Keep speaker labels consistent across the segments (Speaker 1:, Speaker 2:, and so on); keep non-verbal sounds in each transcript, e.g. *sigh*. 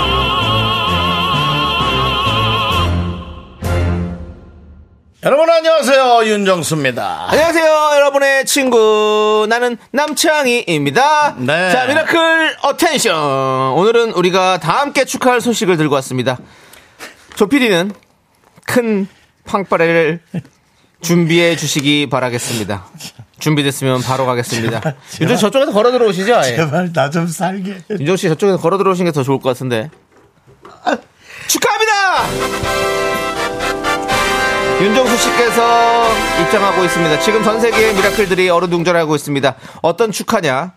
Speaker 1: 여러분 안녕하세요 윤정수입니다.
Speaker 2: 안녕하세요, 여러분의 친구. 나는 남창희입니다.
Speaker 1: 네.
Speaker 2: 자, 미라클 어텐션. 오늘은 우리가 다 함께 축하할 소식을 들고 왔습니다. 조피디는 큰 팡파레를 준비해 주시기 바라겠습니다. 준비됐으면 바로 가겠습니다. 윤종 씨 저쪽에서 걸어 들어오시죠? 아예?
Speaker 1: 제발 나 좀 살게.
Speaker 2: 윤종 씨 저쪽에서 걸어 들어오시는 게 더 좋을 것 같은데. 축하합니다! 윤정수 씨께서 입장하고 있습니다. 지금 전 세계의 미라클들이 어루둥절하고 있습니다. 어떤 축하냐?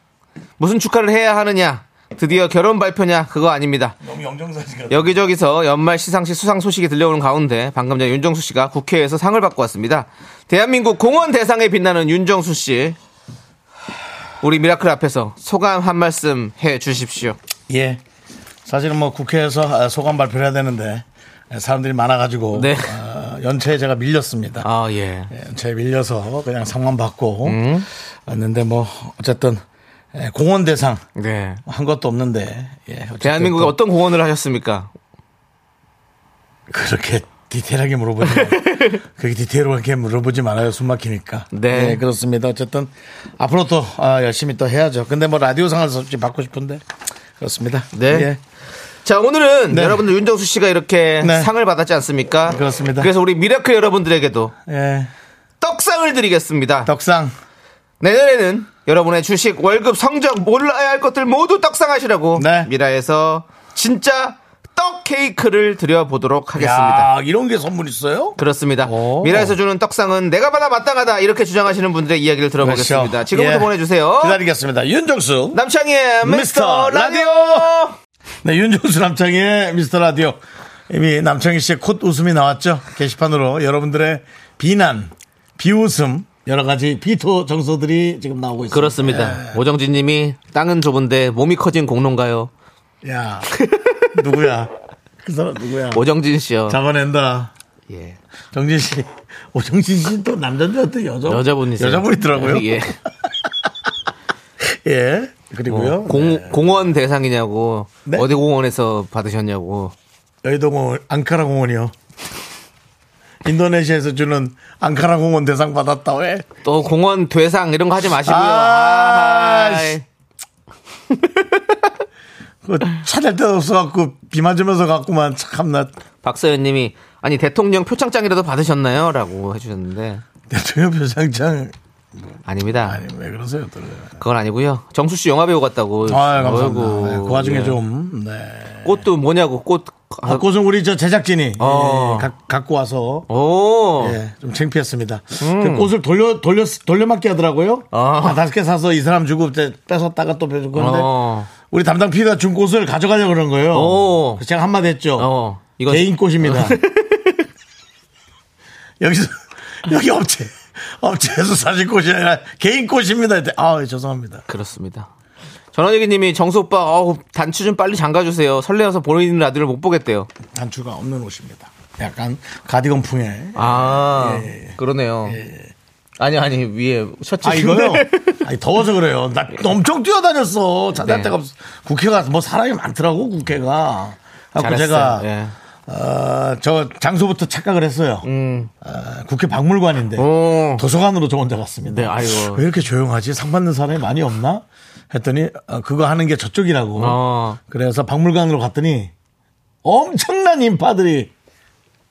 Speaker 2: 무슨 축하를 해야 하느냐? 드디어 결혼 발표냐? 그거 아닙니다.
Speaker 1: 너무 영정사지 같아.
Speaker 2: 여기저기서 연말 시상식 수상 소식이 들려오는 가운데 방금 전 윤정수 씨가 국회에서 상을 받고 왔습니다. 대한민국 공원 대상에 빛나는 윤정수 씨. 우리 미라클 앞에서 소감 한 말씀 해 주십시오.
Speaker 1: 예. 사실은 뭐 국회에서 아, 소감 발표를 해야 되는데 아, 사람들이 많아가지고
Speaker 2: 네.
Speaker 1: 아, 연체에 제가 밀렸습니다.
Speaker 2: 아, 예.
Speaker 1: 예, 연체에 밀려서 그냥 상만 받고
Speaker 2: 음.
Speaker 1: 왔는데 뭐 어쨌든 예, 공원 대상
Speaker 2: 네.
Speaker 1: 한 것도 없는데 예, 어쨌든
Speaker 2: 대한민국에
Speaker 1: 또
Speaker 2: 어떤 공헌을 하셨습니까?
Speaker 1: 그렇게 디테일하게 물어보지
Speaker 2: *laughs*
Speaker 1: 마요. 그렇게 디테일하게 물어보지 말아요. 숨 막히니까.
Speaker 2: 네.
Speaker 1: 예, 그렇습니다. 어쨌든 앞으로 또 아, 열심히 또 해야죠. 근데 뭐 라디오상을 솔직히 받고 싶은데 그렇습니다.
Speaker 2: 네.
Speaker 1: 예.
Speaker 2: 자, 오늘은
Speaker 1: 네.
Speaker 2: 여러분들 윤정수 씨가 이렇게
Speaker 1: 네.
Speaker 2: 상을 받았지 않습니까?
Speaker 1: 그렇습니다.
Speaker 2: 그래서 우리 미라클 여러분들에게도
Speaker 1: 예.
Speaker 2: 떡상을 드리겠습니다.
Speaker 1: 덕상
Speaker 2: 내년에는 여러분의 주식, 월급, 성적, 몰라야 할 것들 모두 떡상하시라고
Speaker 1: 네.
Speaker 2: 미라에서 진짜 떡 케이크를 드려보도록 하겠습니다.
Speaker 1: 야, 이런 게 선물 있어요?
Speaker 2: 그렇습니다.
Speaker 1: 오.
Speaker 2: 미라에서 주는 떡상은 내가 받아 마땅하다 이렇게 주장하시는 분들의 이야기를 들어보겠습니다.
Speaker 1: 그렇죠.
Speaker 2: 지금부터
Speaker 1: 예.
Speaker 2: 보내주세요.
Speaker 1: 기다리겠습니다. 윤정수.
Speaker 2: 남창희의
Speaker 1: 미스터
Speaker 2: 미스터
Speaker 1: 라디오.
Speaker 2: 라디오.
Speaker 1: 네, 윤정수 남창희의 미스터 라디오. 이미 남창희 씨의 콧 웃음이 나왔죠. 게시판으로 여러분들의 비난, 비웃음, 여러 가지 비토 정서들이 지금 나오고 있습니다.
Speaker 2: 그렇습니다.
Speaker 1: 예.
Speaker 2: 오정진 님이 땅은 좁은데 몸이 커진 공론가요.
Speaker 1: 야, 누구야? 그 사람 누구야?
Speaker 2: 오정진 씨요.
Speaker 1: 잡아낸다.
Speaker 2: 예.
Speaker 1: 정진 씨. 오정진 씨는 또 남자인데 어떤 여자?
Speaker 2: 여자분이세요.
Speaker 1: 여자분이더라고요.
Speaker 2: *laughs* 예.
Speaker 1: 예. 그리고요.
Speaker 2: 뭐 공, 공원 대상이냐고.
Speaker 1: 네?
Speaker 2: 어디 공원에서 받으셨냐고.
Speaker 1: 여의도 공원, 앙카라 공원이요. 인도네시아에서 주는 앙카라 공원 대상 받았다 왜?
Speaker 2: 또 공원 대상 이런 거 하지 마시고요.
Speaker 1: 아,
Speaker 2: 아이.
Speaker 1: 씨. 그 찾을 데도 없어갖고 비 맞으면서 갔구만 참나
Speaker 2: 박서연 님이 아니 대통령 표창장이라도 받으셨나요? 라고 해주셨는데
Speaker 1: 대통령 표창장
Speaker 2: 아닙니다.
Speaker 1: 아니 왜 그러세요 또?
Speaker 2: 그건 아니고요. 정수 씨 영화 배우 같다고.
Speaker 1: 아 감사합니다. 네,
Speaker 2: 어이구.
Speaker 1: 그 와중에
Speaker 2: 그렇죠. 예.
Speaker 1: 좀 네.
Speaker 2: 꽃도 뭐냐고 꽃.
Speaker 1: 아, 그것은 우리 저 제작진이
Speaker 2: 어.
Speaker 1: 예, 가- 갖고 와서
Speaker 2: 오.
Speaker 1: 예, 좀 창피했습니다. 그 꽃을 돌려 돌려 돌려막기 하더라고요.
Speaker 2: 음. 아.
Speaker 1: 아, 다섯 개 사서 이 사람 주고 이제 뺏었다가 또 뺏은 건데
Speaker 2: 어.
Speaker 1: 우리 담당 PD가 준 꽃을 가져가려고 그런 거예요.
Speaker 2: 오.
Speaker 1: 그래서 제가 한마디 했죠.
Speaker 2: 어. 이건
Speaker 1: 개인 꽃입니다. *laughs* 여기서 여기 업체 업체에서 사진 꽃이 아니라 개인 꽃입니다. 이때, 아 예, 죄송합니다.
Speaker 2: *laughs* 그렇습니다. 전원일기님이 정수 오빠 어우, 단추 좀 빨리 잠가주세요. 설레어서 보이는 라디오를 못 보겠대요.
Speaker 1: 단추가 없는 옷입니다. 약간 가디건 풍의
Speaker 2: 아
Speaker 1: 예,
Speaker 2: 그러네요. 아니 아니 위에 셔츠.
Speaker 1: 아 이거요?
Speaker 2: *laughs*
Speaker 1: *laughs* 아니 더워서 그래요. 나 엄청 뛰어다녔어. 자잘
Speaker 2: 네.
Speaker 1: 데가 없어. 국회가 뭐 사람이 많더라고 국회가. 그래서
Speaker 2: 잘했어요.
Speaker 1: 제가
Speaker 2: 예.
Speaker 1: 어, 저 장소부터 착각을 했어요. 어, 국회 박물관인데
Speaker 2: 음. 오.
Speaker 1: 도서관으로 저 혼자 갔습니다.
Speaker 2: 네, 아이고.
Speaker 1: 왜 이렇게 조용하지? 상 받는 사람이 많이 없나? 했더니 어, 그거 하는 게 저쪽이라고.
Speaker 2: 어.
Speaker 1: 그래서 박물관으로 갔더니 엄청난 인파들이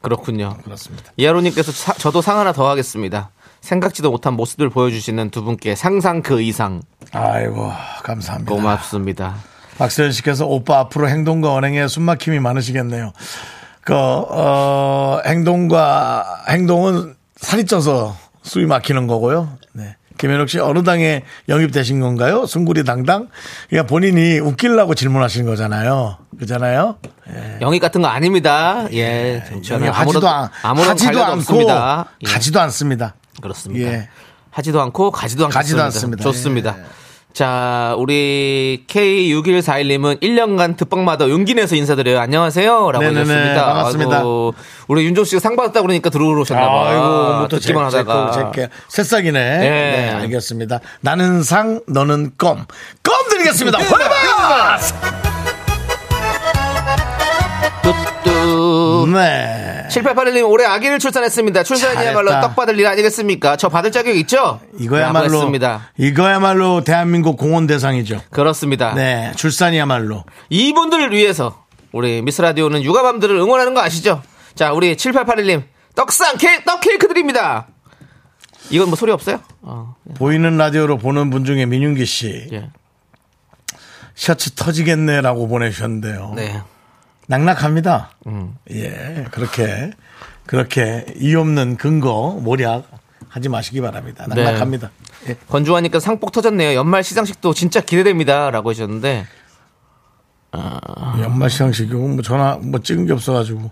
Speaker 2: 그렇군요.
Speaker 1: 그렇습니다.
Speaker 2: 이하로님께서 사- 저도 상 하나 더 하겠습니다. 생각지도 못한 모습을 보여주시는 두 분께 상상 그 이상
Speaker 1: 아이고 감사합니다.
Speaker 2: 고맙습니다.
Speaker 1: 박세현 씨께서 오빠 앞으로 행동과 언행에 숨막힘이 많으시겠네요. 그, 어, 행동과, 행동은 살이 쪄서 숨이 막히는 거고요. 네. 김현욱 씨, 어느 당에 영입되신 건가요? 숭구리 당당? 그러니까 본인이 웃기려고 질문하신 거잖아요. 그잖아요.
Speaker 2: 영입 같은 거 아닙니다. 예,
Speaker 1: 예. 영이
Speaker 2: 괜찮아요.
Speaker 1: 하지도 않,
Speaker 2: 아무런
Speaker 1: 하지도
Speaker 2: 관련
Speaker 1: 않고
Speaker 2: 없습니다. 예,
Speaker 1: 가지도 않습니다.
Speaker 2: 그렇습니다.
Speaker 1: 예.
Speaker 2: 하지도 않고 가지도
Speaker 1: 가지도
Speaker 2: 않습니다.
Speaker 1: 않습니다. 예.
Speaker 2: 좋습니다. 자, 우리 K6141님은 1년간 듣방마다 용기 내서 인사드려요. 안녕하세요. 라고
Speaker 1: 네네네,
Speaker 2: 해주셨습니다.
Speaker 1: 반갑습니다.
Speaker 2: 아이고, 우리 윤종 씨가 상 받았다 그러니까 들어오셨나봐.
Speaker 1: 아이고, 뭐또
Speaker 2: 듣기만 하다가.
Speaker 1: 제게 새싹이네. 네, 알겠습니다. 나는 상, 너는 껌. 껌 드리겠습니다.
Speaker 2: 네.
Speaker 1: 화려봐!
Speaker 2: 뚜뚜.
Speaker 1: 네.
Speaker 2: 7881님 올해 아기를 출산했습니다. 출산이야말로
Speaker 1: 잘했다.
Speaker 2: 떡 받을 일 아니겠습니까? 저 받을 자격 네, 있죠? 라고
Speaker 1: 이거야말로
Speaker 2: 했습니다.
Speaker 1: 이거야말로 대한민국 공헌 대상이죠.
Speaker 2: 그렇습니다.
Speaker 1: 네, 출산이야말로
Speaker 2: 이분들을 위해서 우리 미스 라디오는 육아맘들을 응원하는 거 아시죠? 자, 우리 7881님 떡상 케 떡 케이크 드립니다. 이건 뭐 소리 없어요? 어,
Speaker 1: 보이는 라디오로 보는 분 중에 민윤기 씨
Speaker 2: 예.
Speaker 1: 셔츠 터지겠네라고 보내주셨는데요.
Speaker 2: 네. 음.
Speaker 1: 낙낙합니다. 예, 그렇게 그렇게 이없는 근거 모략 하지 마시기 바랍니다.
Speaker 2: 네.
Speaker 1: 낙낙합니다. 예.
Speaker 2: 권주환님께 상복 터졌네요. 연말 시상식도 진짜 기대됩니다라고 하셨는데 아.
Speaker 1: 연말 시상식이고 뭐 전화 뭐 찍은 게 없어가지고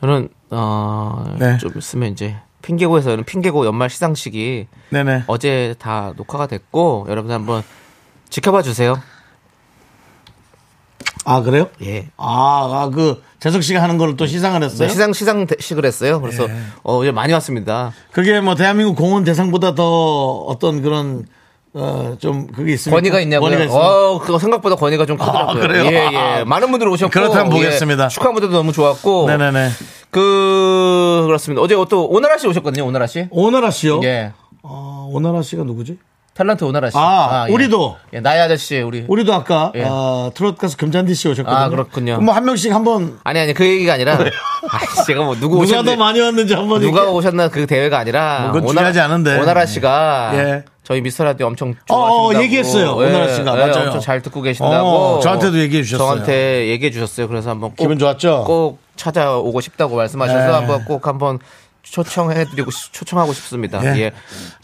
Speaker 2: 저는 어,
Speaker 1: 네.
Speaker 2: 좀 있으면 이제 핑계고에서는 핑계고 연말 시상식이
Speaker 1: 네네.
Speaker 2: 어제 다 녹화가 됐고 여러분들 한번 지켜봐 주세요.
Speaker 1: 아 그래요?
Speaker 2: 예.
Speaker 1: 아그 재석 씨가 하는 걸 또 시상을 했어요?
Speaker 2: 시상 시상식을 했어요. 그래서 네.
Speaker 1: 예.
Speaker 2: 어 이제 많이 왔습니다.
Speaker 1: 그게 뭐 대한민국 공헌 대상보다 더 어떤 그런 어, 좀 그게 있습니까?
Speaker 2: 권위가 있냐고요?
Speaker 1: 권위가 있습니까?
Speaker 2: 어, 그거 생각보다 권위가 좀 크더라고요.
Speaker 1: 아, 그래요?
Speaker 2: 예, 예.
Speaker 1: 아.
Speaker 2: 많은 분들 오셨고
Speaker 1: 그렇다면
Speaker 2: 예,
Speaker 1: 보겠습니다.
Speaker 2: 축하 무대도 너무 좋았고
Speaker 1: 네네네.
Speaker 2: 그 그렇습니다. 어제 또 오나라 씨 오셨거든요. 오나라 씨.
Speaker 1: 오나라 씨요?
Speaker 2: 예.
Speaker 1: 어, 오나라 씨가 누구지?
Speaker 2: 탤런트 오나라 씨.
Speaker 1: 아, 우리도.
Speaker 2: 예, 나의 아저씨 우리.
Speaker 1: 우리도 아까
Speaker 2: 예.
Speaker 1: 아, 트롯 가수 금잔디 씨 오셨거든요.
Speaker 2: 아, 그렇군요.
Speaker 1: 그럼 뭐한 명씩 한번
Speaker 2: 아니 아니 그 얘기가 아니라 아, 제가 뭐 누구
Speaker 1: 누가 더
Speaker 2: 오셨는데
Speaker 1: 많이 왔는지 한번
Speaker 2: 누가
Speaker 1: 이렇게-
Speaker 2: 오셨나 그 대회가 아니라
Speaker 1: 그러니까 뭐 그건 중요하지 않은데.
Speaker 2: 오나라 씨가
Speaker 1: 예.
Speaker 2: 저희 미스터 라디오 엄청
Speaker 1: 어, 어,
Speaker 2: 좋아하신다고 예,
Speaker 1: 얘기했어요. 오나라 씨가. 맞아요.
Speaker 2: 엄청 잘 듣고 계신다고
Speaker 1: 어, 저한테도 얘기해 주셨어요.
Speaker 2: 저한테 얘기해 주셨어요. 그래서 한번 꼭,
Speaker 1: 기분 좋았죠?
Speaker 2: 꼭 찾아오고 싶다고 말씀하셔서
Speaker 1: 네.
Speaker 2: 한번 꼭 한번 초청해 드리고 싶- 초청하고 싶습니다.
Speaker 1: 예.
Speaker 2: 예.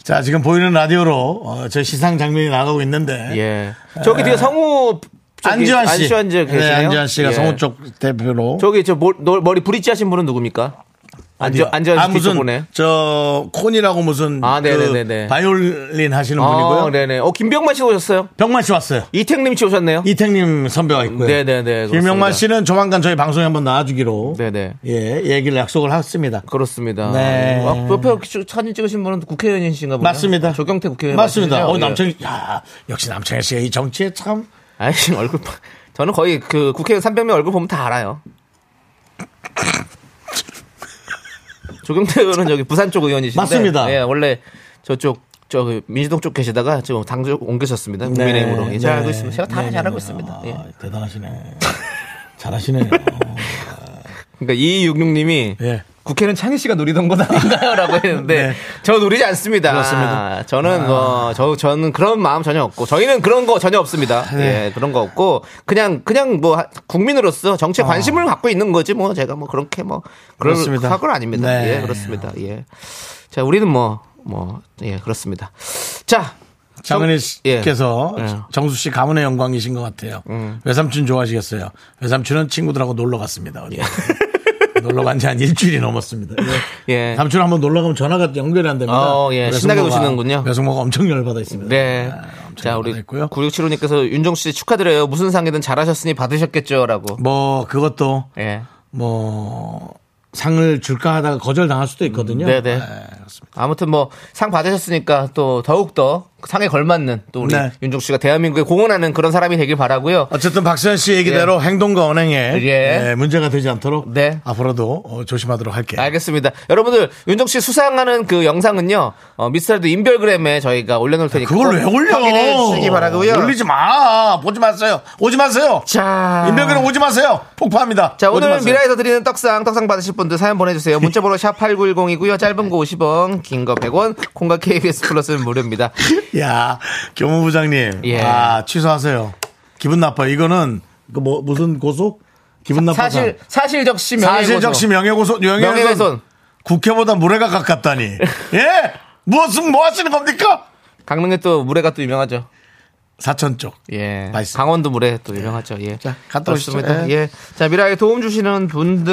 Speaker 1: 자 지금 보이는 라디오로 어, 저 시상 장면이 나가고 있는데
Speaker 2: 예. 저기 뒤에 성우 저기
Speaker 1: 안지환 씨,
Speaker 2: 안지환 씨 계시네요.
Speaker 1: 네, 안지환 씨가
Speaker 2: 예.
Speaker 1: 성우 쪽 대표로
Speaker 2: 저기 저 머, 너- 머리 브릿지 하신 분은 누굽니까? 안지- 안지환
Speaker 1: 아
Speaker 2: 씨 뒤쪽
Speaker 1: 무슨
Speaker 2: 보네.
Speaker 1: 저 콘이라고 무슨
Speaker 2: 아,
Speaker 1: 그
Speaker 2: 네네네네.
Speaker 1: 바이올린 하시는
Speaker 2: 아,
Speaker 1: 분이고요.
Speaker 2: 네네. 어 김병만 씨 오셨어요?
Speaker 1: 병만 씨 왔어요.
Speaker 2: 이택님 씨 오셨네요.
Speaker 1: 이택님 선배가 있고요.
Speaker 2: 네네네, 그렇습니다.
Speaker 1: 김영만 씨는 조만간 저희 방송에 한번 나와주기로
Speaker 2: 네네.
Speaker 1: 예 얘기를 약속을 했습니다.
Speaker 2: 그렇습니다.
Speaker 1: 네.
Speaker 2: 아, 옆에 기- 사진 찍으신 분은 국회의원이신가 보네요.
Speaker 1: 맞습니다.
Speaker 2: 조경태 국회의원. 예.
Speaker 1: 맞습니다. 어,
Speaker 2: 맞으시죠?
Speaker 1: 남창 야 역시 남창희 씨가 이 정치에 참
Speaker 2: 예. 아이씨, 얼굴. 봐. 저는 거의 그 국회의원 300명 얼굴 보면 다 알아요. 조경태 의원은 저기 부산 쪽 의원이신데.
Speaker 1: 맞습니다.
Speaker 2: 예, 원래 저쪽, 저 민주동 쪽 계시다가 지금 당직 옮기셨습니다. 국민의힘으로. 예, 잘
Speaker 1: 네.
Speaker 2: 알고 있습니다. 제가 다
Speaker 1: 네,
Speaker 2: 잘알고
Speaker 1: 네.
Speaker 2: 있습니다. 예.
Speaker 1: 아, 대단하시네. 잘하시네요.
Speaker 2: 그러니까 2266님이
Speaker 1: 예.
Speaker 2: 국회는 창희 씨가 노리던 것 아닌가요? 라고 했는데
Speaker 1: *laughs* 네.
Speaker 2: 저 노리지 않습니다.
Speaker 1: 그렇습니다. 아.
Speaker 2: 저는 어, 저 저는 그런 마음 전혀 없고 저희는 그런 거 전혀 없습니다.
Speaker 1: 아, 네.
Speaker 2: 예, 그런 거 없고 그냥 그냥 뭐 하- 국민으로서 정치에 관심을 갖고 있는 거지 뭐 제가 뭐 그렇게 뭐 그런
Speaker 1: 아. 그렇습니다.
Speaker 2: 사건 아닙니다.
Speaker 1: 네.
Speaker 2: 예, 그렇습니다. 예. 자, 우리는 뭐 뭐 예, 그렇습니다. 자,
Speaker 1: 장은희
Speaker 2: 정- 예.
Speaker 1: 씨께서
Speaker 2: 예. 음.
Speaker 1: 정수 씨 가문의 영광이신 것 같아요. 외삼촌 좋아하시겠어요. 외삼촌은 친구들하고 놀러 갔습니다. 어디. *laughs* 놀러 간 지 한 일주일이 넘었습니다.
Speaker 2: 예.
Speaker 1: 예. 삼촌 한번 놀러 가면 전화가 연결이 안 됩니다.
Speaker 2: 어, 예.
Speaker 1: 외숙모가-
Speaker 2: 신나게 노시는군요.
Speaker 1: 외숙모가 엄청 열받아 있습니다.
Speaker 2: 네.
Speaker 1: 아, 엄청
Speaker 2: 자, 우리
Speaker 1: 열받았고요.
Speaker 2: 9675님께서 윤종 씨 축하드려요. 무슨 상이든 잘하셨으니 받으셨겠죠라고.
Speaker 1: 뭐 그것도
Speaker 2: 예.
Speaker 1: 뭐 상을 줄까 하다가 거절당할 수도 있거든요. 예.
Speaker 2: 네네.
Speaker 1: 그렇습니다.
Speaker 2: 아무튼 뭐 상 받으셨으니까 또 더욱더 상에 걸맞는 또 우리
Speaker 1: 네.
Speaker 2: 윤종 씨가 대한민국에 공헌하는 그런 사람이 되길 바라고요.
Speaker 1: 어쨌든 박수현 씨 얘기대로 행동과 언행에
Speaker 2: 예.
Speaker 1: 예, 문제가 되지 않도록
Speaker 2: 네.
Speaker 1: 앞으로도 어, 조심하도록 할게요.
Speaker 2: 알겠습니다. 여러분들 윤종 씨 수상하는 그 영상은요. 어, 미스터드 인별그램에 저희가 올려놓을 테니까
Speaker 1: 그걸 왜
Speaker 2: 꼭
Speaker 1: 올려?
Speaker 2: 네, 확인해 주시기 바라고요.
Speaker 1: 올리지 마. 보지 마세요. 오지 마세요.
Speaker 2: 자.
Speaker 1: 인별그램 오지 마세요. 폭파합니다.
Speaker 2: 자,
Speaker 1: 오지
Speaker 2: 오늘
Speaker 1: 마세요.
Speaker 2: 미라에서 드리는 떡상, 떡상 받으실 분들 사연 보내주세요. 문자번호 샵8910이고요. 짧은 거 50원, 긴 거 100원, 콩과 KBS
Speaker 1: *laughs*
Speaker 2: 플러스는 무료입니다.
Speaker 1: 야, 교무부장님.
Speaker 2: 예.
Speaker 1: 아, 취소하세요. 기분 나빠. 이거는 그 뭐, 무슨 고소? 기분 나빠.
Speaker 2: 사실, 사실 적시 명예
Speaker 1: *laughs* 사실 적시 명예고소, 명예훼손.
Speaker 2: 명예훼손.
Speaker 1: 국회보다 무례가 가깝다니.
Speaker 2: *laughs*
Speaker 1: 예? 무엇은 뭐 하시는 겁니까?
Speaker 2: 강릉에 또 물회가 또 유명하죠.
Speaker 1: 사천 쪽.
Speaker 2: 예.
Speaker 1: 맛있어요.
Speaker 2: 강원도 물에 또 유명하죠. 예.
Speaker 1: 자, 갔다 오시죠.
Speaker 2: 그렇습니다.
Speaker 1: 예.
Speaker 2: 예. 자, 미라에 도움 주시는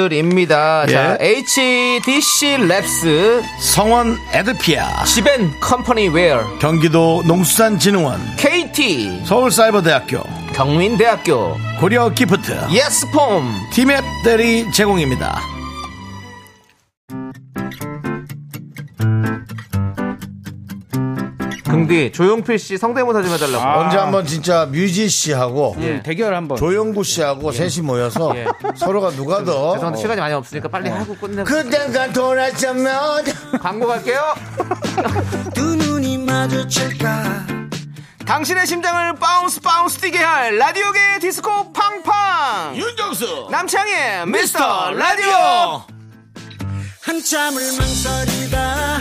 Speaker 2: 분들입니다. 자,
Speaker 1: 예.
Speaker 2: HDC 랩스,
Speaker 1: 성원 에드피아,
Speaker 2: 지벤 컴퍼니 웨어,
Speaker 1: 경기도 농수산진흥원,
Speaker 2: KT,
Speaker 1: 서울사이버대학교,
Speaker 2: 경민대학교,
Speaker 1: 고려기프트,
Speaker 2: 예스폼,
Speaker 1: 티맵 대리 제공입니다.
Speaker 2: 긍디, 조용필 씨 성대모사 좀 해달라고.
Speaker 1: 아.
Speaker 3: 언제 한번 진짜 뮤지 씨하고
Speaker 2: 예.
Speaker 4: 대결 한번.
Speaker 3: 조영구 씨하고 셋이 모여서 서로가 누가 더
Speaker 2: 죄송한데 시간이 많이 없으니까 빨리 하고 끝내고.
Speaker 3: 그땐가 돌아서면
Speaker 2: 광고 갈게요.
Speaker 3: 두 눈이 마주칠까
Speaker 2: *laughs* 당신의 심장을 바운스 바운스 뛰게 할 라디오계 디스코 팡팡!
Speaker 3: 윤정수
Speaker 2: 남창희의 미스터 라디오!
Speaker 3: 한참을 망설이다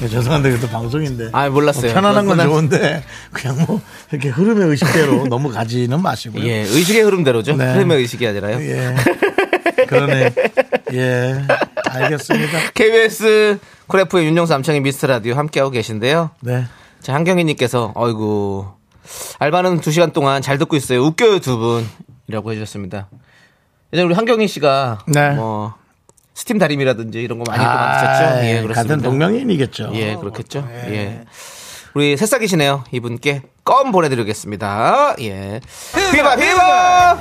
Speaker 1: 네, 죄송한데 그래도 방송인데.
Speaker 2: 아, 몰랐어요.
Speaker 3: 네,
Speaker 1: 편안한 건
Speaker 2: 그건-
Speaker 1: 좋은데 그냥 뭐 이렇게
Speaker 3: *laughs*
Speaker 1: 흐름의 의식대로 너무 가지는 마시고요.
Speaker 2: 예, 의식의 흐름대로죠.
Speaker 1: 네.
Speaker 2: 흐름의 의식이 아니라요.
Speaker 1: 예. 그러네. 예. 알겠습니다.
Speaker 2: KBS 코레프의 윤정수 남창희 미스터 라디오 함께하고 계신데요.
Speaker 1: 네.
Speaker 2: 자, 한경희님께서, 어이구, 알바는 두 시간 동안 잘 듣고 있어요. 웃겨요, 두 분. 이라고 해주셨습니다. 예전에 우리 한경희 씨가,
Speaker 1: 네.
Speaker 2: 뭐, 스팀 다림이라든지 이런 거 많이
Speaker 1: 아,
Speaker 2: 받으셨죠? 예, 그렇습니다.
Speaker 1: 같은 동명인이겠죠.
Speaker 2: 예,
Speaker 1: 어,
Speaker 2: 그렇겠죠. 예. 우리 새싹이시네요. 이분께 껌 보내드리겠습니다. 예. 비바, 비바!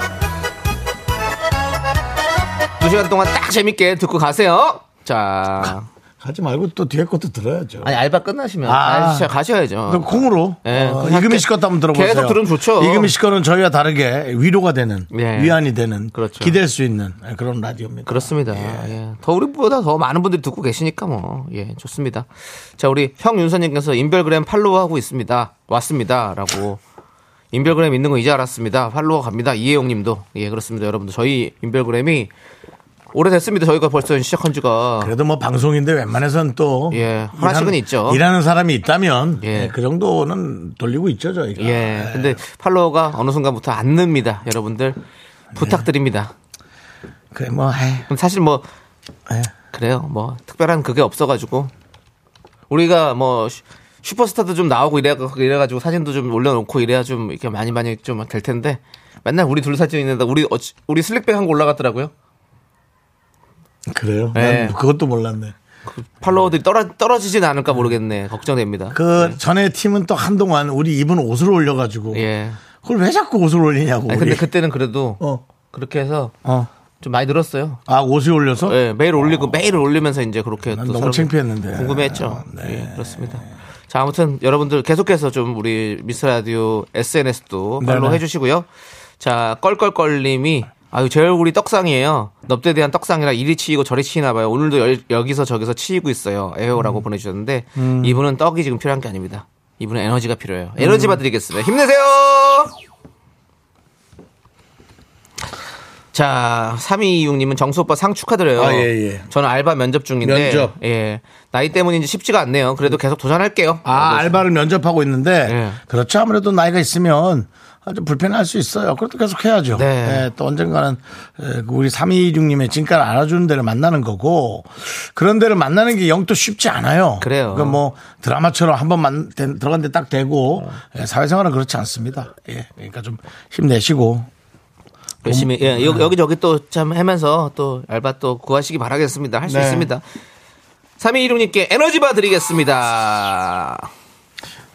Speaker 2: 두 시간 동안 딱 재밌게 듣고 가세요. 자.
Speaker 1: 하지 말고 또 뒤에 것도 들어야죠.
Speaker 2: 아니, 알바 끝나시면.
Speaker 1: 아.
Speaker 2: 아, 진짜 가셔야죠.
Speaker 1: 또 콩으로
Speaker 2: 예,
Speaker 1: 어,
Speaker 2: 그냥
Speaker 1: 이금희
Speaker 2: 깨-
Speaker 1: 씨 것도 한번 들어보세요.
Speaker 2: 계속 들으면 좋죠.
Speaker 1: 이금희 씨 거는 저희와 다르게 위로가 되는
Speaker 2: 예.
Speaker 1: 위안이 되는
Speaker 2: 그렇죠.
Speaker 1: 기댈 수 있는 예, 그런 라디오입니다.
Speaker 2: 그렇습니다. 예. 더 우리보다 더 많은 분들이 듣고 계시니까 뭐, 예, 좋습니다. 자, 우리 형윤서님께서 인별그램 팔로우하고 있습니다. 왔습니다. 라고. 인별그램 있는 거 이제 알았습니다. 팔로우 갑니다. 이혜영 님도. 예, 그렇습니다. 여러분들, 저희 인별그램이 오래됐습니다. 저희가 벌써 시작한 지가.
Speaker 1: 그래도 뭐 방송인데 웬만해선 또
Speaker 2: 예, 하나씩은
Speaker 1: 일하는-
Speaker 2: 있죠.
Speaker 1: 일하는 사람이 있다면
Speaker 2: 예.
Speaker 1: 예, 그 정도는 돌리고 있죠 저희가.
Speaker 2: 예, 근데 팔로우가 어느 순간부터 안 늡니다. 여러분들, 부탁드립니다.
Speaker 1: 그래 뭐 에이,
Speaker 2: 그럼 사실 뭐
Speaker 1: 예.
Speaker 2: 그래요. 뭐 특별한 그게 없어가지고 우리가 뭐 슈- 슈퍼스타도 좀 나오고 이래 이래가지고 사진도 좀 올려놓고 이래야 좀 이렇게 많이 많이 좀 될 텐데 맨날 우리 둘 사진 있는데 우리 어찌- 우리 슬릭백 한 거 올라갔더라고요.
Speaker 1: 그래요.
Speaker 2: 예.
Speaker 1: 난 그것도 몰랐네.
Speaker 2: 팔로워들이 떨어 떨어지진 않을까 모르겠네. 걱정됩니다.
Speaker 1: 그 전에 팀은 또 한동안 우리 입은 옷을 올려가지고
Speaker 2: 네. 예.
Speaker 1: 그걸 왜 자꾸 옷을 올리냐고.
Speaker 2: 아니,
Speaker 1: 우리.
Speaker 2: 근데 그때는 그래도
Speaker 1: 어.
Speaker 2: 그렇게 해서
Speaker 1: 어.
Speaker 2: 좀 많이 늘었어요.
Speaker 1: 아 옷을 올려서 어.
Speaker 2: 예, 매일 올리고 매일 올리면서 이제 그렇게
Speaker 1: 난
Speaker 2: 또
Speaker 1: 너무
Speaker 2: 서로
Speaker 1: 창피했는데. 어, 네.
Speaker 2: 궁금해했죠. 예, 그렇습니다. 자, 아무튼 여러분들 계속해서 좀 우리 미스 라디오 SNS도 팔로우
Speaker 1: 네네.
Speaker 2: 해주시고요. 자, 껄껄껄님이 아유 제 얼굴이 떡상이에요. 넙대대한 떡상이라 이리 치이고 저리 치이나 봐요. 오늘도 여, 기서 저기서 치이고 있어요. 에요라고
Speaker 1: 음.
Speaker 2: 보내주셨는데 이분은 떡이 지금 필요한 게 아닙니다. 이분은 에너지가
Speaker 1: 음.
Speaker 2: 필요해요. 에너지 받드리겠습니다. 힘내세요. 자, 3226님은 정수 오빠 상 축하드려요.
Speaker 1: 아, 예, 예.
Speaker 2: 저는 알바 면접 중인데
Speaker 1: 면접.
Speaker 2: 예. 나이 때문인지 쉽지가 않네요. 그래도 계속 도전할게요.
Speaker 1: 아, 알바를 면접하고 있는데
Speaker 2: 그렇죠. 예.
Speaker 1: 그렇죠 아무래도 나이가 있으면 아주 불편할 수 있어요. 그래도 계속 해야죠.
Speaker 2: 네.
Speaker 1: 예, 또 언젠가는 예, 우리 326님의 진가를 알아주는 데를 만나는 거고 그런 데를 만나는 게 영 또 쉽지 않아요.
Speaker 2: 그래요.
Speaker 1: 그러니까 뭐 드라마처럼 한 번 만 된- 들어간 데 딱 되고 예, 사회생활은 그렇지 않습니다. 예, 그러니까 좀 힘내시고
Speaker 2: 열심히
Speaker 1: 음.
Speaker 2: 예, 여- 여기저기 또 참 하면서 또 알바 또 구하시기 바라겠습니다. 할 수
Speaker 1: 네.
Speaker 2: 있습니다. 3216님께 에너지 바 드리겠습니다.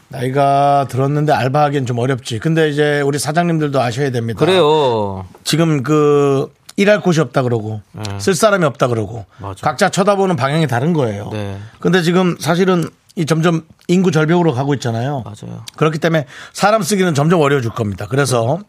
Speaker 1: 나이가 들었는데 알바하기엔 좀 어렵지. 근데 이제 우리 사장님들도 아셔야 됩니다.
Speaker 2: 그래요.
Speaker 1: 지금 그 일할 곳이 없다 그러고
Speaker 2: 음.
Speaker 1: 쓸 사람이 없다 그러고 각자 쳐다보는 방향이 다른 거예요.
Speaker 2: 네.
Speaker 1: 근데 지금 사실은 이 점점 인구 절벽으로 가고 있잖아요.
Speaker 2: 맞아요.
Speaker 1: 그렇기 때문에 사람 쓰기는 점점 어려워질 겁니다. 그래서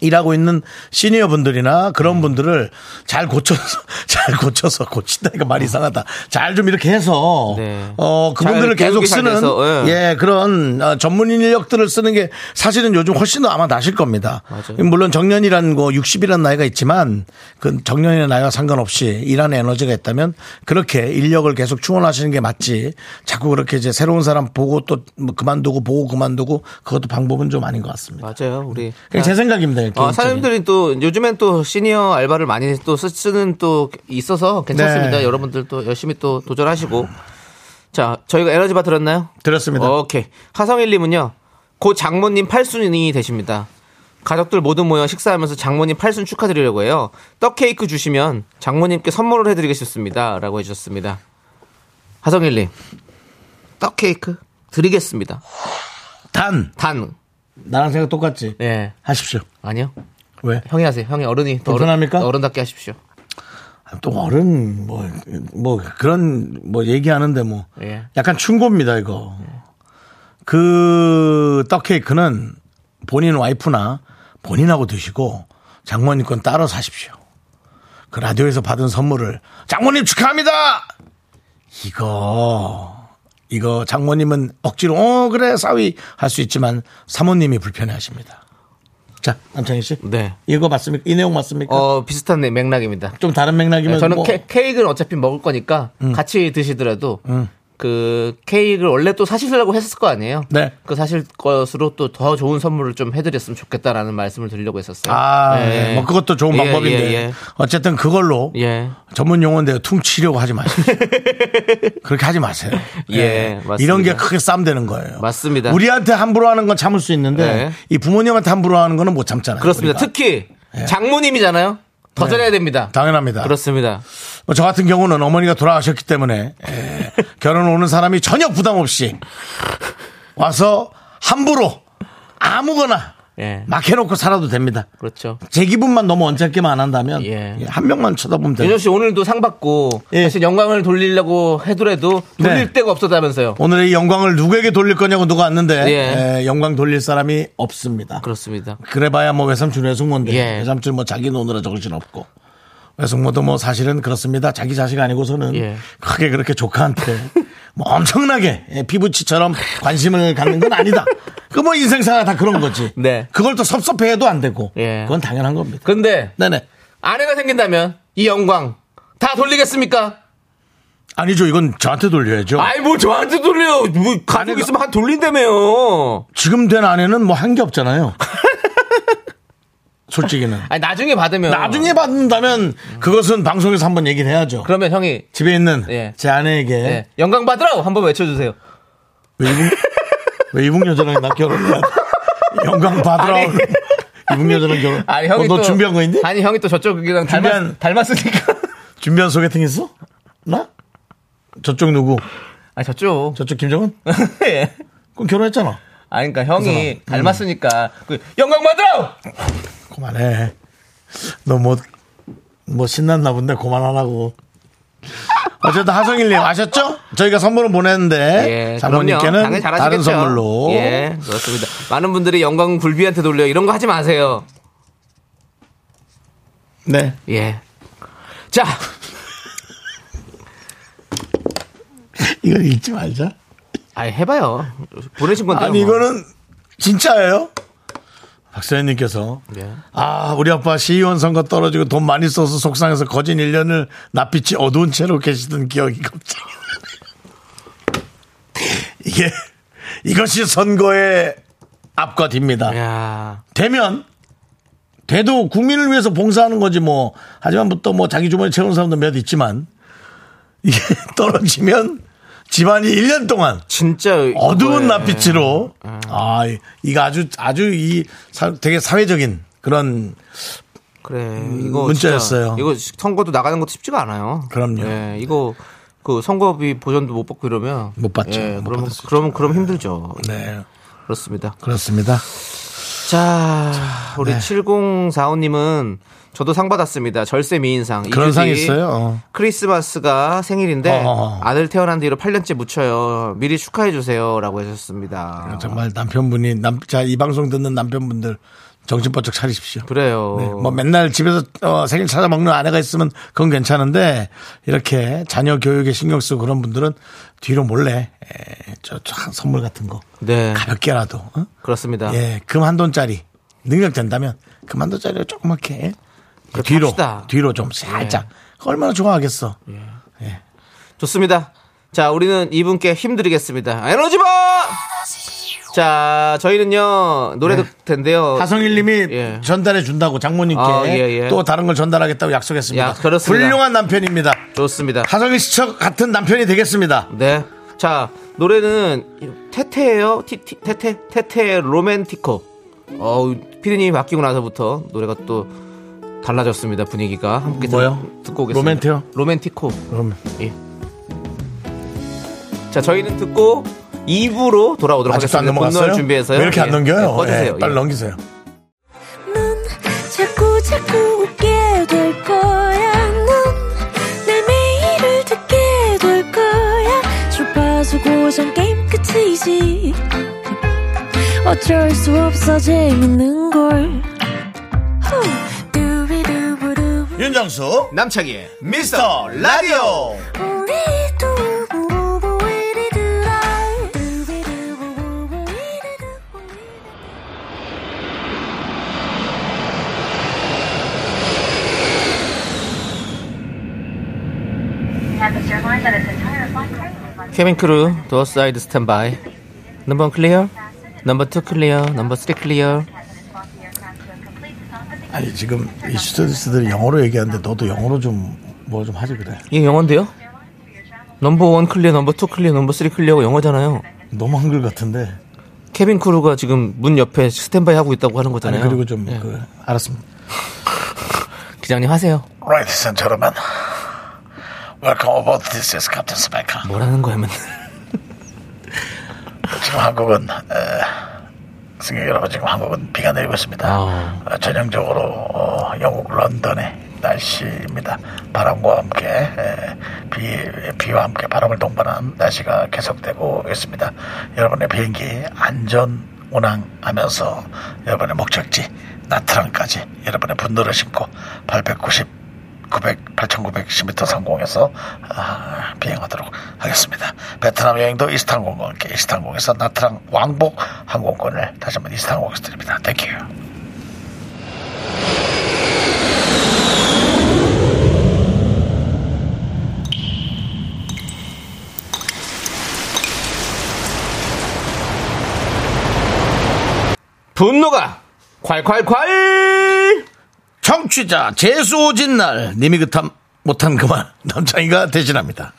Speaker 1: 일하고 있는 시니어 분들이나
Speaker 2: 음.
Speaker 1: 그런 분들을 잘 고쳐서 *laughs* 잘 고쳐서 고친다니까 말이 이상하다. 잘 좀 이렇게 해서
Speaker 2: 네.
Speaker 1: 어 그분들을
Speaker 2: 잘
Speaker 1: 계속
Speaker 2: 배우게 잘
Speaker 1: 쓰는
Speaker 2: 돼서, 예.
Speaker 1: 예. 예, 그런 어, 전문 인력들을 쓰는 게 사실은 요즘 훨씬 더 아마 나실 겁니다.
Speaker 2: 맞아요.
Speaker 1: 물론 정년이라는 거 60이라는 나이가 있지만 그 정년의 나이와 상관없이 일하는 에너지가 있다면 그렇게 인력을 계속 충원하시는 게 맞지. 자꾸 그렇게 이제 새로운 사람 보고 또뭐 그만두고 보고 그만두고 그것도 방법은 좀 아닌 것 같습니다.
Speaker 2: 맞아요. 우리
Speaker 1: 그냥 제 생각입니다.
Speaker 2: 아,
Speaker 1: 개인적인.
Speaker 2: 사장님들이 또 요즘엔 또 시니어 알바를 많이 또 쓰- 쓰는 또 있어서 괜찮습니다.
Speaker 1: 네.
Speaker 2: 여러분들 또 열심히 또 도전하시고 자, 저희가 에너지 바 들었나요?
Speaker 1: 들었습니다.
Speaker 2: 오케이. 하성일님은요, 고 장모님 팔순이 되십니다. 가족들 모두 모여 식사하면서 장모님 팔순 축하드리려고 해요. 떡 케이크 주시면 장모님께 선물을 해드리겠습니다. 라고 해주셨습니다. 하성일님, 떡 케이크 드리겠습니다.
Speaker 1: 단
Speaker 2: 단,
Speaker 1: 나랑 생각 똑같지.
Speaker 2: 예.
Speaker 1: 하십시오.
Speaker 2: 아니요.
Speaker 1: 왜?
Speaker 2: 형이 하세요. 형이 어른이. 더
Speaker 1: 불편합니까?
Speaker 2: 어른, 답게 하십시오.
Speaker 1: 아, 또 어른 뭐 뭐 그런 뭐 얘기하는데 뭐
Speaker 2: 예.
Speaker 1: 약간 충고입니다 이거. 그 떡 케이크는 본인 와이프나 본인하고 드시고 장모님 건 따로 사십시오. 그 라디오에서 받은 선물을 장모님 축하합니다. 이거 이거 장모님은 억지로 어 그래 사위 할 수 있지만 사모님이 불편해하십니다. 자 남창희 씨,
Speaker 2: 네.
Speaker 1: 이거 맞습니까? 이 내용 맞습니까?
Speaker 2: 어, 비슷한 맥락입니다.
Speaker 1: 좀 다른 맥락이면
Speaker 2: 저는
Speaker 1: 뭐- 음.
Speaker 2: 케, 케이크는 어차피 먹을 거니까 같이 드시더라도 그 케이크를 원래 또 사시려고 했을 거 아니에요.
Speaker 1: 네.
Speaker 2: 그 사실 것으로 또 더 좋은 선물을 좀 해드렸으면 좋겠다라는 말씀을 드리려고 했었어요.
Speaker 1: 아,
Speaker 2: 예.
Speaker 1: 예. 뭐 그것도 좋은
Speaker 2: 예,
Speaker 1: 방법인데
Speaker 2: 예, 예.
Speaker 1: 어쨌든 그걸로
Speaker 2: 예.
Speaker 1: 전문 용어인데 퉁치려고 하지
Speaker 2: *laughs*
Speaker 1: 마세요. 그렇게 하지 마세요.
Speaker 2: 예, 맞습니다.
Speaker 1: 이런 게 크게 싸움되는 거예요.
Speaker 2: 맞습니다.
Speaker 1: 우리한테 함부로 하는 건 참을 수 있는데
Speaker 2: 네.
Speaker 1: 이 부모님한테 함부로 하는 거는 못 참잖아요.
Speaker 2: 그렇습니다.
Speaker 1: 우리가.
Speaker 2: 특히 장모님이잖아요. 더 잘해야 됩니다.
Speaker 1: 그러니까. 예. 네. 당연합니다.
Speaker 2: 그렇습니다.
Speaker 1: 뭐저 같은 경우는 어머니가 돌아가셨기 때문에 예,
Speaker 2: *laughs*
Speaker 1: 결혼 오는 사람이 전혀 부담 없이 와서 함부로 아무거나
Speaker 2: 예.
Speaker 1: 막 해놓고 살아도 됩니다.
Speaker 2: 그렇죠.
Speaker 1: 제 기분만 너무 언짢게만 안 한다면
Speaker 2: 예.
Speaker 1: 예, 한 명만 쳐다보면 돼요.
Speaker 2: 윤정 씨 오늘도 상 받고
Speaker 1: 예.
Speaker 2: 사실 영광을 돌리려고 해도라도 돌릴
Speaker 1: 네.
Speaker 2: 데가 없었다면서요.
Speaker 1: 오늘의 이 영광을 누구에게 돌릴 거냐고 누가 왔는데
Speaker 2: 예.
Speaker 1: 예, 영광 돌릴 사람이 없습니다.
Speaker 2: 그렇습니다.
Speaker 1: 그래봐야 뭐 외삼촌 외숙모인데
Speaker 2: 예.
Speaker 1: 외삼촌 뭐 자기 노느라 정신 없고 외숙모도 뭐 사실은 그렇습니다. 자기 자식 아니고서는
Speaker 2: 예.
Speaker 1: 크게 그렇게 조카한테 *laughs* 뭐 엄청나게 예, 피부치처럼 관심을 갖는 건 아니다. 그 뭐 인생사가 다 그런 거지.
Speaker 2: 네.
Speaker 1: 그걸 또 섭섭해해도 안 되고
Speaker 2: 예.
Speaker 1: 그건 당연한 겁니다.
Speaker 2: 근데
Speaker 1: 네네.
Speaker 2: 아내가 생긴다면 이 영광 다 돌리겠습니까?
Speaker 1: 아니죠. 이건 저한테 돌려야죠.
Speaker 2: 아이 뭐 저한테 돌려 뭐 가족 있으면 한 돌린다며요.
Speaker 1: 지금 된 아내는 뭐 한 게 없잖아요. *laughs* 솔직히는.
Speaker 2: 아니 나중에 받으면
Speaker 1: 나중에 받는다면 그것은 방송에서 한번 얘기를 해야죠.
Speaker 2: 그러면 형이
Speaker 1: 집에 있는
Speaker 2: 예.
Speaker 1: 제 아내에게
Speaker 2: 예, 영광 받으라고 한번 외쳐주세요.
Speaker 1: 왜 이분
Speaker 2: *laughs*
Speaker 1: 왜 이분 여자랑 나 결혼을 *laughs* 해? 영광 받으라
Speaker 2: 아니.
Speaker 1: 이분 여자랑 결혼.
Speaker 2: 아니 형이
Speaker 1: 어, 너
Speaker 2: 또-
Speaker 1: 준비한 거 있니?
Speaker 2: 아니 형이 또 저쪽이랑
Speaker 1: 준비한-
Speaker 2: 닮았, 닮았으니까. *laughs*
Speaker 1: 준비한 소개팅 있어? 나? 저쪽 누구?
Speaker 2: 아니 저쪽.
Speaker 1: 저쪽 김정은?
Speaker 2: *laughs* 예.
Speaker 1: 그럼 결혼했잖아.
Speaker 2: 아니 그러니까 형이
Speaker 1: 음.
Speaker 2: 닮았으니까 그 영광 받으라고.
Speaker 1: 그만해. 너 뭐 뭐 신났나 본데 그만하라고. 어쨌든 하성일님 아셨죠? 저희가 선물을 보냈는데
Speaker 2: 예, 그럼요.
Speaker 1: 장모님께는
Speaker 2: 당연히 잘
Speaker 1: 네? 다른
Speaker 2: 하시겠죠.
Speaker 1: 선물로
Speaker 2: 예, 그렇습니다. 많은 분들이 영광 굴비한테 돌려 이런 거 하지 마세요.
Speaker 1: 네
Speaker 2: 예. 자,
Speaker 1: 이걸 읽지 말자.
Speaker 2: 아니 해봐요. 뭐. 보내신 건데.
Speaker 1: 아니 이거는 진짜예요? 박사님께서
Speaker 2: 예.
Speaker 1: 아 우리 아빠 시의원 선거 떨어지고 돈 많이 써서 속상해서 거진 1년을 낯빛이 어두운 채로 계시던 기억이 갑자기 *laughs* 이게 이것이 선거의 앞과 뒤입니다
Speaker 2: 네. 야,
Speaker 1: 되면 돼도 국민을 위해서 봉사하는 거지 뭐 하지만 또 뭐 자기 주머니 채우는 사람도 몇 있지만 이게 *laughs* 떨어지면 집안이 1년 동안
Speaker 2: 진짜
Speaker 1: 어두운
Speaker 2: 그거예요.
Speaker 1: 낯빛으로 아 이- 이거 아주 아주 이 사- 되게 사회적인 그런
Speaker 2: 그래 이거
Speaker 1: 문자였어요.
Speaker 2: 진짜, 이거 선거도 나가는 것도 쉽지가 않아요.
Speaker 1: 그럼요.
Speaker 2: 예, 이거 그 선거비 보전도 못 받고 이러면
Speaker 1: 못 받죠.
Speaker 2: 예,
Speaker 1: 못
Speaker 2: 그러면
Speaker 1: 받을 수
Speaker 2: 그럼 그럼 힘들죠.
Speaker 1: 네
Speaker 2: 그렇습니다.
Speaker 1: 그렇습니다
Speaker 2: 자,
Speaker 1: 네.
Speaker 2: 우리 7045님은 저도 상 받았습니다. 절세 미인상.
Speaker 1: 그런
Speaker 2: 이주
Speaker 1: 상이
Speaker 2: 뒤
Speaker 1: 있어요? 어.
Speaker 2: 크리스마스가 생일인데
Speaker 1: 어허허.
Speaker 2: 아들 태어난 뒤로 8년째 묻혀요. 미리 축하해 주세요라고 하셨습니다.
Speaker 1: 정말 남편분이 남자이 방송 듣는 남편분들 정신 바짝 차리십시오.
Speaker 2: 그래요.
Speaker 1: 네, 뭐 맨날 집에서 어, 생일 찾아 먹는 아내가 있으면 그건 괜찮은데 이렇게 자녀 교육에 신경 쓰고 그런 분들은 뒤로 몰래 에, 저, 저 선물 같은 거
Speaker 2: 네, 아.
Speaker 1: 가볍게라도 어?
Speaker 2: 그렇습니다.
Speaker 1: 예, 금 한 돈짜리 능력 된다면 금 한 돈짜리를 조그맣게
Speaker 2: 그렇게
Speaker 1: 뒤로
Speaker 2: 합시다. 네.
Speaker 1: 뒤로 좀 살짝 얼마나 좋아하겠어.
Speaker 2: 좋습니다. 자, 우리는 이분께 힘드리겠습니다. 에너지바! 자, 저희는요, 노래
Speaker 1: 네.
Speaker 2: 듣을 텐데요.
Speaker 1: 하성일님이
Speaker 2: 어, 예.
Speaker 1: 전달해 준다고 장모님께
Speaker 2: 아, 예, 예.
Speaker 1: 또 다른 걸 전달하겠다고 약속했습니다.
Speaker 2: 야, 그렇습니다.
Speaker 1: 훌륭한 남편입니다.
Speaker 2: 좋습니다.
Speaker 1: 하성일 씨처 같은 남편이 되겠습니다.
Speaker 2: 네. 자, 노래는 태태예요. 티- 티- 태태 태태 로맨티코. 어, 피디님이 바뀌고 나서부터 노래가 또 달라졌습니다. 분위기가. 함께 들-
Speaker 1: 뭐요?
Speaker 2: 듣고 오겠습니다.
Speaker 1: 로맨티요?
Speaker 2: 로맨티코.
Speaker 1: 그럼
Speaker 2: 예. 자, 저희는 듣고 2부로 돌아오도록
Speaker 1: 아직도 안
Speaker 2: 하겠습니다.
Speaker 1: 넘어갔어요?
Speaker 2: 분노를 준비해서요.
Speaker 1: 왜 이렇게 안
Speaker 2: 예. 예,
Speaker 1: 넘겨요?
Speaker 2: 꺼주세요.
Speaker 1: 예, 빨리
Speaker 2: 예.
Speaker 1: 넘기세요.
Speaker 4: 넌 자꾸 자꾸 웃게 될 거야. 넌내 매일을 듣게 될 거야. 주파수 고정 게임 끝이지. 어쩔 수 없어 재밌는 걸. 후. 두비두부두.
Speaker 3: 윤정수
Speaker 2: 남창희의
Speaker 3: 미스터 라디오
Speaker 4: 우리 두부부부 우리 두라. 두비두부부부 우리 두부부.
Speaker 2: 예. 케빈 크루 도어 사이드 스탠바이 넘버 1 클리어 넘버 2 클리어 넘버 3 클리어
Speaker 1: 아니 지금 이 스튜디스들이 영어로 얘기하는데 너도 영어로 좀 뭐 좀 하지 그래.
Speaker 2: 이게 영어인데요? 넘버 1 클리어 넘버 2 클리어 넘버 3 클리어가 영어잖아요
Speaker 1: 너무 한글 같은데.
Speaker 2: 케빈 크루가 지금 문 옆에 스탠바이 하고 있다고 하는
Speaker 1: 아니
Speaker 2: 거잖아요
Speaker 1: 그리고 좀
Speaker 2: 예.
Speaker 1: 그, 알았습니다.
Speaker 2: 기장님 하세요
Speaker 1: Ladies and gentlemen, welcome aboard. This is Captain Spiker.
Speaker 2: 뭐라는 거야 맨날
Speaker 1: 지금 한국은 에, 승객 여러분 지금 한국은 비가 내리고 있습니다.
Speaker 2: 아.
Speaker 1: 어, 전형적으로 어, 영국 런던의 날씨입니다. 바람과 함께 에, 비 비와 함께 바람을 동반한 날씨가 계속되고 있습니다. 여러분의 비행기 안전 운항하면서 여러분의 목적지 나트랑까지 여러분의 분노를 심고 890 900, 8,910m 상공에서 아, 비행하도록 하겠습니다. 베트남 여행도 이스탄공과 함께 이스탄공에서 나트랑 왕복 항공권을 다시 한번 이스탄공에서 드립니다. 땡큐.
Speaker 2: 분노가 콸콸콸
Speaker 1: 청취자 재수오진 날 님이 그탐 못한 그만 *laughs* 남창이가 대신합니다.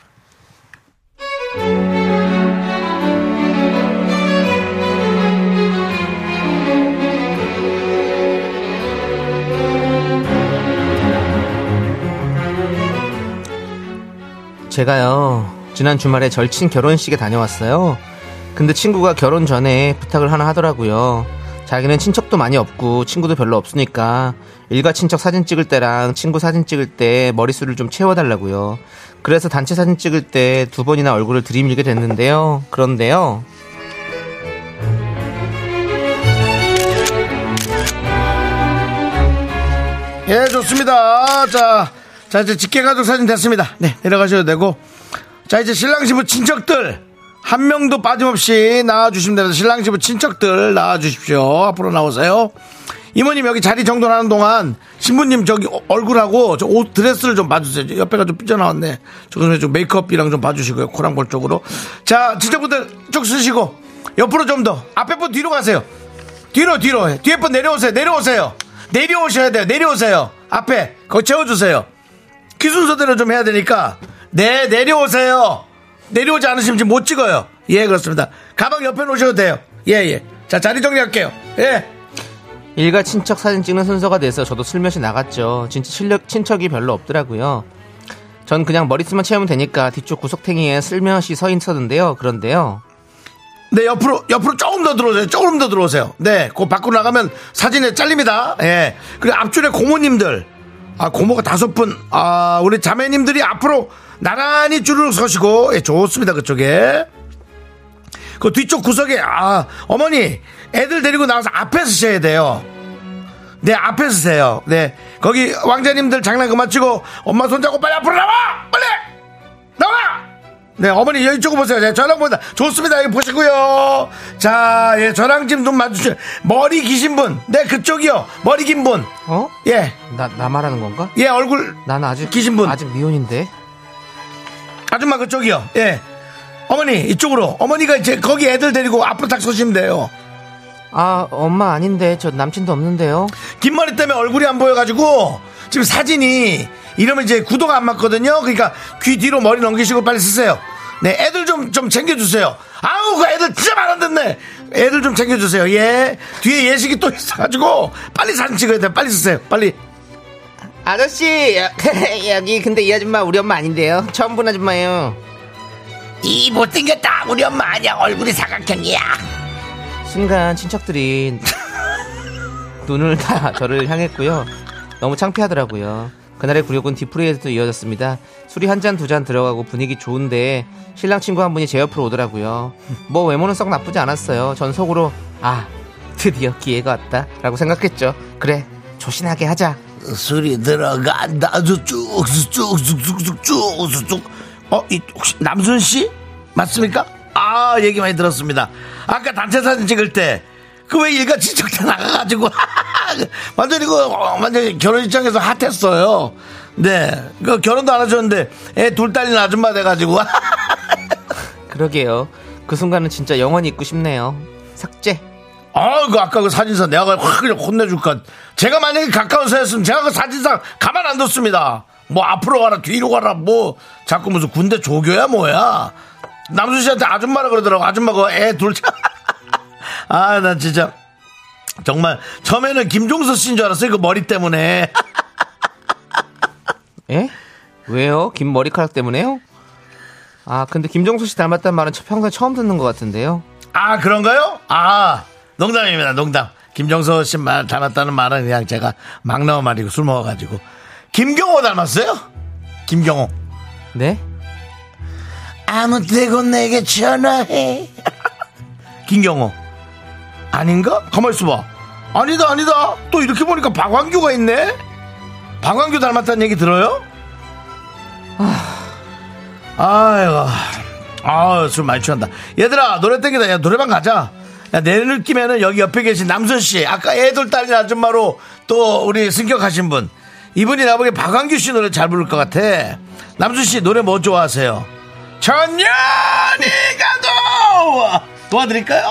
Speaker 2: 제가요 지난 주말에 절친 결혼식에 다녀왔어요 근데 친구가 결혼 전에 부탁을 하나 하더라고요 자기는 친척도 많이 없고 친구도 별로 없으니까 일가 친척 사진 찍을 때랑 친구 사진 찍을 때 머릿수를 좀 채워달라고요 그래서 단체 사진 찍을 때 두 번이나 얼굴을 들이밀게 됐는데요 그런데요
Speaker 1: 예, 좋습니다. 자, 자 이제 직계 가족 사진 됐습니다. 네, 내려가셔도 되고. 자, 이제 신랑 신부 친척들 한 명도 빠짐없이 나와 주시면 됩니다. 신랑 신부 친척들 나와 주십시오. 앞으로 나오세요. 이모님 여기 자리 정돈하는 동안 신부님 저기 어- 얼굴하고 저 옷 드레스를 좀 봐주세요. 저 옆에가 좀 삐져나왔네. 조금 좀 메이크업이랑 좀 봐주시고요. 코랑 볼 쪽으로. 자, 친척분들 쭉 쓰시고 옆으로 좀 더. 앞에 분 뒤로 가세요. 뒤로 뒤로 뒤에 분 내려오세요 내려오세요 내려오셔야 돼요 내려오세요 앞에 그거 채워주세요 키 순서대로 좀 해야 되니까 네 내려오세요 내려오지 않으시면 지금 못 찍어요 예 그렇습니다 가방 옆에 놓으셔도 돼요 예예자 자리 정리할게요 예
Speaker 2: 일가 친척 사진 찍는 순서가 돼서 저도 슬며시 나갔죠. 진짜 실력 친척이 별로 없더라고요. 전 그냥 머리수만 채우면 되니까 뒤쪽 구석탱이에 슬며시 서 있었는데요. 그런데요.
Speaker 1: 네, 옆으로, 옆으로 조금 더 들어오세요. 조금 더 들어오세요. 네, 그 밖으로 나가면 사진에 잘립니다. 예. 그리고 앞줄에 고모님들. 아, 고모가 다섯 분. 아, 우리 자매님들이 앞으로 나란히 줄을 서시고, 예, 좋습니다. 그쪽에. 그 뒤쪽 구석에, 아, 어머니, 애들 데리고 나와서 앞에 서셔야 돼요. 네, 앞에 서세요. 네. 거기 왕자님들 장난 그만 치고, 엄마 손잡고 빨리 앞으로 나와! 빨리! 나와! 네, 어머니, 여기 쪽으로 보세요. 네, 저랑 보다. 좋습니다. 여기 보시고요. 자, 예, 저랑 지금 눈 마주쳐. 머리 기신 분. 네, 그쪽이요. 머리 긴 분.
Speaker 2: 어?
Speaker 1: 예,
Speaker 2: 나, 나 말하는 건가?
Speaker 1: 예, 얼굴.
Speaker 2: 난 아직
Speaker 1: 기신 분.
Speaker 2: 아직 미혼인데.
Speaker 1: 아줌마 그쪽이요. 예. 어머니, 이쪽으로. 어머니가 이제 거기 애들 데리고 앞으로 딱 서시면 돼요.
Speaker 2: 아 엄마 아닌데 저 남친도 없는데요.
Speaker 1: 긴 머리 때문에 얼굴이 안 보여가지고 지금 사진이 이러면 이제 구도가 안 맞거든요. 그러니까 귀 뒤로 머리 넘기시고 빨리 쓰세요. 네, 애들 좀 좀, 좀 챙겨주세요. 아우, 그 애들 진짜 말 안 듣네. 애들 좀 챙겨주세요. 예. 뒤에 예식이 또 있어가지고, 빨리 사진 찍어야 돼. 빨리 쓰세요. 빨리.
Speaker 2: 아저씨 여, *laughs* 기 근데 이 아줌마 우리 엄마 아닌데요 처음 본 아줌마예요
Speaker 5: 이 못생겼다 우리 엄마 아니야 얼굴이 사각형이야
Speaker 2: 순간 친척들이 눈을 다 저를 향했고요 너무 창피하더라고요 그날의 굴욕은 디프레이에도 이어졌습니다 술이 한 잔 두 잔 들어가고 분위기 좋은데 신랑 친구 한 분이 제 옆으로 오더라고요 뭐 외모는 썩 나쁘지 않았어요 전 속으로 아 드디어 기회가 왔다 라고 생각했죠 그래 조신하게 하자
Speaker 5: 술이 들어간다 쭉쭉쭉쭉쭉쭉쭉
Speaker 1: 어, 이, 혹시 남순 씨? 맞습니까? 아, 얘기 많이 들었습니다. 아까 단체 사진 찍을 때, 그 왜 일가 친척 다 나가가지고, *laughs* 완전 이거, 어, 완전 결혼식장에서 핫했어요. 네. 그 결혼도 안 하셨는데, 애 둘 딸린 아줌마 돼가지고, *laughs*
Speaker 2: 그러게요 그 순간은 진짜 영원히 있고 싶네요 삭제
Speaker 1: 아, 그 아까 그 사진사 내가 확 그냥 혼내줄까. 제가 만약에 가까운 사였으면 제가 그 사진사 가만 안 뒀습니다. 뭐 앞으로 가라, 뒤로 가라, 뭐 자꾸 무슨 군대 조교야 뭐야. 남순 씨한테 아줌마라 그러더라고. 아줌마 그애 둘째. *laughs* 아, 나 진짜 정말 처음에는 김종서 씨인 줄 알았어요. 그 머리 때문에.
Speaker 2: 예? 왜요? 긴 머리카락 때문에요? 아, 근데 김종수 씨 닮았단 말은 저 평생 처음 듣는 것 같은데요.
Speaker 1: 아, 그런가요? 아, 농담입니다, 농담. 김종서 씨 말, 닮았다는 말은 그냥 제가 막 나온 말이고 술 먹어가지고. 김경호 닮았어요? 김경호.
Speaker 2: 네?
Speaker 1: 아무 때고 내게 전화해. *laughs* 김경호. 아닌가? 가만있어 봐. 아니다, 아니다. 또 이렇게 보니까 박완규가 있네? 박완규 닮았다는 얘기 들어요? 아이고. 아, 술 많이 취한다. 얘들아, 노래 땡기다. 야, 노래방 가자. 야, 내일 끼면은 여기 옆에 계신 남순 씨, 아까 애들 딸린 아줌마로 또 우리 승격하신 분. 이분이 나보기 박완규 씨 노래 잘 부를 것 같아. 남순 씨 노래 뭐 좋아하세요? 천년이 가도! 도와드릴까요?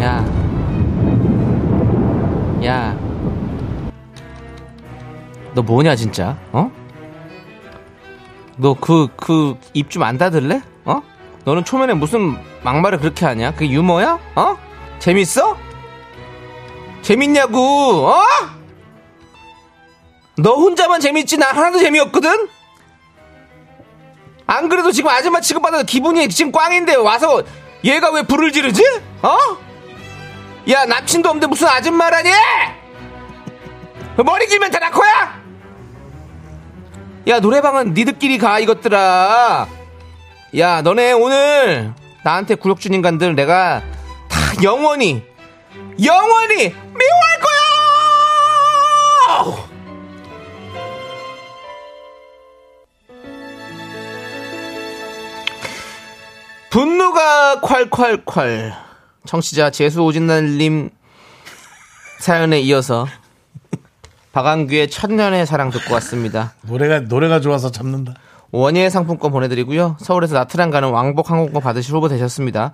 Speaker 2: 야. 야. 너 뭐냐, 진짜? 어? 너 그, 그, 입 좀 안 닫을래? 어? 너는 초면에 무슨 막말을 그렇게 하냐? 그게 유머야? 어? 재밌어? 재밌냐고, 어? 너 혼자만 재밌지, 나 하나도 재미없거든? 안 그래도 지금 아줌마 취급받아서 기분이 지금 꽝인데 와서 얘가 왜 불을 지르지? 어? 야 남친도 없는데 무슨 아줌마라니? 머리 길면 다 낙호야? 야 노래방은 니들끼리 가 이것들아 야 너네 오늘 나한테 구역 준 인간들 내가 다 영원히 영원히 미워할 거야 분노가 콸콸콸 청취자 재수 오진날님 사연에 이어서 박한규의 천년의 사랑 듣고 왔습니다
Speaker 1: 노래가, 노래가 좋아서 참는다.
Speaker 2: 원예 상품권 보내드리고요 서울에서 나트랑 가는 왕복 항공권 받으실 후보 되셨습니다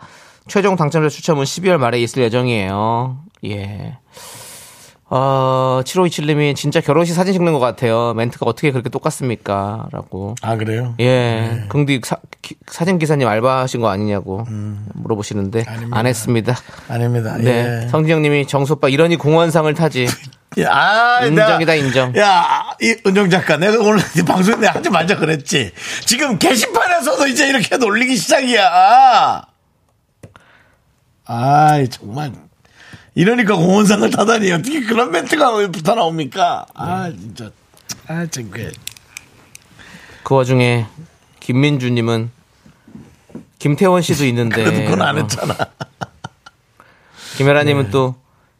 Speaker 2: 최종 당첨자 추첨은 12월 말에 있을 예정이에요 예 어, 7527님이 진짜 결혼식 사진 찍는 것 같아요. 멘트가 어떻게 그렇게 똑같습니까? 라고.
Speaker 1: 아, 그래요? 네.
Speaker 2: 예. 긍디 사, 진 기사님 알바하신 거 아니냐고 물어보시는데 안 했습니다.
Speaker 1: 아닙니다.
Speaker 2: 네.
Speaker 1: 음. 예.
Speaker 2: 성지영님이 정수 오빠 이러니 공원상을 타지.
Speaker 1: *laughs* 야, 아,
Speaker 2: 인정이다, 인정.
Speaker 1: 야, 이 은정 작가, 내가 오늘 이 방송에 내가 하지 말자 그랬지. 지금 게시판에서도 이제 이렇게 놀리기 시작이야. 아이, 정말. 이러니까 공원상을 타다니 어떻게 그런 멘트가 왜 붙어 나옵니까? 아, 진짜. 아, 창피해.
Speaker 2: 그 와중에 김민주님은 김태원 씨도 있는데.
Speaker 1: 그래도 그건
Speaker 2: 어.
Speaker 1: 안 네. 했잖아.
Speaker 2: 김혜라님은 또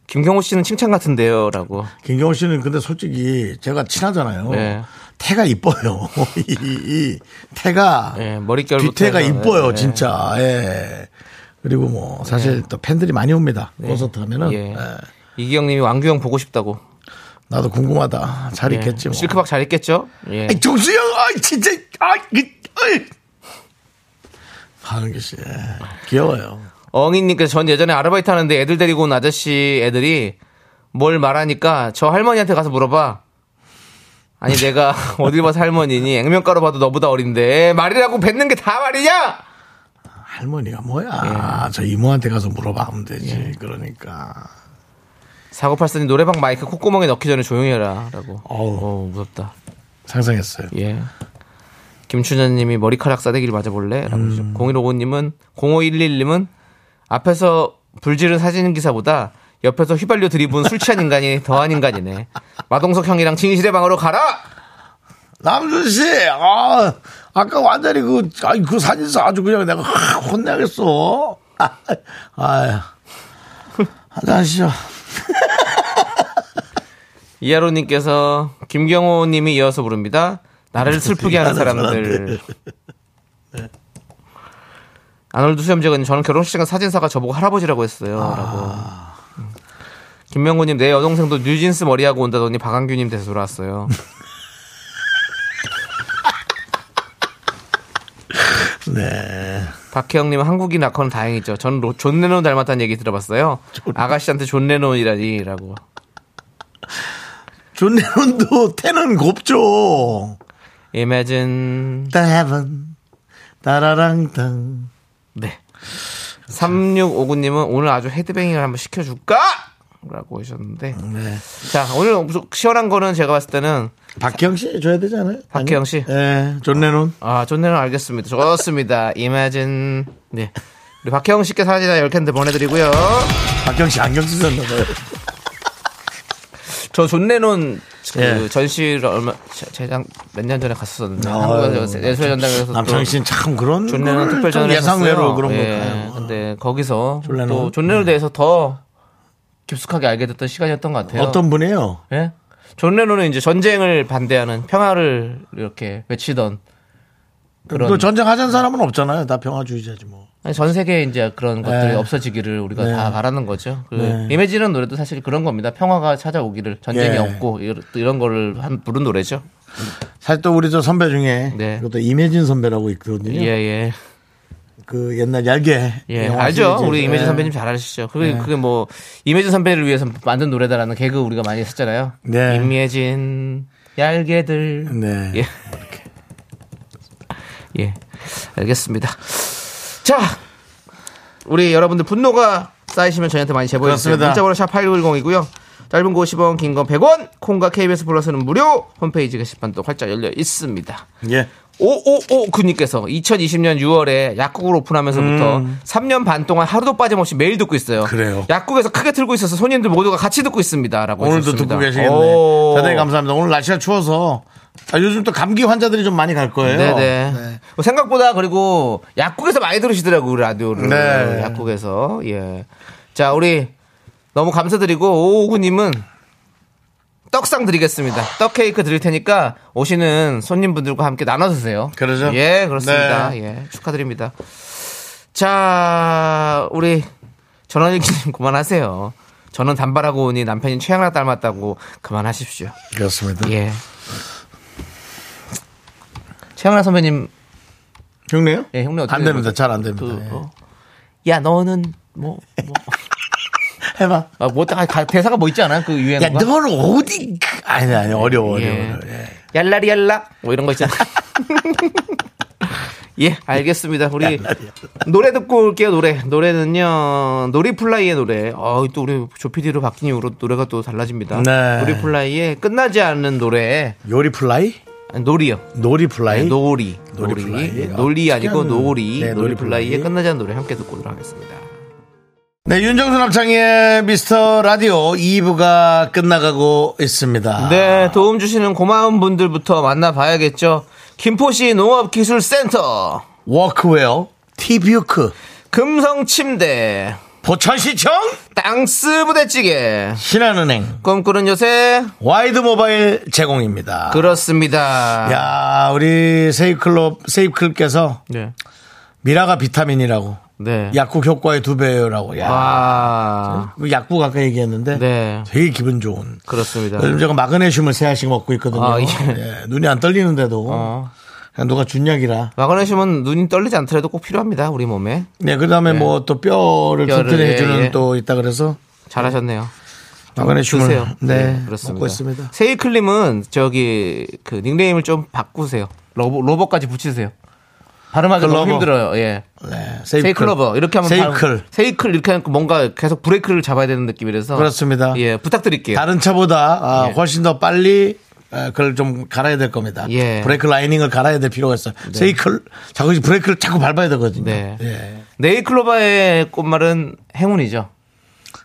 Speaker 2: 김경호 씨는 칭찬 같은데요라고.
Speaker 1: 김경호 씨는 근데 솔직히 제가 친하잖아요.
Speaker 2: 네.
Speaker 1: 태가 이뻐요. *laughs* 이, 이, 이 태가
Speaker 2: 예, 머릿결부터
Speaker 1: 아, 뒤태가
Speaker 2: 해서,
Speaker 1: 이뻐요,
Speaker 2: 예,
Speaker 1: 진짜. 예. 그리고 뭐 사실 또 팬들이 많이 옵니다. 콘서트 하면은
Speaker 2: 네. 예.
Speaker 1: 예.
Speaker 2: 이기영님이 왕규형 보고 싶다고.
Speaker 1: 나도 궁금하다. 잘
Speaker 2: 예.
Speaker 1: 있겠지 뭐.
Speaker 2: 실크박 잘 있겠죠? 예.
Speaker 1: 아이, 정수영, 아 진짜, 아, 이, 아이. 박은규 씨, 예. 귀여워요.
Speaker 2: 엉이님께서 전 예전에 아르바이트 하는데 애들 데리고 온 아저씨 애들이 뭘 말하니까 저 할머니한테 가서 물어봐. 아니 내가 *laughs* 어딜 봐서 할머니니 액면가로 봐도 너보다 어린데 말이라고 뱉는 게 다 말이냐?
Speaker 1: 할머니가 뭐야?
Speaker 2: 예.
Speaker 1: 아, 저 이모한테 가서 물어봐 하면 되지. 그러니까.
Speaker 2: 사고팔선이 노래방 마이크 콧구멍에 넣기 전에 조용히 해라라고.
Speaker 1: 어우.
Speaker 2: 어 무섭다.
Speaker 1: 상상했어요.
Speaker 2: 예. 김춘현님이 머리카락 싸대기를 맞아볼래?라고 음. 0155님은 0511님은 앞에서 불지른 사진 기사보다 옆에서 휘발유 들이부은 술 취한 인간이 더한 인간이네. 마동석 형이랑 진실의 방으로 가라.
Speaker 1: 남준 씨, 아, 아까 완전히 그, 아니, 그 사진에서 아주 그냥 내가 확 혼나겠어. *laughs* 아, 아유. 화장실.
Speaker 2: 이하로님께서 김경호님이 이어서 부릅니다. 나를 슬프게 하는 사람들. 네. 아놀드 수염제거님 저는 결혼식 간 사진사가 저보고 할아버지라고 했어요. 라고. 음. 김명구님 내 여동생도 뉴진스 머리하고 온다더니 박한규님 돼서 돌아왔어요. *laughs*
Speaker 1: 네.
Speaker 2: 박혜영님 한국인 아커는 다행이죠. 저는 로- 존 레논 닮았다는 얘기 들어봤어요. 아가씨한테 존 레논이라니라고.
Speaker 1: 존내론도 태는 곱죠.
Speaker 2: Imagine
Speaker 1: The heaven, 따라랑땅.
Speaker 2: 네. 3659님은 오늘 아주 헤드뱅잉을 한번 시켜줄까? 라고 하셨는데. 자, 오늘 무슨 시원한 거는 제가 봤을 때는,
Speaker 1: 네. 박경 씨 줘야 되잖아요.
Speaker 2: 박혜영 씨?
Speaker 1: 예, 존내론.
Speaker 2: 아, 존내는 알겠습니다. 좋습니다. Imagine. 네. 우리 박혜영 씨께 사진이나 10캔들 보내드리고요.
Speaker 1: 박경 씨 안경 쓰셨나봐요.
Speaker 2: 저 존내논 그
Speaker 1: 예.
Speaker 2: 전시를 얼마, 제- 재작 몇년 전에 갔었는데.
Speaker 1: 아유,
Speaker 2: 한국에서 예술전당에서.
Speaker 1: 남창희 씨는 참 그런
Speaker 2: 존내는
Speaker 1: 걸좀
Speaker 2: 특별전을
Speaker 1: 예상외로
Speaker 2: 했었어요.
Speaker 1: 그런
Speaker 2: 예.
Speaker 1: 걸까요? 음.
Speaker 2: 근데 거기서
Speaker 1: 존 레논?
Speaker 2: 또 존내에 대해서 더 깊숙하게 알게 됐던 시간이었던 것 같아요.
Speaker 1: 어떤 분이에요?
Speaker 2: 예? 존 레논은 이제 전쟁을 반대하는 평화를 이렇게 외치던 그런
Speaker 1: 또 전쟁하자는 사람은 없잖아요. 다 평화주의자지 뭐.
Speaker 2: 아니, 전 세계에 이제 그런 것들이
Speaker 1: 네.
Speaker 2: 없어지기를 우리가
Speaker 1: 네.
Speaker 2: 다 바라는 거죠. 그
Speaker 1: 네.
Speaker 2: 이미지는 노래도 사실 그런 겁니다. 평화가 찾아오기를 전쟁이
Speaker 1: 예.
Speaker 2: 없고 이런- 또 이런 거를 한 부른 노래죠.
Speaker 1: 사실 또 우리 저 선배 중에
Speaker 2: 네.
Speaker 1: 그것도 임혜진 선배라고 있거든요.
Speaker 2: 예, 예.
Speaker 1: 그 옛날 얄개.
Speaker 2: 예.
Speaker 1: 영화
Speaker 2: 알죠?
Speaker 1: 시리즈.
Speaker 2: 우리
Speaker 1: 예. 네.
Speaker 2: 이미지 선배님 잘 아시죠? 그게 그게 뭐 이미지 선배를 위해서 만든 노래다라는 개그 우리가 많이 했었잖아요.
Speaker 1: 네.
Speaker 2: 임예진 얄개들
Speaker 1: 네.
Speaker 2: 예. 예. 알겠습니다. 자, 우리 여러분들 분노가 쌓이시면 저희한테 많이 제보해주세요.
Speaker 1: 그렇습니다.
Speaker 2: 문자번호 샵 8910이고요. 짧은 거 50원, 긴 건 100원, 콩과 KBS 플러스는 무료, 홈페이지 게시판도 활짝 열려 있습니다.
Speaker 1: 예.
Speaker 2: 555 군님께서 2020년 6월에 약국을 오픈하면서부터 3년 반 동안 하루도 빠짐없이 매일 듣고 있어요.
Speaker 1: 음. 그래요.
Speaker 2: 약국에서 크게 틀고 있어서 손님들 모두가 같이 듣고 있습니다. 라고
Speaker 1: 오늘도
Speaker 2: 해주셨습니다.
Speaker 1: 듣고 계시겠네.
Speaker 2: 오.
Speaker 1: 대단히 감사합니다. 오늘 날씨가 추워서 아, 요즘 또 감기 환자들이 좀 많이 갈 거예요.
Speaker 2: 네네. 어, 생각보다 그리고 약국에서 많이 들으시더라고요, 라디오를.
Speaker 1: 네.
Speaker 2: 약국에서. 예. 자, 우리 너무 감사드리고, 오오구님은 떡상 드리겠습니다. 떡 케이크 드릴 테니까 오시는 손님분들과 함께 나눠 드세요.
Speaker 1: 그러죠.
Speaker 2: 예, 그렇습니다.
Speaker 1: 네.
Speaker 2: 예, 축하드립니다. 자, 우리 전원일기님 그만하세요. 저는 단발하고 오니 남편이 최양락 닮았다고 그만하십시오.
Speaker 1: 그렇습니다.
Speaker 2: 예. 최양락 선배님
Speaker 1: 형네요?
Speaker 2: 예, 형님 어떻게
Speaker 1: 안 됩니다.
Speaker 2: 되는 거죠?
Speaker 1: 잘 안 됩니다.
Speaker 2: 그,
Speaker 1: 예.
Speaker 2: 어, 야 너는 뭐, 뭐.
Speaker 1: 해봐.
Speaker 2: 아, 뭐 다- 가- 대사가 뭐 있지 않아? 그 유행어가.
Speaker 1: 야, 너는 어디? 아니, 아니, 어려워, 어려워.
Speaker 2: 예.
Speaker 1: 예.
Speaker 2: 얄라리 얄라 뭐 이런 거 있잖아. *laughs* 예, 알겠습니다. 우리 노래 듣고 올게요. 노래 노래는요 놀이플라이의 노래. 어, 또 우리 조피디로 바뀐 이후로 노래가 또 달라집니다.
Speaker 1: 네.
Speaker 2: 놀이플라이의 끝나지 않는 노래
Speaker 1: 요리 플라이?
Speaker 2: 아니, 놀이요.
Speaker 1: 놀이
Speaker 2: 네,
Speaker 1: 플라이?
Speaker 2: 놀이 네,
Speaker 1: 놀이 플라이.
Speaker 2: 놀이
Speaker 1: 아,
Speaker 2: 놀이 아니고
Speaker 1: 특이한-
Speaker 2: 놀이
Speaker 1: 네,
Speaker 2: 놀이플라이의
Speaker 1: 놀이플라이.
Speaker 2: 끝나지 않는 노래 함께 듣고 오도록 하겠습니다.
Speaker 1: 네, 윤정수 남창희의 미스터 라디오 2부가 끝나가고 있습니다.
Speaker 2: 네, 도움 주시는 고마운 분들부터 만나봐야겠죠. 김포시 농업기술센터,
Speaker 1: 워크웨어, 티뷰크,
Speaker 2: 금성침대,
Speaker 1: 보천시청,
Speaker 2: 땅스 부대찌개,
Speaker 1: 신한은행,
Speaker 2: 꿈꾸는 요새.
Speaker 1: 와이드 모바일 제공입니다.
Speaker 2: 그렇습니다.
Speaker 1: 야, 우리 세이클럽, 세이클께서
Speaker 2: 네.
Speaker 1: 미라가 비타민이라고.
Speaker 2: 네.
Speaker 1: 약국 효과의 두 배라고. 야,
Speaker 2: 와.
Speaker 1: 그 약국 아까 얘기했는데
Speaker 2: 네.
Speaker 1: 되게 기분 좋은.
Speaker 2: 그렇습니다.
Speaker 1: 요즘 제가 마그네슘을 세 알씩 먹고 있거든요.
Speaker 2: 아, 예.
Speaker 1: 예, 눈이 안 떨리는데도
Speaker 2: 어.
Speaker 1: 그냥 누가 준 약이라.
Speaker 2: 마그네슘은 눈이 떨리지 않더라도 꼭 필요합니다. 우리 몸에.
Speaker 1: 네, 그 그다음에 뭐 또 뼈를
Speaker 2: 뼈를,
Speaker 1: 튼튼히
Speaker 2: 예,
Speaker 1: 해주는
Speaker 2: 예.
Speaker 1: 또 있다 그래서
Speaker 2: 잘하셨네요.
Speaker 1: 박원의 춤을
Speaker 2: 드세요. 예,
Speaker 1: 네,
Speaker 2: 그렇습니다.
Speaker 1: 먹고 있습니다.
Speaker 2: 세이클님은 저기 그 닉네임을 좀 바꾸세요. 로버, 로버까지 붙이세요. 발음하기
Speaker 1: 클로버.
Speaker 2: 너무 힘들어요. 예.
Speaker 1: 네,
Speaker 2: 세이클로버 이렇게 하면
Speaker 1: 세이클.
Speaker 2: 바- 세이클 이렇게 하면 뭔가 계속 브레이크를 잡아야 되는 느낌이라서
Speaker 1: 그렇습니다.
Speaker 2: 예, 부탁드릴게요.
Speaker 1: 다른 차보다 아,
Speaker 2: 예.
Speaker 1: 훨씬 더 빨리 아, 그걸 좀 갈아야 될 겁니다.
Speaker 2: 예.
Speaker 1: 브레이크 라이닝을 갈아야 될 필요가 있어요. 세이클 자꾸 이 브레이크를 자꾸 밟아야 되거든요.
Speaker 2: 네.
Speaker 1: 예.
Speaker 2: 네이클로바의 꽃말은 행운이죠.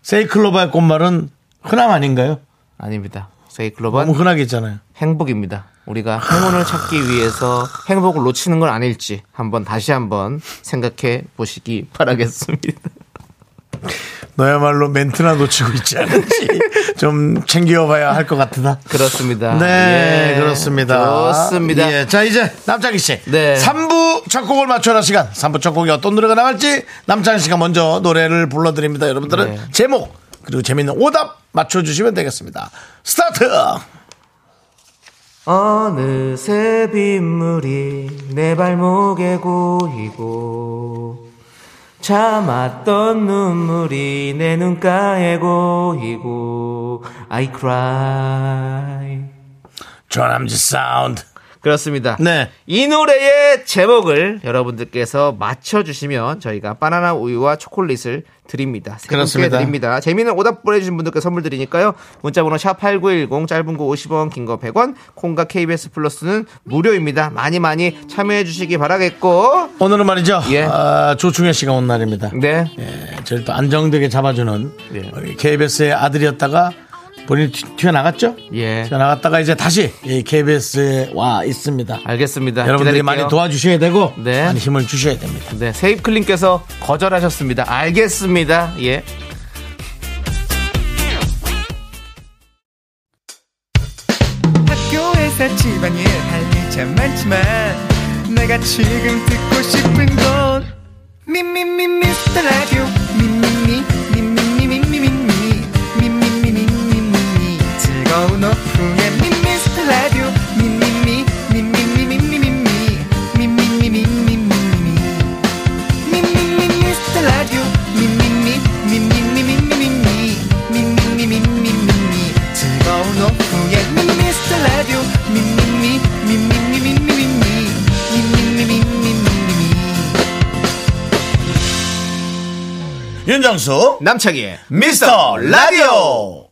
Speaker 1: 세이클로바의 꽃말은 흔함 아닌가요?
Speaker 2: 아닙니다. 세이클로바는
Speaker 1: 너무 그- 흔하게 있잖아요.
Speaker 2: 행복입니다. 우리가 행운을 찾기 위해서 행복을 놓치는 건 아닐지 한번 다시 한번 생각해 보시기
Speaker 1: *laughs*
Speaker 2: 바라겠습니다.
Speaker 1: 너야말로 멘트나 놓치고 있지 *laughs* 않은지 좀 챙겨봐야 할 것 같으나.
Speaker 2: 그렇습니다.
Speaker 1: 네,
Speaker 2: 예.
Speaker 1: 그렇습니다.
Speaker 2: 좋습니다.
Speaker 1: 예, 자, 이제 남창희 씨.
Speaker 2: 네.
Speaker 1: 3부 첫 곡을 맞춰라 시간. 3부 첫 곡이 어떤 노래가 나갈지 남창희 씨가 먼저 노래를 불러드립니다. 여러분들은
Speaker 2: 네.
Speaker 1: 제목 그리고 재밌는 오답 맞춰주시면 되겠습니다. 스타트!
Speaker 2: 어느새 빗물이 내 발목에 고이고 참았던 눈물이 내 눈가에 고이고 I cry
Speaker 1: 조남지 사운드.
Speaker 2: 그렇습니다.
Speaker 1: 네.
Speaker 2: 이 노래의 제목을 여러분들께서 맞춰주시면 저희가 바나나 우유와 초콜릿을 드립니다. 세 분께
Speaker 1: 그렇습니다.
Speaker 2: 드립니다. 재미있는 오답 보내주신 분들께 선물 드리니까요. 문자번호 샵8910 짧은 거 50원 긴 거 100원 콩과 KBS 플러스는 무료입니다. 많이 많이 참여해주시기 바라겠고
Speaker 1: 오늘은 말이죠.
Speaker 2: 예.
Speaker 1: 아, 조충현 씨가 온 날입니다.
Speaker 2: 네.
Speaker 1: 예, 저를 또 안정되게 잡아주는
Speaker 2: 예.
Speaker 1: 우리 KBS의 아들이었다가 본인이 튀- 튀어나갔죠?
Speaker 2: 예.
Speaker 1: 튀어나갔다가 이제 다시 이 KBS에 와 있습니다.
Speaker 2: 알겠습니다.
Speaker 1: 여러분들이
Speaker 2: 아, 기다릴게요.
Speaker 1: 많이 도와주셔야 되고
Speaker 2: 네.
Speaker 1: 많이 힘을 주셔야 됩니다.
Speaker 2: 네, 세입클님께서 거절하셨습니다. 알겠습니다. 예.
Speaker 6: 학교에서 집안일 할 일 참 많지만 내가 지금 듣고 싶은 건 미미미 미스터 라디오 미미미 미미미 미미미 미미미 미미미 미미미 즐거운 오후에 미미스터 라디오 미미미 미미미 미미미 미미미 미미미 미미미
Speaker 1: 윤정수
Speaker 2: 남창희의
Speaker 1: 미스터 라디오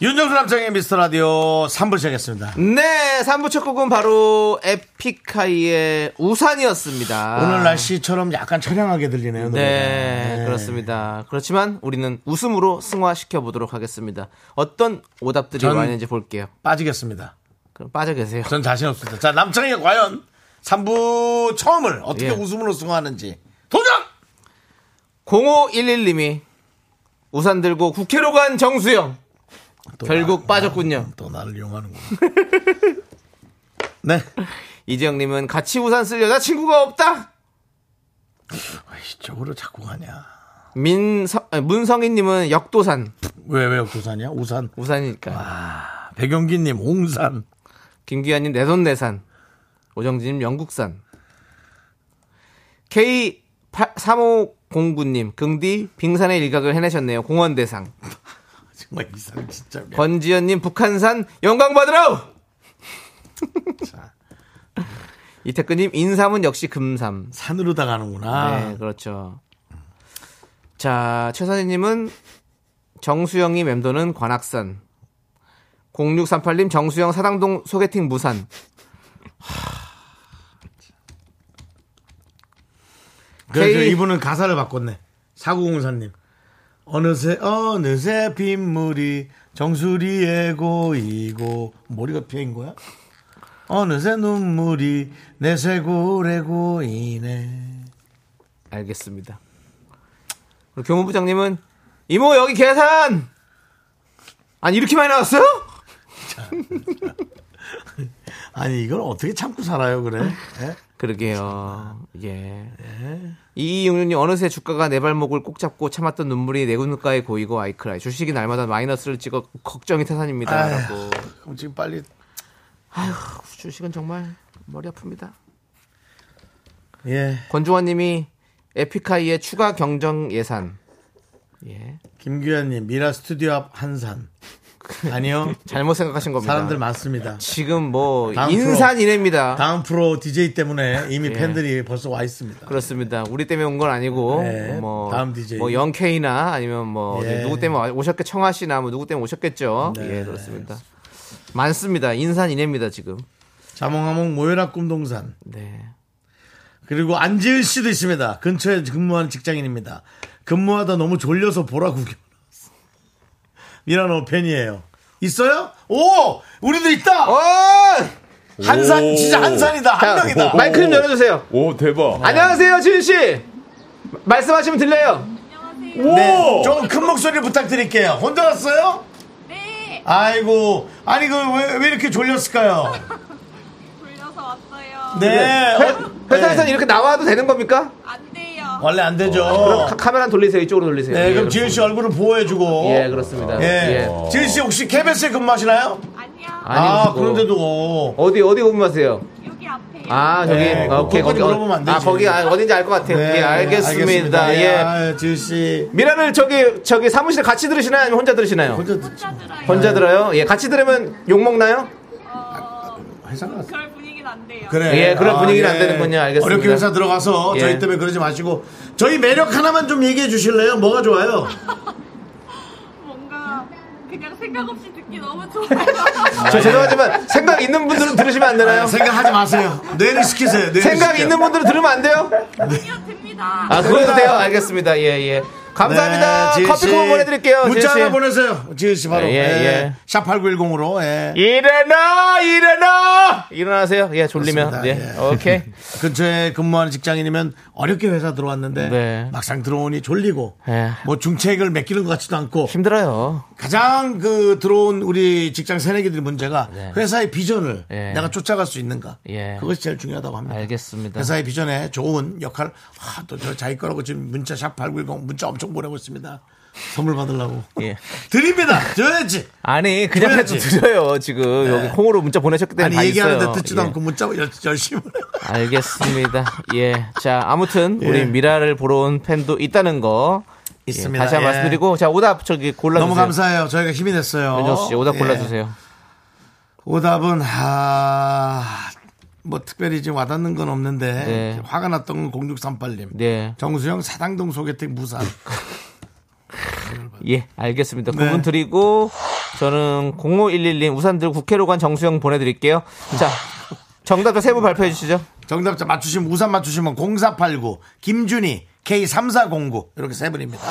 Speaker 1: 윤정수 남창의 미스터 라디오 3부 시작했습니다.
Speaker 2: 네, 3부 첫 곡은 바로 에픽하이의 우산이었습니다.
Speaker 1: 오늘 날씨처럼 약간 처량하게 들리네요.
Speaker 2: 아. 네,
Speaker 1: 노래가. 네.
Speaker 2: 그렇습니다. 그렇지만 우리는 웃음으로 승화시켜 보도록 하겠습니다. 어떤 오답들이
Speaker 1: 전-
Speaker 2: 와 있는지 볼게요.
Speaker 1: 빠지겠습니다.
Speaker 2: 그럼 빠져 계세요.
Speaker 1: 전 자신 없습니다. 자 남창이가 과연 3부 처음을 어떻게
Speaker 2: 예.
Speaker 1: 웃음으로 승화하는지 도전!
Speaker 2: 0511님이 우산 들고 국회로 간 정수영.
Speaker 1: 또
Speaker 2: 결국 빠졌군요.
Speaker 1: 나- 또 나를 이용하는구나. *laughs* 네.
Speaker 2: 이재영님은 같이 우산 쓸 여자친구가 없다.
Speaker 1: 이쪽으로 자꾸 가냐.
Speaker 2: 민서, 아니, 문성희님은 역도산.
Speaker 1: 왜, 왜 부산이야? 우산.
Speaker 2: 우산이니까.
Speaker 1: 백용기님, 홍산.
Speaker 2: 김기현님 내돈내산 오정진님 영국산 K3509님 긍디 빙산의 일각을 해내셨네요 공원대상
Speaker 1: 정말 이상 진짜. 미안.
Speaker 2: 예. 권지현님 북한산 *laughs* 영광받으라 이태근님 인삼은 역시 금삼
Speaker 1: 산으로 다 가는구나.
Speaker 2: 네 그렇죠 자 최선희님은 정수영이 맴도는 관악산 0638님 정수영 사당동 소개팅 무산
Speaker 1: 그래서
Speaker 2: K-
Speaker 1: 이분은 가사를 바꿨네. 사구공사님. 어느새 어느새 빗물이 정수리에 고이고 머리가 피인 거야? 어느새 눈물이 내 쇄골에 고이네.
Speaker 2: 알겠습니다. 그리고 교무부장님은 이모 여기 계산. 아니 이렇게 많이 나왔어요?
Speaker 1: 아니 이걸 어떻게 참고 살아요 그래? 예?
Speaker 2: 그러게요. 예. 이이육님 어느새 주가가 내 발목을 꼭 잡고 참았던 눈물이 내 눈가에 고이고 아이크라이 주식이 날마다 마이너스를 찍어 걱정이 태산입니다라고.
Speaker 1: 그럼 지금 빨리
Speaker 2: 아휴, 주식은 정말 머리 아픕니다.
Speaker 1: 예
Speaker 2: 예. 권중환님이 에픽하이의 추가 경정 예산. 예.
Speaker 1: 김규현님 미라 스튜디오 앞
Speaker 2: *laughs*
Speaker 1: 한산. 아니요.
Speaker 2: 잘못 생각하신 겁니다.
Speaker 1: 사람들 많습니다.
Speaker 2: 지금 뭐
Speaker 1: 다음
Speaker 2: 인산이랍니다.
Speaker 1: 다음 프로 DJ 때문에 이미 팬들이 벌써 와 있습니다.
Speaker 2: 예. 그렇습니다. 우리 때문에 온 건 아니고
Speaker 1: 네,
Speaker 2: 뭐,
Speaker 1: 다음 DJ.
Speaker 2: 뭐 영케이나 아니면 뭐
Speaker 1: 예. 네.
Speaker 2: 누구 때문에 오셨겠 청아 씨나 뭐 누구 때문에 오셨겠죠. 예 그렇습니다. 많습니다. 인산이냅니다 지금.
Speaker 1: 자몽하몽 모여라 꿈동산.
Speaker 2: 네.
Speaker 1: 그리고 안지은 씨도 있습니다. 근처에 근무하는 직장인입니다. 근무하다 너무 졸려서 보라고 미라노 팬이에요. 있어요? 오! 우리도 있다!
Speaker 2: 어!
Speaker 1: 한산, 진짜 한산이다! 한 명이다!
Speaker 2: 마이크 좀 열어주세요. 네.
Speaker 7: 오 대박.
Speaker 2: 안녕하세요 지은 씨. 마- 말씀하시면 들려요. 뭐,
Speaker 1: 오! 네, 좀 큰 목소리 부탁드릴게요. 혼자 왔어요? 네. 아이고, 아니, 그, 왜, 왜 이렇게 졸렸을까요? 졸려서 왔어요. 네. 어,
Speaker 2: 회사에서는
Speaker 1: 네.
Speaker 2: 이렇게 나와도 되는 겁니까?
Speaker 1: 원래 안 되죠.
Speaker 2: 어, 그럼 카- 카메라 돌리세요. 이쪽으로 돌리세요.
Speaker 1: 어. 네,
Speaker 2: 예,
Speaker 1: 그럼 지은 씨 얼굴을 보호해주고.
Speaker 2: 예, 그렇습니다.
Speaker 1: 예.
Speaker 2: 예.
Speaker 1: 지은 씨 혹시 KBS에 근무하시나요?
Speaker 2: 아니,
Speaker 1: 아, 그런데도. 오.
Speaker 2: 어디 어디 근무하세요? 여기 앞에. 아 저기
Speaker 1: 네,
Speaker 2: 아,
Speaker 1: 거기까지
Speaker 2: 오케이 거기 어-
Speaker 1: 물어보면 안 되지. 네,
Speaker 2: 아 거기 아, 어딘지 알 것 같아요. 예, 알겠습니다.
Speaker 1: 알겠습니다.
Speaker 2: 예.
Speaker 1: 아, 지은 씨.
Speaker 2: 미라를 저기 저기 사무실에 같이 들으시나요? 아니면 혼자 들으시나요? 혼자,
Speaker 1: 혼자 듣죠.
Speaker 2: 들어요. 예, 같이 들으면 욕 먹나요?
Speaker 1: 그래. 아,
Speaker 2: 예, 그런 분위기는 안 되는군요. 알겠습니다.
Speaker 1: 어렵게 회사 들어가서
Speaker 2: 예.
Speaker 1: 저희 때문에 그러지 마시고 저희 매력 하나만 좀 얘기해 주실래요? 뭐가 좋아요?
Speaker 2: *laughs* 저 죄송하지만 생각 있는 분들은 들으시면 안 되나요?
Speaker 1: 아, 생각하지 마세요. 뇌를 시키세요. 뇌를
Speaker 2: 생각
Speaker 1: 시켜.
Speaker 2: 있는 분들은 들으면 안 돼요? 아, 그래도 돼요. 알겠습니다. 예, 예. 감사합니다.
Speaker 1: 네, 지은
Speaker 2: 커피
Speaker 1: 씨.
Speaker 2: 쿠폰 보내드릴게요.
Speaker 1: 문자
Speaker 2: 지은
Speaker 1: 하나
Speaker 2: 씨.
Speaker 1: 보내세요. 지은 씨 바로.
Speaker 2: 예,
Speaker 1: 예,
Speaker 2: 예.
Speaker 1: 샵 8910으로. 예.
Speaker 2: 일어나, 일어나! 일어나세요. 예, 졸리면. 예,
Speaker 1: 그렇습니다. 예.
Speaker 2: 오케이.
Speaker 1: *laughs* 근처에 근무하는 직장인이면 어렵게 회사 들어왔는데
Speaker 2: 네.
Speaker 1: 막상 들어오니 졸리고
Speaker 2: 예.
Speaker 1: 뭐 중책을 맡기는 것 같지도 않고
Speaker 2: 힘들어요.
Speaker 1: 가장 그 들어온 우리 직장 새내기들 문제가
Speaker 2: 네.
Speaker 1: 회사의 비전을
Speaker 2: 예.
Speaker 1: 내가 쫓아갈 수 있는가
Speaker 2: 예.
Speaker 1: 그것이 제일 중요하다고 합니다.
Speaker 2: 알겠습니다.
Speaker 1: 회사의 비전에 좋은 역할 아, 또 저 자기 거라고 지금 문자 샵 8910 문자 엄청 보내고 있습니다. 선물 받으려고
Speaker 2: 예.
Speaker 1: *laughs* 드립니다. 줘야지.
Speaker 2: 아니, 그냥 해도
Speaker 1: 줘야지. 네.
Speaker 2: 드려요. 지금 여기 콩으로 문자 보내셨기 때문에.
Speaker 1: 아니
Speaker 2: 네, 다
Speaker 1: 얘기하는데
Speaker 2: 있어요.
Speaker 1: 듣지도
Speaker 2: 예.
Speaker 1: 않고 문자 뭐 열- 열심히
Speaker 2: 알겠습니다. 예. 자, 아무튼 우리 미라를 보러 온 팬도 있다는 거 예,
Speaker 1: 있습니다.
Speaker 2: 다시 한번
Speaker 1: 예.
Speaker 2: 말씀드리고 자, 오답 저기 골라 주세요.
Speaker 1: 너무 감사해요. 저희가 힘이 됐어요.
Speaker 2: 윤정수 씨, 오답
Speaker 1: 예.
Speaker 2: 골라 주세요.
Speaker 1: 오답은 아, 뭐 특별히 지금 와닿는 건 없는데
Speaker 2: 네.
Speaker 1: 화가 났던 건 0638님.
Speaker 2: 네.
Speaker 1: 정수영 사당동 소개팅 무산.
Speaker 2: 예, 알겠습니다.
Speaker 1: 네.
Speaker 2: 그분 드리고 저는 0511님 우산 들고 국회로 간 정수영 보내 드릴게요. 자, 정답자 세분 발표해 주시죠.
Speaker 1: 정답자 맞추시면 우산 맞추시면 0489 김준희 K3409 이렇게 세 분입니다.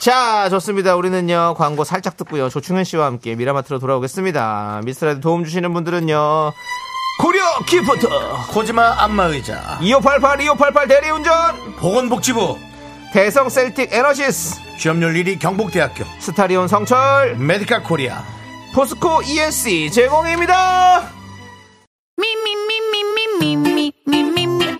Speaker 2: 자, 좋습니다. 우리는요, 광고 살짝 듣고요. 조충현 씨와 함께 미라마트로 돌아오겠습니다. 미스터라도 도움 주시는 분들은요, 고려 기프트,
Speaker 1: 코지마 안마의자
Speaker 2: 2588, 2588 대리운전,
Speaker 1: 보건복지부
Speaker 2: 대성 셀틱 에너시스
Speaker 1: 취업률 1위 경북대학교
Speaker 2: 스타리온 성철
Speaker 1: 메디카 코리아
Speaker 2: 포스코 E ENC 제공입니다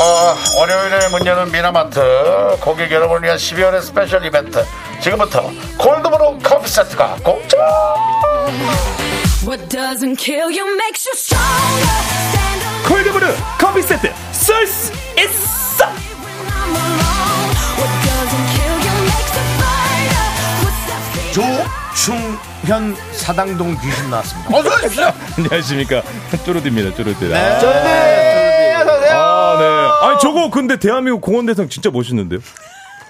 Speaker 1: 어, 월요일에 문 여는 미나마트 고객 여러분을 위한 12월의 스페셜 이벤트 지금부터 골드브루 커피 세트가 공짜
Speaker 4: What doesn't kill you makes you stronger. Stand alone
Speaker 8: 콜드브루 커피 세트 쏠수 있어
Speaker 4: when I'm alone. What doesn't kill you makes you brighter. What's that feeling?
Speaker 1: 조충현 사당동 귀신 나왔습니다
Speaker 7: 안녕하십니까. 쪼르디입니다. 쪼르디. 아,
Speaker 2: 네, 어서오세요
Speaker 7: 아, 아니 저거 근데 대한민국 공원 대상 진짜 멋있는데요?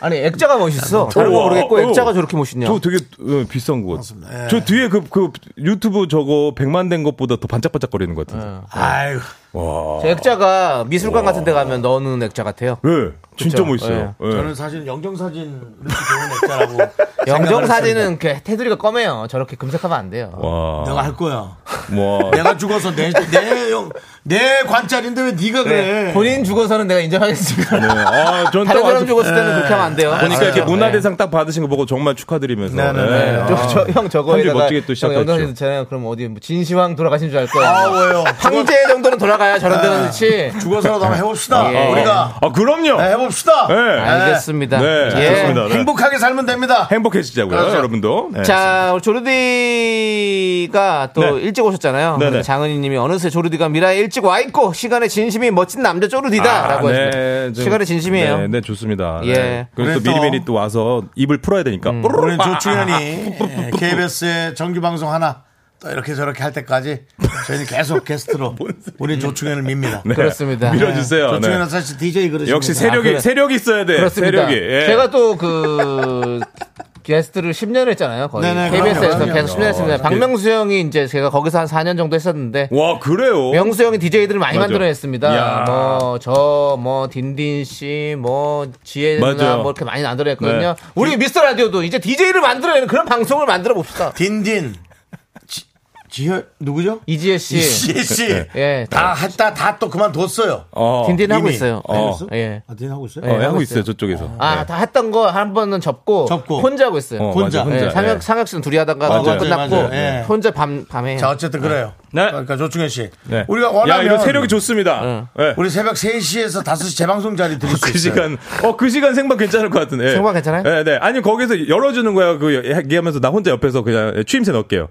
Speaker 2: 아니 액자가 멋있어. 잘모
Speaker 7: 우와,
Speaker 2: 모르겠고
Speaker 7: 어.
Speaker 2: 액자가 저렇게 멋있냐.
Speaker 7: 저 되게 어, 비싼 것
Speaker 1: 네.
Speaker 7: 같아요.
Speaker 2: 네.
Speaker 7: 저 뒤에 그, 그 유튜브 저거 100만 된 것보다 더 반짝반짝거리는 것 같은데.
Speaker 1: 아유,
Speaker 2: 저
Speaker 7: 어.
Speaker 2: 액자가 미술관 같은 데 가면 넣어놓는 액자 같아요.
Speaker 7: 예,
Speaker 2: 네. 그쵸?
Speaker 7: 진짜
Speaker 2: 네.
Speaker 7: 멋있어요. 예.
Speaker 1: 저는 사실 영정사진 이렇게 좋은 액자라고.
Speaker 2: 영정
Speaker 1: 생각을 했습니다.
Speaker 2: 사진은 그 테두리가 검해요. 저렇게 금색하면 안 돼요.
Speaker 7: 와,
Speaker 1: 내가 할 거야.
Speaker 2: 네. *laughs*
Speaker 7: 뭐.
Speaker 1: 내가 죽어서 내, 내, 영- 내 관찰인데 왜 네가 그래?
Speaker 2: 본인 죽어서는 내가 인정하겠습니다.
Speaker 7: 네. 아, 전딱
Speaker 2: *laughs* 다른
Speaker 7: 와서
Speaker 2: 사람 죽었을 때는 그렇게 하면 안 돼요.
Speaker 7: 보니까 이렇게
Speaker 2: 아,
Speaker 7: 문화대상 딱 받으신 거 보고 정말 축하드리면서.
Speaker 1: 네네네.
Speaker 7: 예.
Speaker 2: 네. 저, 저, 형
Speaker 7: 한줄
Speaker 2: 저거에다가
Speaker 7: 멋지게 또 시작했죠.
Speaker 2: 영정사진 잖아요 그럼 어디 뭐 진시황 돌아가신 줄 알 거예요.
Speaker 1: 아, 왜요?
Speaker 2: 황제 정도는 돌아가야 저런 데는 그렇지.
Speaker 1: 죽어서라도 한번 해봅시다.
Speaker 2: 예.
Speaker 1: 우리가.
Speaker 7: 아, 그럼요.
Speaker 1: 네, 해봅시다.
Speaker 7: 예.
Speaker 2: 아, 알겠습니다.
Speaker 7: 네,
Speaker 2: 예.
Speaker 7: 좋습니다. 네.
Speaker 1: 행복하게 살면 됩니다.
Speaker 7: 행복해지자고요, 여러분도. 네.
Speaker 2: 그렇죠. 자, 우리 조르디가 또
Speaker 7: 네.
Speaker 2: 일찍 오셨잖아요.
Speaker 7: 네네.
Speaker 2: 근데 장은희 님이 어느새 조르디가 미라에 일찍 와 있고 시간에 진심이 멋진 남자 조르디다.
Speaker 7: 아,
Speaker 2: 라고
Speaker 7: 네,
Speaker 2: 하셨습니다.
Speaker 7: 좀-
Speaker 2: 시간에 진심이에요.
Speaker 7: 네, 네, 좋습니다.
Speaker 2: 예. 음.
Speaker 7: 네. 그래서 또
Speaker 1: 그래서-
Speaker 7: 미리미리 또 와서 입을 풀어야 되니까. 뽀로로
Speaker 1: 오늘
Speaker 7: 빠! *laughs*
Speaker 1: 조충현이
Speaker 7: 네.
Speaker 1: KBS의 정규 방송 하나 또 이렇게 저렇게 할 때까지 저희는 계속
Speaker 7: *laughs*
Speaker 1: 게스트로 우리 조충현을 밉니다.
Speaker 7: 네.
Speaker 2: 그렇습니다.
Speaker 7: 밀어주세요. 네.
Speaker 1: 조충현은 사실 DJ 그릇입니다.
Speaker 7: 역시 세력이
Speaker 2: 아, 그래.
Speaker 7: 세력이 있어야 돼.
Speaker 2: 그렇습니다.
Speaker 7: 세력이. 예.
Speaker 2: 제가 또 그 게스트를 10년 했잖아요. 거의
Speaker 1: 네네,
Speaker 2: KBS에서
Speaker 1: 그럼요,
Speaker 2: 계속 10년 했습니다. 박명수 형이 이제 제가 거기서 한 4년 정도 했었는데
Speaker 7: 어, 예. 와 그래요.
Speaker 2: 명수 형이 DJ들을 많이
Speaker 7: 맞아.
Speaker 2: 만들어냈습니다.
Speaker 7: 이야.
Speaker 2: 뭐, 저, 뭐, 딘딘 씨, 뭐, 지혜 누나,
Speaker 7: 맞아요.
Speaker 2: 뭐, 이렇게 많이 만들어냈거든요.
Speaker 7: 네.
Speaker 2: 우리 미스터 라디오도 이제 DJ를 만들어내는 그런 방송을 만들어 봅시다.
Speaker 1: 딘딘 지- 지혈 누구죠?
Speaker 2: 이지혜 씨.
Speaker 1: *laughs* 이씨 씨.
Speaker 2: 예.
Speaker 1: 다 했다 다 또 그만뒀어요.
Speaker 7: 어.
Speaker 2: 딘딘 하고
Speaker 1: 이미.
Speaker 2: 있어요.
Speaker 7: 어.
Speaker 1: 했어?
Speaker 2: 예.
Speaker 1: 아, 딘 하고 있어요?
Speaker 7: 어,
Speaker 2: 네, 하고
Speaker 7: 하고
Speaker 2: 있어요.
Speaker 7: 있어요 저쪽에서.
Speaker 2: 아, 다 했던 거 한 번은 접고,
Speaker 1: 접고.
Speaker 2: 혼자 하고 있어요.
Speaker 7: 어,
Speaker 1: 혼자.
Speaker 7: 맞아, 혼자.
Speaker 2: 예, 상혁, 상혁 씨는 둘이 하다가
Speaker 1: 맞아요.
Speaker 2: 그거 끝났고,
Speaker 1: 맞아요, 맞아요. 예.
Speaker 2: 혼자 밤, 밤에. 해요.
Speaker 1: 자 어쨌든 그래요.
Speaker 7: 네.
Speaker 1: 그러니까 조충현 씨,
Speaker 7: 네.
Speaker 1: 우리가
Speaker 7: 야 이런
Speaker 1: 원하면
Speaker 7: 세력이 좋습니다. 예.
Speaker 1: 우리 새벽 3시에서 5시 재방송 자리 드릴 수
Speaker 7: 그
Speaker 1: 있어요.
Speaker 7: 시간 어그 시간 생방 괜찮을 것 같은데. 예.
Speaker 2: 생방 괜찮아요?
Speaker 7: 네, 네. 아니 거기서 열어주는 거야 그 얘기하면서 나 혼자 옆에서 그냥 취임새 넣을게요.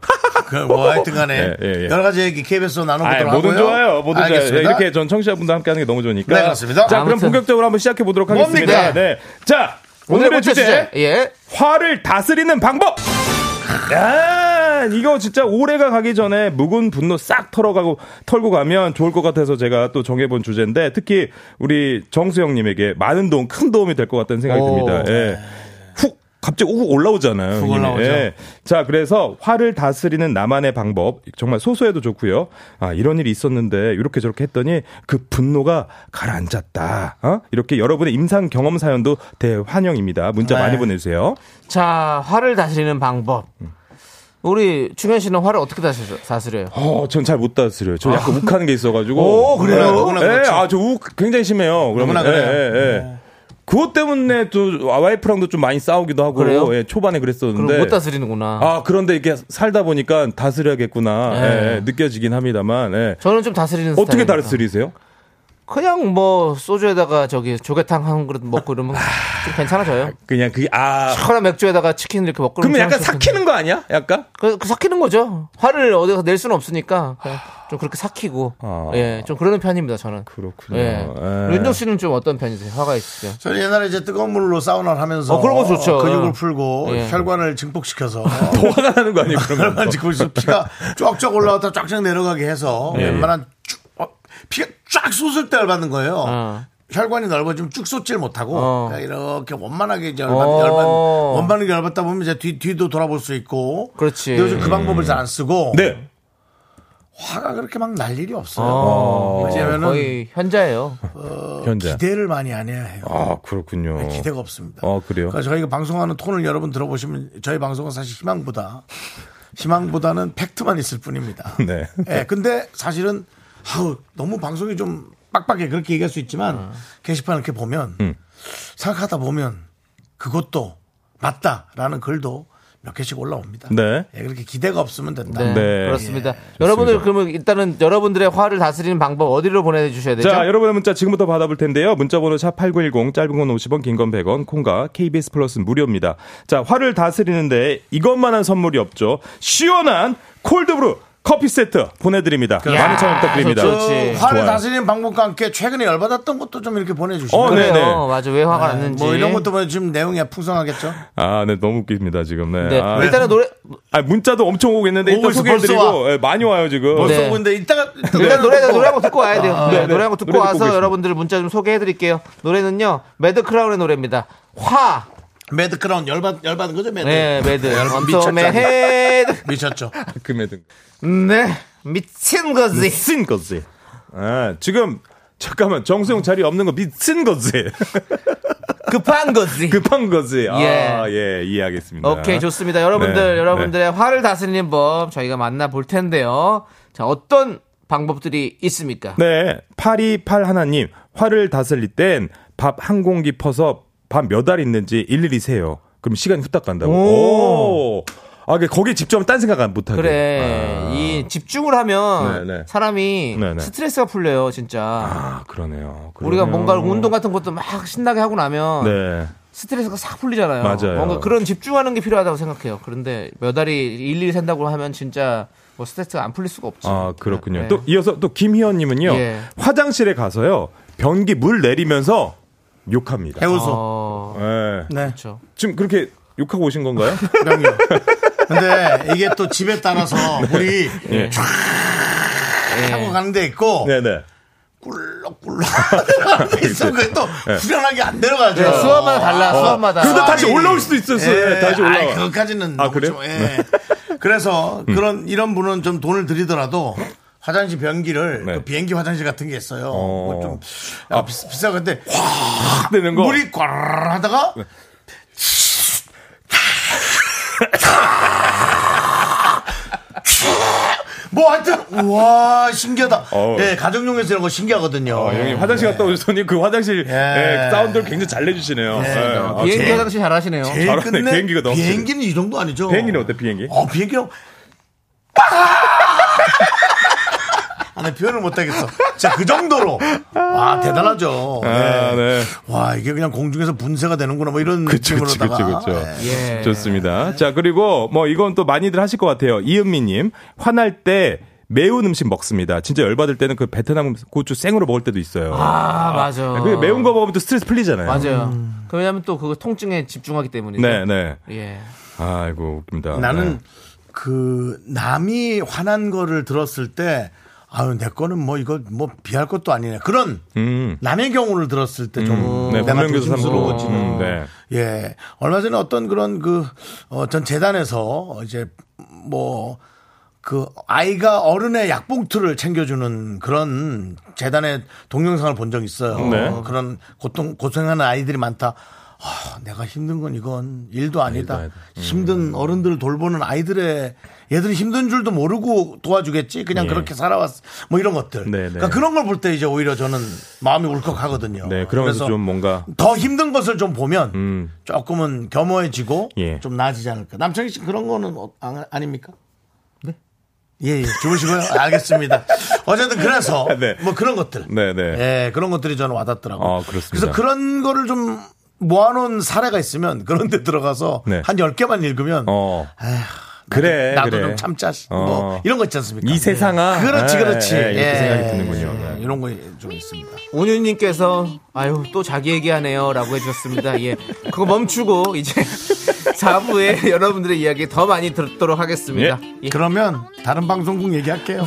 Speaker 1: 그, 뭐 하여튼간에
Speaker 7: *laughs* 예, 예, 예.
Speaker 1: 여러 가지 얘기 KBS로
Speaker 7: *laughs* 아,
Speaker 1: 나눠보도록 하고요.
Speaker 7: 뭐든 좋아요. 뭐든 좋아요.
Speaker 1: 알겠습니다.
Speaker 7: 이렇게 전 청취자분들 함께 하는 게 너무 좋으니까.
Speaker 1: 네, 그렇습니다.
Speaker 7: 자, 그럼
Speaker 2: 아무튼.
Speaker 7: 본격적으로 한번 시작해 보도록
Speaker 1: 뭡니까?
Speaker 7: 하겠습니다. 네. 자, 오늘의
Speaker 2: 번째
Speaker 7: 주제.
Speaker 2: 예.
Speaker 7: 화를 다스리는 방법. 아, 이거 진짜 올해가 가기 전에 묵은 분노 싹 털어가고 털고 가면 좋을 것 같아서 제가 또 정해본 주제인데 특히 우리 정수영님에게 많은 도움, 큰 도움이 될 것 같다는 생각이
Speaker 2: 오.
Speaker 7: 듭니다. 예. 훅 갑자기 훅 올라오잖아요.
Speaker 1: 네. 훅
Speaker 7: 이미.
Speaker 1: 올라오죠.
Speaker 7: 예. 자, 그래서 화를 다스리는 나만의 방법 정말 소소해도 좋고요. 아 이런 일이 있었는데 이렇게 저렇게 했더니 그 분노가 가라앉았다. 어? 이렇게 여러분의 임상 경험 사연도 대환영입니다. 문자
Speaker 1: 네.
Speaker 7: 많이 보내주세요.
Speaker 2: 자, 화를 다스리는 방법. 우리 충현 씨는 화를 어떻게 다스려, 다스려요?
Speaker 7: 어, 전 잘 못 다스려요. 저 약간 욱하는 게 있어가지고.
Speaker 1: 아. 오, 그래요? 너무나
Speaker 7: 예,
Speaker 1: 그렇죠.
Speaker 7: 아, 저 욱 굉장히 심해요. 그러면,
Speaker 1: 너무나 그래요. 네.
Speaker 7: 예, 예, 예. 그것 때문에 또 와이프랑도 좀 많이 싸우기도 하고,
Speaker 2: 그래요?
Speaker 7: 예, 초반에
Speaker 2: 그럼
Speaker 7: 그랬었는데.
Speaker 2: 못 다스리는구나.
Speaker 7: 아, 그런데 이렇게 살다 보니까 다스려야겠구나.
Speaker 1: 네.
Speaker 2: 예.
Speaker 7: 예, 예, 느껴지긴 합니다만, 예.
Speaker 2: 저는 좀 다스리는
Speaker 7: 어떻게
Speaker 2: 스타일입니다.
Speaker 7: 다스리세요?
Speaker 2: 그냥 뭐 소주에다가 저기 조개탕 한 그릇 먹고 이러면 좀 괜찮아져요.
Speaker 7: 그냥 그게, 아.
Speaker 2: 시원한 맥주에다가 치킨 이렇게 먹고
Speaker 7: 그러면
Speaker 2: 이러면
Speaker 7: 약간
Speaker 2: 괜찮아져요.
Speaker 7: 삭히는 거 아니야? 약간?
Speaker 2: 그, 그 삭히는 거죠. 화를 어디서 낼 수는 없으니까 그냥 좀 그렇게 삭히고
Speaker 7: 아.
Speaker 2: 예, 좀 그러는 편입니다 저는.
Speaker 7: 그렇군요.
Speaker 2: 예.
Speaker 7: 예.
Speaker 2: 윤정 씨는 좀 어떤 편이세요? 화가 있으세요?
Speaker 1: 저는 옛날에 이제 뜨거운 물로 사우나를 하면서
Speaker 2: 어, 그런 거 좋죠.
Speaker 1: 근육을 풀고
Speaker 2: 예.
Speaker 1: 혈관을 증폭시켜서
Speaker 7: 더 화가 나는 거 아니에요?
Speaker 1: 혈관
Speaker 7: 그러면.
Speaker 1: 증폭시켜서 피가 쫙쫙 올라왔다 쫙쫙 내려가게 해서
Speaker 7: 예.
Speaker 1: 웬만한 쭉, 어, 피가 쫙 솟을 때 열받는 거예요.
Speaker 2: 어.
Speaker 1: 혈관이 넓어지면 쭉 솟질 못하고
Speaker 2: 어.
Speaker 1: 그냥 이렇게 원만하게 이제 열받,
Speaker 2: 어.
Speaker 1: 열받, 원만하게 열받다 보면 이제 뒤, 뒤도 돌아볼 수 있고
Speaker 2: 그렇지. 음.
Speaker 1: 근데 요즘 그 방법을 잘 안 쓰고
Speaker 7: 네.
Speaker 1: 화가 그렇게 막 날 일이 없어요.
Speaker 2: 어.
Speaker 1: 왜냐면은
Speaker 2: 거의 현자예요.
Speaker 7: 현재.
Speaker 1: 기대를 많이 안 해야 해요.
Speaker 7: 아, 그렇군요.
Speaker 1: 기대가 없습니다.
Speaker 7: 어, 그래요?
Speaker 1: 그러니까 저희가 방송하는 톤을 여러분 들어보시면 저희 방송은 사실 희망보다 희망보다는 팩트만 있을 뿐입니다.
Speaker 7: *laughs* 네.
Speaker 1: 예, 근데 사실은 아우, 너무 방송이 좀 빡빡해 그렇게 얘기할 수 있지만
Speaker 2: 음.
Speaker 1: 게시판 이렇게 보면
Speaker 7: 음.
Speaker 1: 생각하다 보면 그것도 맞다라는 글도 몇 개씩 올라옵니다.
Speaker 7: 네.
Speaker 1: 예, 그렇게 기대가 없으면 된다. 어,
Speaker 2: 네,
Speaker 7: 네.
Speaker 2: 그렇습니다. 여러분들 그러면 일단은 여러분들의 화를 다스리는 방법 어디로 보내주셔야 되죠?
Speaker 7: 자, 여러분의 문자 지금부터 받아볼 텐데요. 문자번호 샵8910, 짧은 건 50원, 긴 건 100원, 콩과 KBS 플러스는 무료입니다. 자, 화를 다스리는데 이것만한 선물이 없죠. 시원한 콜드브루 커피 세트 보내드립니다. 많은 참여 부탁드립니다.
Speaker 2: 좋죠.
Speaker 1: 그
Speaker 2: 그렇지.
Speaker 1: 화를
Speaker 7: 좋아요.
Speaker 1: 다스리는 방법과 함께 최근에 열받았던 것도 좀 이렇게 보내주시면
Speaker 7: 어, 네.
Speaker 2: 그래요. 맞아. 왜 화가 났는지.
Speaker 1: 뭐 이런 것도 보내 지금 내용이 풍성하겠죠.
Speaker 7: 아, 네, 너무 웃깁니다, 지금. 네.
Speaker 2: 네.
Speaker 7: 아,
Speaker 2: 일단은 노래
Speaker 7: 아, 문자도 엄청 오고 있는데
Speaker 1: 오고
Speaker 7: 일단
Speaker 1: 있어, 벌써
Speaker 7: 소개해드리고 예, 많이 와요,
Speaker 2: 네.
Speaker 7: 지금.
Speaker 1: 벌써 근데 이따가
Speaker 2: 일단 노래 노래 한곡 듣고 와야 돼요. 네,
Speaker 7: 네.
Speaker 2: 노래 한곡 듣고
Speaker 7: 노래 듣고
Speaker 2: 와서
Speaker 7: 오겠습니다.
Speaker 2: 여러분들 문자 좀 소개해 드릴게요. 노래는요. 매드 크라운의 노래입니다. 화.
Speaker 1: 매드 크라운 열받 열받은 거죠 매드.
Speaker 2: 네, 매드.
Speaker 1: 미쳤죠.
Speaker 2: 언더맨 헤드.
Speaker 1: 미쳤죠.
Speaker 7: 금에 든.
Speaker 2: 네. 미친 거지.
Speaker 7: *laughs* 미친 거지. 아, 지금 잠깐만 정수영 자리 없는 거 미친 거지.
Speaker 2: 급한 거지.
Speaker 7: 급한 거지. 아,
Speaker 2: 예.
Speaker 7: 예, 이해하겠습니다.
Speaker 2: 오케이, 좋습니다. 여러분들,
Speaker 7: 네,
Speaker 2: 여러분들의 화를 다스리는 법 저희가 만나 볼 텐데요. 자, 어떤 방법들이 있습니까?
Speaker 7: 네, 828 하나님 화를 다스릴 땐 밥 한 공기 퍼서 밥 몇 알 있는지 일일이 세요. 그럼 시간이 후딱 간다고. 오. 아, 그 거기 집중 딴 생각 안못 하게.
Speaker 2: 그래.
Speaker 7: 아,
Speaker 2: 이 집중을 하면
Speaker 7: 네, 네.
Speaker 2: 사람이
Speaker 7: 네, 네.
Speaker 2: 스트레스가 풀려요, 진짜.
Speaker 7: 아, 그러네요.
Speaker 2: 우리가
Speaker 7: 그러네요.
Speaker 2: 뭔가 운동 같은 것도 막 신나게 하고 나면
Speaker 7: 네.
Speaker 2: 스트레스가 싹 풀리잖아요.
Speaker 7: 맞아요.
Speaker 2: 뭔가 그런 집중하는 게 필요하다고 생각해요. 그런데 몇 알이 일일이 샌다고 하면 진짜 뭐 스트레스가 안 풀릴 수가 없죠.
Speaker 7: 아, 그렇군요.
Speaker 2: 네.
Speaker 7: 또 이어서 또 김희원님은요.
Speaker 2: 예.
Speaker 7: 화장실에 가서요. 변기 물 내리면서 욕합니다.
Speaker 1: 해우소.
Speaker 2: 어,
Speaker 7: 예.
Speaker 1: 네.
Speaker 2: 그렇죠.
Speaker 7: 지금 그렇게 욕하고 오신
Speaker 2: *laughs*
Speaker 7: 건가요?
Speaker 1: 그럼요. 근데 이게 또 집에
Speaker 2: *laughs*
Speaker 1: 따라서
Speaker 2: 네.
Speaker 1: 물이
Speaker 7: 예.
Speaker 1: 타고 가는 데 있고
Speaker 7: 네네.
Speaker 1: 꿀럭꿀럭 있으면 그게 또 후련하게 안 내려가죠.
Speaker 2: 네, 수업마다 달라, 수업마다.
Speaker 7: 어. 그래도 다시
Speaker 1: 수학이-
Speaker 7: 올라올 수도 있었어요. 네,
Speaker 1: 예,
Speaker 7: 다시 올라와.
Speaker 1: 아이, 그것까지는
Speaker 7: 아,
Speaker 1: 너무
Speaker 7: 그래요?
Speaker 1: 좀, 예. 그래서
Speaker 2: 음.
Speaker 1: 그런 이런 분은 좀 돈을 들이더라도
Speaker 2: 네.
Speaker 1: 화장실 변기를
Speaker 7: 네.
Speaker 1: 그 비행기 화장실 같은 게 있어요.
Speaker 7: 어.
Speaker 1: 뭐좀 아, 비- 비싸 근데
Speaker 7: 확 되는 거. 네.
Speaker 1: 물이 꽈르르 하다가 뭐 하여튼 우와 신기하다.
Speaker 7: 어.
Speaker 1: 예, 가정용에서 이런 거 신기하거든요.
Speaker 7: 어, 형님 화장실 갔다 오셨더니 그 화장실
Speaker 1: 예.
Speaker 7: 예, 사운드를 굉장히 잘 내주시네요. 예. 아,
Speaker 2: 비행기
Speaker 7: 제-
Speaker 2: 화장실 잘하시네요.
Speaker 1: 제일
Speaker 7: 잘하네.
Speaker 1: 끝내
Speaker 7: 비행기가 너무
Speaker 1: 비행기는 이 정도 아니죠?
Speaker 7: 비행기는 어때 비행기?
Speaker 1: 어 비행기요? 아나 표현을 못하겠어. 진짜 그 정도로 와 대단하죠.
Speaker 7: 아,
Speaker 1: 예.
Speaker 7: 네.
Speaker 1: 와 이게 그냥 공중에서 분쇄가 되는구나 뭐 이런
Speaker 7: 그쵸, 그쵸,
Speaker 1: 느낌으로다가
Speaker 7: 그쵸, 그쵸.
Speaker 1: 예.
Speaker 2: 예.
Speaker 7: 좋습니다. 자, 그리고 뭐 이건 또 많이들 하실 것 같아요. 이은미님, 화날 때 매운 음식 먹습니다. 진짜 열받을 때는 그 베트남 고추 생으로 먹을 때도 있어요. 예,
Speaker 2: 아, 맞아.
Speaker 7: 그게 매운 거 먹으면 또 스트레스 풀리잖아요.
Speaker 2: 맞아요. 그 왜냐면 또 그거 통증에 집중하기 때문이죠.
Speaker 7: 네, 네.
Speaker 2: 예.
Speaker 7: 아이고, 웃깁니다. 네.
Speaker 1: 나는 그 남이 화난 거를 들었을 때 아유 내 거는 뭐 이거 뭐 비할 것도 아니네 그런
Speaker 7: 네. 음.
Speaker 1: 남의 경우를 들었을 때 좀
Speaker 7: 음, 네,
Speaker 1: 내가
Speaker 7: 권명교수
Speaker 1: 조심스러워지는
Speaker 7: 삼부. 네.
Speaker 1: 예 얼마 전에 어떤 그런 그어전 재단에서 이제 뭐 그 아이가 어른의 약봉투를 챙겨주는 그런 재단의 동영상을 본 적 있어요.
Speaker 7: 네.
Speaker 1: 어, 그런 고통 고생하는 아이들이 많다. 아, 내가 힘든 건 이건 일도 아니다.
Speaker 7: 아니다. 음.
Speaker 1: 힘든 어른들을 돌보는 아이들의 얘들이 힘든 줄도 모르고 도와주겠지. 그냥
Speaker 7: 예.
Speaker 1: 그렇게 살아왔. 뭐 이런 것들.
Speaker 7: 네, 네.
Speaker 1: 그러니까 그런 걸 볼 때 이제 오히려 저는 마음이 울컥하거든요.
Speaker 7: 네, 그러면서 좀 뭔가
Speaker 1: 더 힘든 것을 좀 보면
Speaker 7: 음.
Speaker 1: 조금은 겸허해지고
Speaker 7: 예.
Speaker 1: 좀 나아지지 않을까. 남창희 씨 그런 거는 어- 아, 아닙니까? 네. 예, 예. 주무시고요.
Speaker 7: *laughs*
Speaker 1: 알겠습니다. 어쨌든 그래서
Speaker 7: 네.
Speaker 1: 뭐 그런 것들.
Speaker 7: 네, 네.
Speaker 1: 예, 그런 것들이 저는 와닿더라고요.
Speaker 7: 아, 그렇습니다.
Speaker 1: 그래서 그런 거를 좀 모아놓은 사례가 있으면 그런 데 들어가서
Speaker 7: 네.
Speaker 1: 한 10개만 읽으면
Speaker 7: 어.
Speaker 1: 에휴,
Speaker 7: 그래,
Speaker 1: 나도
Speaker 7: 그래.
Speaker 1: 좀 참자.
Speaker 7: 어.
Speaker 1: 뭐 이런 거 있지 않습니까?
Speaker 7: 이 세상아.
Speaker 1: 그렇지, 그렇지.
Speaker 7: 예, 예, 이렇게
Speaker 1: 예.
Speaker 7: 생각이 드는군요.
Speaker 1: 예, 이런 거 좀 있습니다.
Speaker 2: 온유님께서 아유 또 자기 얘기하네요라고 해주셨습니다. 예, 그거 멈추고 이제 *laughs* 4부에 *laughs* 여러분들의 이야기 더 많이 듣도록 하겠습니다. 예.
Speaker 1: 그러면 다른 방송국 얘기할게요.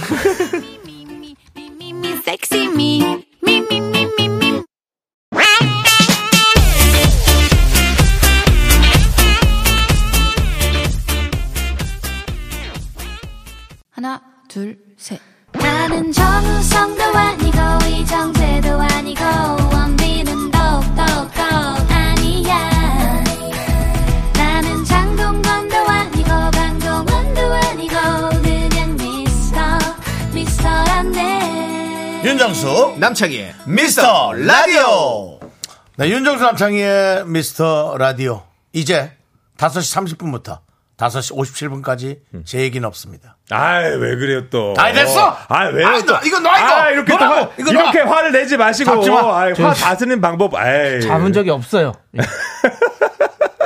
Speaker 4: Sexy me, me, me, me, me, me.
Speaker 9: 하나, 둘, 셋.
Speaker 4: 나는 정우성도 아니고 이정재도 아니고 원빈은 더욱더 아니야 나는 장동건도 아니고 강동원도 아니고 그냥 미스터 미스터란데
Speaker 1: 윤정수
Speaker 2: 남창희의
Speaker 1: 미스터 라디오. 네, 윤정수 남창희의 미스터 라디오. 이제 5시 30분부터 5시 57분까지 제 얘기는 없습니다.
Speaker 7: 아이, 왜 그래요 또.
Speaker 1: 아, 됐어!
Speaker 7: 아, 왜?
Speaker 1: 아, 너, 이거 놔, 이거!
Speaker 7: 아, 이렇게, 또
Speaker 1: 너라고!
Speaker 7: 화,
Speaker 1: 이거
Speaker 7: 이렇게 화를 내지 마시고.
Speaker 1: 잡지 마.
Speaker 2: 예.
Speaker 7: 아이, 화 다스리는 방법, 아이.
Speaker 2: 잡은 적이 없어요. 예. *laughs*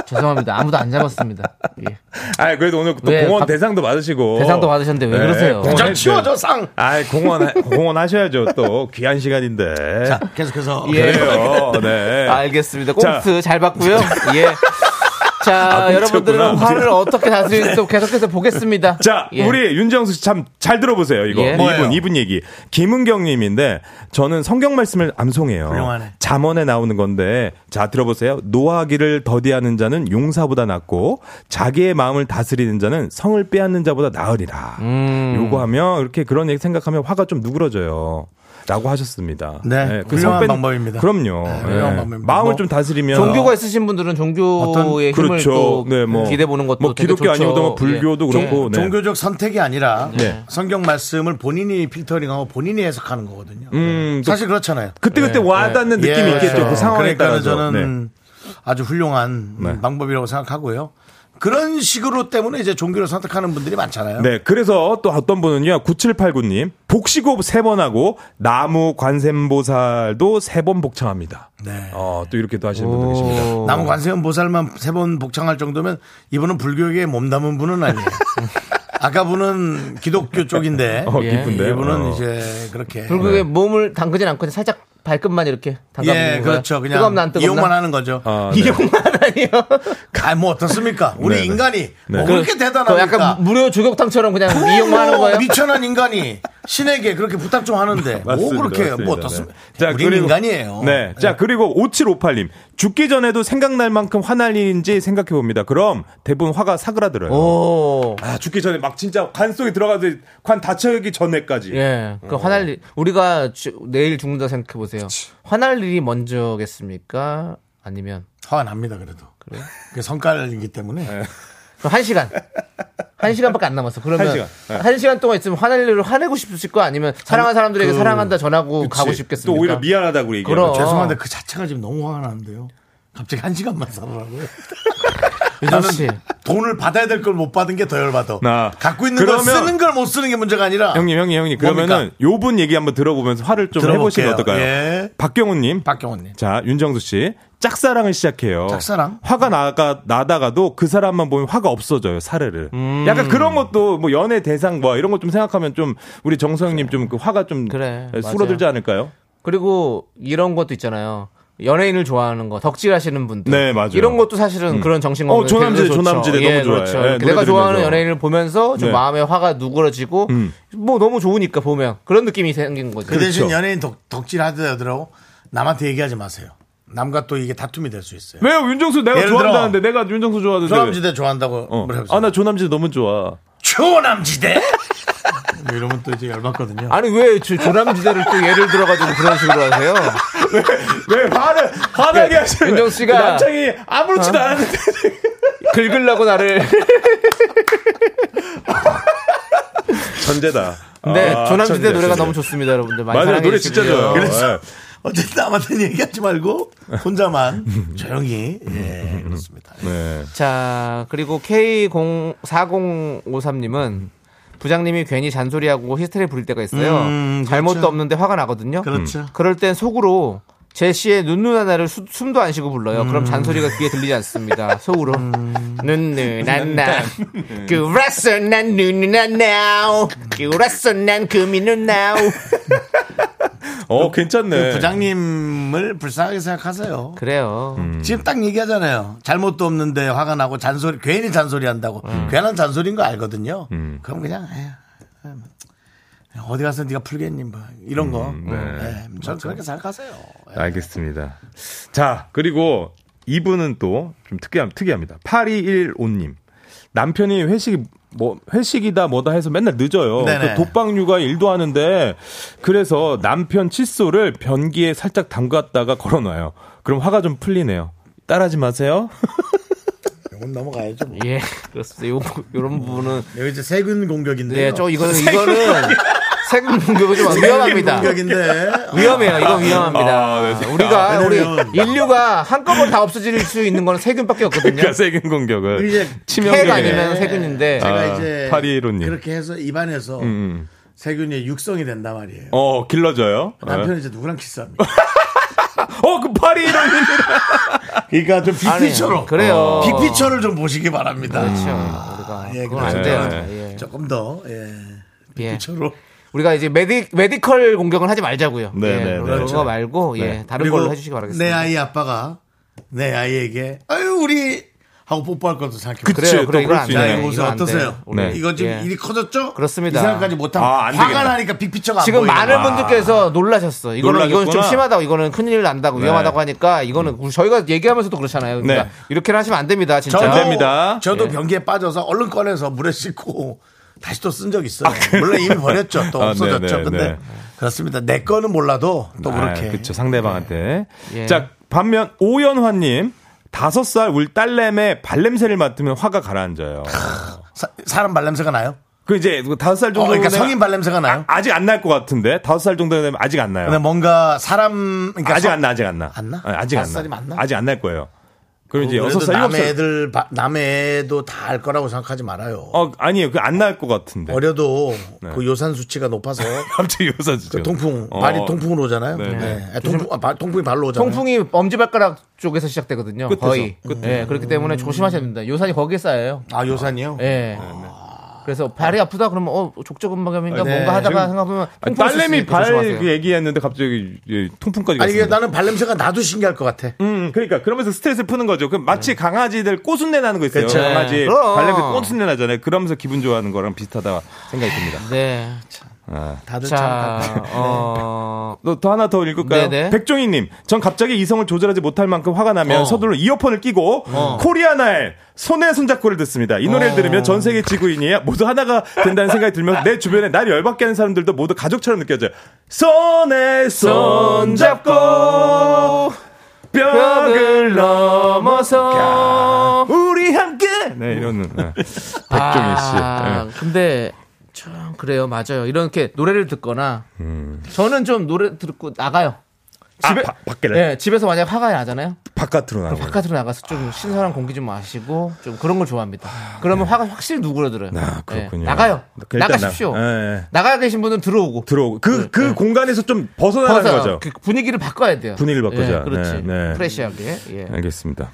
Speaker 2: 죄송합니다. 아무도 안 잡았습니다. 예.
Speaker 7: 아 그래도 오늘 또
Speaker 2: 왜
Speaker 7: 공원
Speaker 2: 박-
Speaker 7: 대상도 받으시고 네.
Speaker 2: 대상도 받으셨는데 왜 그러세요?
Speaker 7: 공원 해주세요.
Speaker 2: 상.
Speaker 7: 아 공원 공원 하셔야죠 또 귀한 시간인데. 자
Speaker 1: 계속해서
Speaker 2: 예.
Speaker 7: 아, 그래요. 네.
Speaker 2: 알겠습니다.
Speaker 7: 자.
Speaker 2: 꽁트 잘
Speaker 7: *laughs*
Speaker 2: 봤고요. 예. 자,
Speaker 7: 아,
Speaker 2: 여러분들은
Speaker 7: 꽁트였구나.
Speaker 2: 화를 어떻게 다스릴지 계속해서 보겠습니다.
Speaker 7: 자,
Speaker 2: 예.
Speaker 7: 우리 윤정수 씨 참 잘 들어보세요. 이거
Speaker 2: 예.
Speaker 7: 이분
Speaker 2: 뭐예요?
Speaker 7: 이분 얘기. 김은경 님인데 저는 성경 말씀을 암송해요.
Speaker 1: 훌륭하네.
Speaker 7: 잠언에 나오는 건데 자 들어보세요. 노하기를 더디하는 자는 용사보다 낫고 자기의 마음을 다스리는 자는 성을 빼앗는 자보다 나으리라.
Speaker 2: 음.
Speaker 7: 요거 하면 이렇게 그런 얘기 생각하면 화가 좀 누그러져요. 라고 하셨습니다.
Speaker 1: 네,
Speaker 7: 그
Speaker 1: 훌륭한
Speaker 7: 성 뺀-
Speaker 1: 방법입니다.
Speaker 7: 그럼요.
Speaker 1: 네, 훌륭한
Speaker 7: 예.
Speaker 1: 방법입니다.
Speaker 7: 마음을
Speaker 1: 뭐
Speaker 7: 좀 다스리면 그렇죠.
Speaker 2: 종교가 있으신 분들은 종교의 힘을 또그 기대 보는 것도
Speaker 7: 뭐
Speaker 2: 되게
Speaker 7: 기독교
Speaker 2: 좋죠.
Speaker 7: 아니어도 뭐 불교도
Speaker 2: 예.
Speaker 7: 그렇고 네.
Speaker 1: 종교적 선택이 아니라
Speaker 7: 네.
Speaker 1: 성경 말씀을 본인이 필터링하고 본인이 해석하는 거거든요.
Speaker 7: 음, 또
Speaker 1: 사실 그렇잖아요.
Speaker 7: 그때그때 와닿는 느낌이
Speaker 1: 네, 예,
Speaker 7: 있겠죠. 그
Speaker 1: 그렇죠.
Speaker 7: 상황에
Speaker 1: 그러니까는
Speaker 7: 따라서.
Speaker 1: 저는 아주 훌륭한
Speaker 7: 네.
Speaker 1: 방법이라고 생각하고요. 그런 식으로 때문에 이제 종교를 선택하는 분들이 많잖아요.
Speaker 7: 네. 네, 그래서 또 어떤 분은요, 9789님, 복식호흡 세 번 하고, 나무 관샘보살도 세 번 복창합니다.
Speaker 1: 네.
Speaker 7: 어, 또 이렇게도 하시는 분도 계십니다.
Speaker 1: 나무 관세음 보살만 세 번 복창할 정도면 이분은 불교에 몸 담은 분은 아니에요. 아까 분은 기독교 쪽인데
Speaker 7: *laughs* 어,
Speaker 2: 예.
Speaker 7: 기쁜데.
Speaker 1: 이분은
Speaker 7: 어.
Speaker 1: 이제 그렇게
Speaker 7: 네.
Speaker 2: 결국에 몸을 담그진 않고 그냥 살짝 발끝만 이렇게 담가보는
Speaker 1: 예 그렇죠 그냥
Speaker 2: 뜨겁나 안 뜨겁나
Speaker 1: 이용만 하는 거죠.
Speaker 7: 아, 네.
Speaker 2: 이용만 아니요.
Speaker 1: 아, 뭐 어떻습니까? 우리
Speaker 7: 네, 네.
Speaker 1: 인간이 뭐
Speaker 7: 네.
Speaker 1: 그렇게
Speaker 2: 그
Speaker 1: 대단합니까? 뭐
Speaker 2: 약간 무료 조격탕처럼 그냥 이용만 하는 거예요.
Speaker 1: 미천한 인간이 신에게 그렇게 부탁 좀 하는데 뭐
Speaker 7: 네. 맞습니다,
Speaker 1: 그렇게
Speaker 7: 맞습니다.
Speaker 1: 뭐 어떻습니까?
Speaker 7: 네. 자,
Speaker 1: 우리
Speaker 7: 그리고-
Speaker 1: 인간이에요.
Speaker 7: 네. 자, 그리고 5758님. 죽기 전에도 생각날 만큼 화날 일인지 생각해 봅니다. 그럼 대부분 화가 사그라들어요.
Speaker 2: 오.
Speaker 7: 아, 죽기 전에 막 진짜 관 속에 들어가서 관 닫혀있기 전에까지.
Speaker 2: 예.
Speaker 7: 어.
Speaker 2: 그 화날 일 우리가 주- 내일 죽는다 생각해 보세요. 화날 일이 먼저겠습니까? 아니면
Speaker 1: 화가 납니다 그래도. 그래? 그게 성깔이기 때문에
Speaker 2: 그럼 한 시간. 한 시간밖에 안 남았어. 그러면
Speaker 7: 한
Speaker 2: 한
Speaker 7: 시간.
Speaker 2: 시간,
Speaker 7: 네.
Speaker 2: 동안 있으면 화날 일을 화내고 싶으실 거 아니면 사랑하는 사람들에게 사랑한다 전하고 가고 싶겠습니까?
Speaker 7: 그 또 오히려 미안하다고 얘기하고.
Speaker 2: 그럼.
Speaker 1: 죄송한데 그 자체가 지금 너무 화가 나는데요. 갑자기 한 시간만
Speaker 2: *laughs*
Speaker 1: 살아라고요.
Speaker 2: 윤정 씨.
Speaker 1: 나는 돈을 받아야 될 걸 못 받은 게 더 열받아.
Speaker 7: 아,
Speaker 1: 갖고 있는 걸
Speaker 7: 그러면-
Speaker 1: 쓰는 걸 못 쓰는 게 문제가 아니라
Speaker 7: 형님, 형님, 형님.
Speaker 1: 뭡니까?
Speaker 7: 그러면은 요분 얘기 한번 들어보면서 화를 좀
Speaker 1: 들어볼게요.
Speaker 7: 해보시면 어떨까요?
Speaker 1: 예.
Speaker 7: 박경훈님.
Speaker 1: 박경호님. 그
Speaker 7: 자, 윤정수 씨. 짝사랑을 시작해요.
Speaker 1: 짝사랑?
Speaker 7: 화가 나가, 나다가도 그 사람만 보면 화가 없어져요, 사례를.
Speaker 1: 음.
Speaker 7: 약간 그런 것도 뭐 연애 대상 뭐 이런 것 좀 생각하면 좀 우리 정서영님 좀 그 화가 좀
Speaker 2: 그래,
Speaker 7: 에, 수그러들지
Speaker 2: 맞아요.
Speaker 7: 않을까요?
Speaker 2: 그리고 이런 것도 있잖아요. 연예인을 좋아하는 거, 덕질하시는 분들.
Speaker 7: 네, 맞아요.
Speaker 2: 이런 것도 사실은 그런 정신
Speaker 7: 어,
Speaker 2: 건강.
Speaker 7: 조남지대,
Speaker 2: 되게 좋죠.
Speaker 7: 조남지대 너무
Speaker 2: 예,
Speaker 7: 좋아요.
Speaker 2: 그렇죠.
Speaker 7: 예, 노래
Speaker 2: 내가 좋아하는
Speaker 7: 들으면서.
Speaker 2: 연예인을 보면서 좀
Speaker 7: 네. 음.
Speaker 2: 마음의 화가 누그러지고 뭐 너무 좋으니까 보면 그런 느낌이 생긴 거죠.
Speaker 7: 그렇죠.
Speaker 1: 그 대신 연예인 덕, 덕질 하더라도 남한테 얘기하지 마세요. 남과 또 이게 다툼이 될 수 있어요.
Speaker 7: 왜요? 윤정수 내가
Speaker 1: 예를 들어,
Speaker 7: 좋아한다는데 내가 윤정수 좋아하는데. 왜?
Speaker 1: 조남지대 좋아한다고
Speaker 7: 그- 어.
Speaker 1: 물어보세요.
Speaker 7: 아, 나 조남지대 너무 좋아. *laughs*
Speaker 1: 초남지대? 뭐 이러면 또 이제 열받거든요.
Speaker 2: 아니 왜 조- 조남지대를 또 예를 들어가지고 그런 식으로 하세요?
Speaker 7: 왜 화를, 화나게 하시는
Speaker 2: 네, 윤정 씨가-
Speaker 7: 남창이 아무렇지도 않았는데.
Speaker 2: 긁으려고 나를.
Speaker 7: 전제다.
Speaker 2: 근데
Speaker 1: 네,
Speaker 7: 아,
Speaker 2: 네, 조남지대
Speaker 7: 천재,
Speaker 2: 노래가
Speaker 7: 천재.
Speaker 2: 너무 좋습니다, 여러분들. 많이
Speaker 7: 맞아요.
Speaker 2: 사랑해
Speaker 7: 노래 진짜
Speaker 2: 주시고요.
Speaker 7: 좋아요.
Speaker 1: 그래서
Speaker 7: 예.
Speaker 1: 어쨌든 남한테 얘기하지 말고
Speaker 7: *laughs*
Speaker 1: 혼자만 조용히 예 그렇습니다.
Speaker 7: 네.
Speaker 2: 자, 그리고 K404053님은 부장님이 괜히 잔소리하고 히스테리 부릴 때가 있어요.
Speaker 1: 음,
Speaker 2: 잘못도
Speaker 1: 그렇죠.
Speaker 2: 없는데 화가 나거든요. 음.
Speaker 1: 그렇죠.
Speaker 2: 그럴 땐 속으로 제 씨의 눈누나 나를 수- 숨도 안 쉬고 불러요.
Speaker 1: 음.
Speaker 2: 그럼 잔소리가 귀에
Speaker 1: *laughs*
Speaker 2: 들리지 않습니다. 속으로 눈누나나 그랬어 난 눈누나나 그랬어 난 금이누나
Speaker 7: 어, 괜찮네.
Speaker 1: 그 부장님을 불쌍하게 생각하세요.
Speaker 2: 그래요.
Speaker 1: 지금 딱 얘기하잖아요. 잘못도 없는데 화가 나고 잔소리 괜히 잔소리 한다고
Speaker 2: 음.
Speaker 1: 괜한 잔소리인 거 알거든요. 그럼 그냥 에휴, 에휴, 어디 가서 네가 풀겠니 뭐
Speaker 2: 음,
Speaker 1: 이런 거.
Speaker 7: 네.
Speaker 1: 예, 저는 그렇게 생각하세요. 예.
Speaker 7: 알겠습니다. 자, 그리고 이분은 또 좀 특이함, 특이합니다. 8215님. 남편이 회식이 뭐 회식이다 뭐다 해서 맨날 늦어요.
Speaker 1: 네네.
Speaker 7: 그 독방 육아 일도 하는데 그래서 남편 칫솔을 변기에 살짝 담갔다가 걸어놔요. 그럼 화가 좀 풀리네요. 따라하지 마세요. *laughs*
Speaker 1: 이건 넘어가야죠. 뭐.
Speaker 2: 예, 그렇습니다. 요, 요런 부분은
Speaker 1: 여기 이제 세균 공격인데.
Speaker 2: 네, 저
Speaker 1: *laughs*
Speaker 2: 이거는 이거는 세금 공격이 좀 위험합니다. *laughs*
Speaker 1: 공격인데. 어,
Speaker 2: 위험해요.
Speaker 7: 아,
Speaker 2: 이건 위험합니다.
Speaker 7: 네.
Speaker 2: 아, 우리가 우리
Speaker 1: 왜냐면-
Speaker 2: 인류가 한꺼번에 다 없어질 수 있는 건 세균밖에 없거든요.
Speaker 7: 그러니까 세균 공격을
Speaker 1: 이제
Speaker 7: 치명적이네.
Speaker 2: 폐가 아니면 세균인데.
Speaker 1: 제가
Speaker 7: 아,
Speaker 1: 이제
Speaker 7: 8215 님.
Speaker 1: 그렇게 해서 입안에서
Speaker 7: 음.
Speaker 1: 세균이 육성이 된단 말이에요.
Speaker 7: 어 길러져요.
Speaker 2: 네.
Speaker 1: 남편이 이제 누구랑 키스합니까? *laughs*
Speaker 7: 어, 그 팔이 이런
Speaker 1: 그러니까 좀
Speaker 2: 아니, 그래요.
Speaker 1: 빅피처를 좀 보시기 바랍니다.
Speaker 2: 그렇죠.
Speaker 1: 아,
Speaker 2: 우리가
Speaker 1: 예,
Speaker 2: 그건 안
Speaker 1: 그래서
Speaker 2: 돼요.
Speaker 1: 저는
Speaker 2: 예.
Speaker 1: 조금 더 예.
Speaker 2: 예.
Speaker 1: 빅피처로.
Speaker 2: 우리가 이제 메디, 메디컬 공격은 하지 말자고요.
Speaker 7: 네,
Speaker 2: 예,
Speaker 7: 네, 네.
Speaker 2: 그런 거 말고 예, 다른
Speaker 1: 그리고
Speaker 2: 걸로 해주시기 바라겠습니다.
Speaker 1: 내 아이 아빠가 내 아이에게 아유 우리 하고 뽀뽀할 것도 생각해.
Speaker 7: 그치,
Speaker 2: 그래요.
Speaker 7: 또
Speaker 2: 그래, 이건
Speaker 7: 그럴
Speaker 2: 안
Speaker 7: 수
Speaker 2: 돼요.
Speaker 7: 있네.
Speaker 1: 나의
Speaker 7: 네,
Speaker 1: 모습
Speaker 2: 이건 안
Speaker 1: 어떠세요?
Speaker 2: 돼요. 우리.
Speaker 7: 네.
Speaker 1: 이건 지금
Speaker 2: 예.
Speaker 1: 일이 커졌죠?
Speaker 2: 그렇습니다.
Speaker 1: 이 생각까지 못하면
Speaker 7: 아, 안
Speaker 1: 화가
Speaker 7: 되겠다.
Speaker 1: 나니까 빅피처가 안
Speaker 2: 지금
Speaker 1: 보이는
Speaker 2: 많은
Speaker 1: 거야.
Speaker 2: 분들께서 놀라셨어. 이거는 이건 좀
Speaker 7: 놀라셨구나. 음.
Speaker 2: 심하다고, 이거는 큰일 난다고, 위험하다고 하니까 이거는 우리 저희가 얘기하면서도 그렇잖아요. 그러니까
Speaker 7: 네.
Speaker 2: 이렇게는 하시면 안 됩니다, 진짜.
Speaker 1: 아, 저도,
Speaker 7: 안 됩니다.
Speaker 1: 저도
Speaker 2: 예.
Speaker 1: 변기에 빠져서 얼른 꺼내서 물에 씻고 *laughs* 다시 또 쓴 적
Speaker 2: 아,
Speaker 1: 있어요. 물론 이미 버렸죠. 또
Speaker 7: 아,
Speaker 1: 없어졌죠.
Speaker 7: 네, 네,
Speaker 1: 근데
Speaker 7: 네.
Speaker 1: 그렇습니다. 내 거는 몰라도 또
Speaker 2: 아,
Speaker 1: 그렇게. 네.
Speaker 7: 그렇죠. 상대방한테.
Speaker 2: 예.
Speaker 7: 자, 반면 오연화님. 다섯 살 울 딸내미 발냄새를 맡으면 화가 가라앉아요.
Speaker 1: 사, 람 발냄새가 나요?
Speaker 7: 그 이제 다섯 살
Speaker 1: 어,
Speaker 7: 정도
Speaker 2: 네.
Speaker 1: 그러니까 성인 발냄새가 나요?
Speaker 7: 아직 안 날 것 같은데 다섯 살 정도 되면 아직 안 나요.
Speaker 1: 근데 뭔가 사람 그러니까
Speaker 7: 아직
Speaker 1: 성-
Speaker 7: 안 나, 아직 안 나.
Speaker 1: 뭐 안 나?
Speaker 7: 네, 아직 안
Speaker 1: 다섯
Speaker 7: 나.
Speaker 1: 살이 맞나? 어,
Speaker 7: 아직 안 날 거예요. 그럼 이제
Speaker 1: 그래도
Speaker 7: 여섯 살, 일곱
Speaker 1: 남의
Speaker 7: 살.
Speaker 1: 애들 바- 남의 애도 다 알 거라고 생각하지 말아요.
Speaker 7: 어, 아니에요. 그 안 날 것 같은데.
Speaker 1: 어려도
Speaker 7: 네.
Speaker 1: 그 요산 수치가 높아서
Speaker 7: *laughs* 갑자기 요사 주죠.
Speaker 1: 그
Speaker 7: 어.
Speaker 1: 통풍 발이 통풍으로 오잖아요.
Speaker 7: 네, 네.
Speaker 1: 네. 아, 통풍, 아, 발- 통풍이 발로 오잖아요.
Speaker 2: 통풍이 엄지발가락 쪽에서 시작되거든요.
Speaker 7: 끝에서,
Speaker 2: 거의.
Speaker 7: 끝에서. 음.
Speaker 2: 예, 그렇기 때문에 조심하셔야 됩니다. 요산이 거기에 쌓여요.
Speaker 1: 아 요산이요?
Speaker 7: 네,
Speaker 2: 예. 그래서 발이 아프다 그러면 어 족저근막염인가
Speaker 1: 네.
Speaker 2: 뭔가 하다가 생각하면
Speaker 7: 아니,
Speaker 2: 통풍
Speaker 7: 딸내미
Speaker 2: 있으니까 조심하세요.
Speaker 7: 발그 얘기했는데 갑자기 예, 통풍까지
Speaker 1: 아니 이게
Speaker 7: 갔습니다.
Speaker 1: 나는 발냄새가 나도 신기할 것 같아.
Speaker 7: 음, 그러니까 그러면서 스트레스를 푸는 거죠. 그 마치 강아지들 꼬순내 나는 거 있어요.
Speaker 1: 그쵸.
Speaker 7: 강아지
Speaker 2: 그럼.
Speaker 7: 발냄새 꼬순내 나잖아요. 그러면서 기분 좋아하는 거랑 비슷하다 생각이 듭니다. *laughs*
Speaker 2: 네.
Speaker 1: 다들 참.
Speaker 2: 자, 어,
Speaker 7: 또, 또 하나 더 읽을까요?
Speaker 2: 네네.
Speaker 7: 백종희님, 전 갑자기 이성을 조절하지 못할 만큼 화가 나면
Speaker 2: 어.
Speaker 7: 서둘러 이어폰을 끼고 코리아 날 손에 손잡고를 듣습니다. 이 노래를 들으면 전 세계 지구인이 모두 하나가 된다는 생각이 들면서 내 주변에 날 열받게 하는 사람들도 모두 가족처럼 느껴져요. 손에 손잡고 벽을 네. 넘어서 우리 함께 네 이런 네. *laughs* 백종희 씨. 네.
Speaker 2: 아, 근데 참 그래요, 맞아요. 이렇게 노래를 듣거나
Speaker 7: 음.
Speaker 2: 저는 좀 노래 듣고 나가요.
Speaker 7: 집에 아, 바, 밖에를
Speaker 2: 예, 집에서 만약 화가 나잖아요.
Speaker 7: 바깥으로 나가.
Speaker 2: 그럼 바깥으로 나가서
Speaker 7: 아.
Speaker 2: 좀 신선한 공기 좀 마시고 좀 그런 걸 좋아합니다. 그러면 화가 확실히 누그러들어요.
Speaker 7: 네. 아, 그렇군요.
Speaker 2: 예, 나가요.
Speaker 7: 일단 나-
Speaker 2: 나가십시오.
Speaker 7: 예, 예.
Speaker 2: 나가 계신 분은 들어오고
Speaker 7: 들어오고 그 그 공간에서 좀 벗어나는
Speaker 2: 네, 벗어나요.
Speaker 7: 거죠.
Speaker 2: 그 분위기를 바꿔야 돼요.
Speaker 7: 분위기를 바꾸자.
Speaker 2: 예, 그렇지.
Speaker 7: 네, 네.
Speaker 2: 프레시하게. 예.
Speaker 7: 알겠습니다.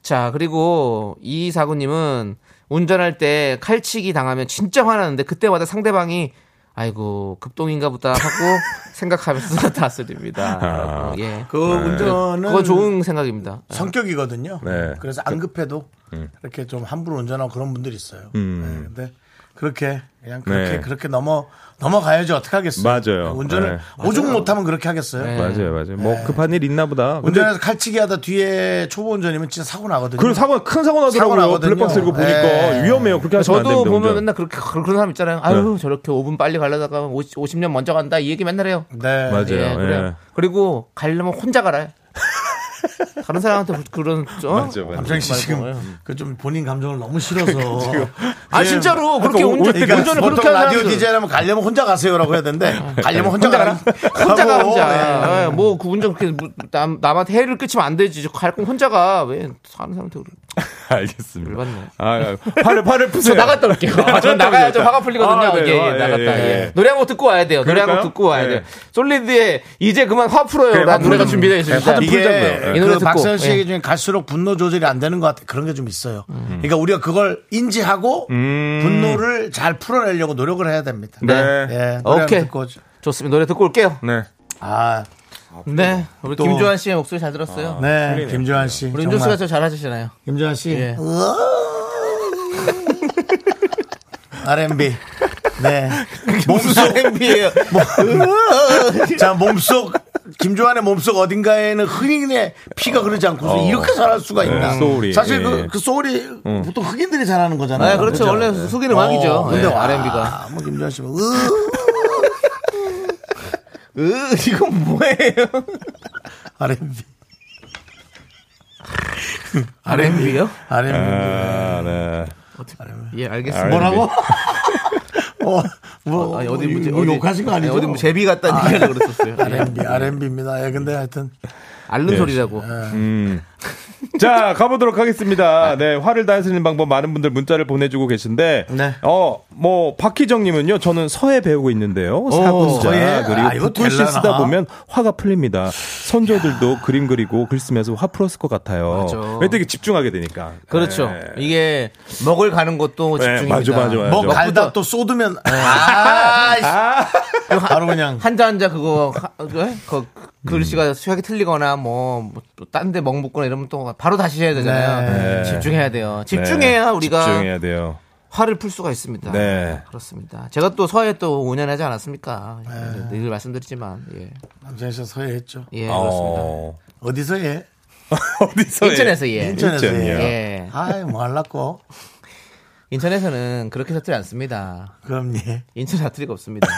Speaker 2: 자, 그리고 이 사구님은 운전할 때 칼치기 당하면 진짜 화나는데 그때마다 상대방이 아이고 급동인가 보다 하고 *laughs* 생각하면서 *laughs* 다스립니다.
Speaker 7: 아.
Speaker 2: 예.
Speaker 1: 그 운전은
Speaker 2: 그건 좋은 생각입니다. 예.
Speaker 1: 성격이거든요.
Speaker 7: 네.
Speaker 1: 그래서 안 급해도 이렇게 좀 함부로 운전하고 그런 분들이 있어요. 네,
Speaker 7: 음.
Speaker 1: 근데 그렇게 그냥 그렇게
Speaker 7: 네.
Speaker 1: 그렇게 넘어 넘어가야지 어떻게 하겠어요? 그
Speaker 7: 맞아요. 네.
Speaker 1: 운전을 오죽 못하면 그렇게 하겠어요.
Speaker 2: 네.
Speaker 7: 맞아요, 맞아요. 뭐 급한 일 있나 보다. 근데
Speaker 1: 운전해서 칼치기 하다 뒤에 초보 운전이면 진짜 사고 나거든요.
Speaker 7: 그런 사고 큰 사고
Speaker 1: 사고
Speaker 7: 나더라고요.
Speaker 1: 나거든요.
Speaker 7: 블랙박스 이거 보니까
Speaker 1: 네.
Speaker 7: 위험해요. 그렇게 하시면
Speaker 2: 그러니까 저도
Speaker 7: 네. 안 됩니다.
Speaker 2: 보면
Speaker 7: 운전.
Speaker 2: 맨날 그렇게 그- 그런 사람 있잖아요. 아유 저렇게 5분 빨리 가려다가 50, 년 먼저 간다 이 얘기 맨날 해요.
Speaker 1: 네.
Speaker 7: 맞아요.
Speaker 2: 예, 그래요.
Speaker 7: 예.
Speaker 2: 그리고 가려면 혼자
Speaker 7: *laughs*
Speaker 2: 갈아요. 다른 사람한테 그런 어?
Speaker 7: 맞아요, 맞아요.
Speaker 1: 남창희 씨 지금 그 좀 본인 감정을 너무
Speaker 7: *laughs*
Speaker 1: 싫어서.
Speaker 2: 아 진짜로 그렇게
Speaker 1: 온-
Speaker 2: 운전
Speaker 1: 그러니까
Speaker 2: 운전을
Speaker 1: 보통
Speaker 2: 그렇게 하는
Speaker 1: 라디오
Speaker 2: 사람들은- 어.
Speaker 1: DJ라면 가려면 혼자 가세요라고 해야 되는데 가려면 혼자 가라.
Speaker 2: *laughs* 혼자가
Speaker 1: 하고,
Speaker 2: 혼자.
Speaker 1: 네.
Speaker 2: 예, 뭐그 운전 그렇게 뭐 남, 남한테 해를 끼치면 안 되지. 갈건 혼자가 왜 사는 사람한테 그래.
Speaker 7: 알겠습니다.
Speaker 2: 열받네.
Speaker 7: 아, 아, 팔을 팔을 푸세요.
Speaker 2: 저 나갔다
Speaker 7: *laughs*
Speaker 2: 올게요. 아, 전 나가야 좀 화가 풀리거든요.
Speaker 7: 아, 네.
Speaker 2: 예, 예,
Speaker 7: 아, 예,
Speaker 2: 나갔다.
Speaker 7: 예, 예.
Speaker 2: 예. 노래 한 곡 듣고 와야 돼요. 노래 한
Speaker 7: 그럴까요?
Speaker 2: 곡 듣고 와야
Speaker 7: 예.
Speaker 2: 돼요. 솔리드의 이제 그만 화 풀어요. 네, 라는 노래가 준비되어 있습니다.
Speaker 7: 좀
Speaker 1: 이게
Speaker 7: 풀자고요.
Speaker 2: 이 노래
Speaker 1: 그
Speaker 2: 듣고.
Speaker 1: 박선 씨
Speaker 2: 예. 음.
Speaker 1: 얘기 중에 갈수록 분노 조절이 안 되는 것 같아. 그런 게 좀 있어요. 그러니까 우리가 그걸 인지하고
Speaker 7: 음,
Speaker 1: 분노를 잘 풀어내려고 노력을 해야 됩니다.
Speaker 2: 네.
Speaker 1: 예, 노래
Speaker 2: 오케이.
Speaker 1: 듣고 오죠.
Speaker 2: 좋습니다. 노래 듣고 올게요.
Speaker 7: 네.
Speaker 1: 아,
Speaker 2: 네. 우리
Speaker 1: 또-
Speaker 2: 김조한 씨의 목소리 잘 들었어요.
Speaker 1: 네, 김조한 씨.
Speaker 2: 아, 우리 윤종 씨가
Speaker 1: 정말.
Speaker 2: 저 잘하시잖아요.
Speaker 1: 김조한 씨. 어.
Speaker 2: 예.
Speaker 1: R&B. 네.
Speaker 2: 몸속 MB예요.
Speaker 1: 어. 자, 몸속 김조한의 몸속 어딘가에는 흑인의 피가 흐르지 않고서
Speaker 2: 어.
Speaker 1: 이렇게 잘할 수가 있나?
Speaker 7: 네, 소울이.
Speaker 1: 사실
Speaker 7: 예, 예. 음.
Speaker 1: 그, 그 소울이 보통 흑인들이 잘하는 거잖아요.
Speaker 2: 네, 그렇죠.
Speaker 1: 그죠?
Speaker 2: 원래 숙인 음악이죠.
Speaker 1: 근데 어,
Speaker 2: 예, R&B 가.
Speaker 1: 뭐 김조한 씨는
Speaker 2: 으, 이건 뭐예요?
Speaker 1: *laughs* R&B.
Speaker 2: 아, R&B요?
Speaker 1: R&B.
Speaker 7: 아, 네.
Speaker 2: 예, 알겠습니다.
Speaker 1: 뭐라고? 어, 뭐,
Speaker 2: 아니,
Speaker 1: 어디
Speaker 2: 어디 문제-
Speaker 1: 뭐,
Speaker 2: 어디-
Speaker 1: 욕하신 거
Speaker 2: 아니,
Speaker 1: 아니죠?
Speaker 2: 어디 뭐 제비 같다는 얘기가 그랬었어요. 아, 네.
Speaker 7: 네,
Speaker 1: R&B, R&B입니다. 예, 근데 하여튼
Speaker 2: 네. 알른 소리라고.
Speaker 7: 음. 자, 가보도록 하겠습니다. 네, 화를 다스리는 방법 많은 분들 문자를 보내주고 계신데,
Speaker 2: 네.
Speaker 7: 어, 뭐, 박희정님은요, 저는 서예 배우고 있는데요. 사군자,
Speaker 1: 서예? 아,
Speaker 7: 그리고
Speaker 1: 이거
Speaker 7: 붓글씨
Speaker 1: 될라나?
Speaker 7: 쓰다 보면 화가 풀립니다. 선조들도 그림 그리고 글 쓰면서 화 풀었을 것 같아요.
Speaker 2: 맞아.
Speaker 7: 왜 되게 집중하게 되니까.
Speaker 2: 그렇죠.
Speaker 7: 네.
Speaker 2: 이게 먹을 가는 것도
Speaker 7: 네,
Speaker 2: 집중입니다. 아,
Speaker 7: 맞아, 맞아, 맞아.
Speaker 1: 뭐
Speaker 7: 먹고
Speaker 1: 갈다 또 쏟으면 *laughs* 바로 그냥
Speaker 2: 한자 한자 그거 하- 그, 그
Speaker 7: 음.
Speaker 2: 글씨가 수학이 틀리거나 뭐, 뭐또딴데 멍붙거나 이러면 또 바로 다시 해야 되잖아요.
Speaker 7: 네.
Speaker 2: 집중해야 돼요. 집중해야
Speaker 7: 네,
Speaker 2: 우리가
Speaker 7: 집중해야 돼요.
Speaker 2: 화를 풀 수가 있습니다.
Speaker 7: 네.
Speaker 2: 그렇습니다. 제가 또 서해 또 5년 하지 않았습니까? 네, 늘 말씀드리지만 예,
Speaker 1: 남창희 씨 서예했죠.
Speaker 2: 예
Speaker 7: 어. *laughs*
Speaker 1: 어디서 예?
Speaker 7: 어디서
Speaker 2: 그렇습니다. 인천에서 예.
Speaker 1: 인천에서
Speaker 7: 네, 인천이요?
Speaker 1: 예.
Speaker 2: 예.
Speaker 1: 아이 뭐 할라고?
Speaker 2: 인천에서는 그렇게 사투리 않습니다.
Speaker 1: 그럼 예.
Speaker 2: 인천 사투리가
Speaker 7: *laughs*
Speaker 2: 없습니다.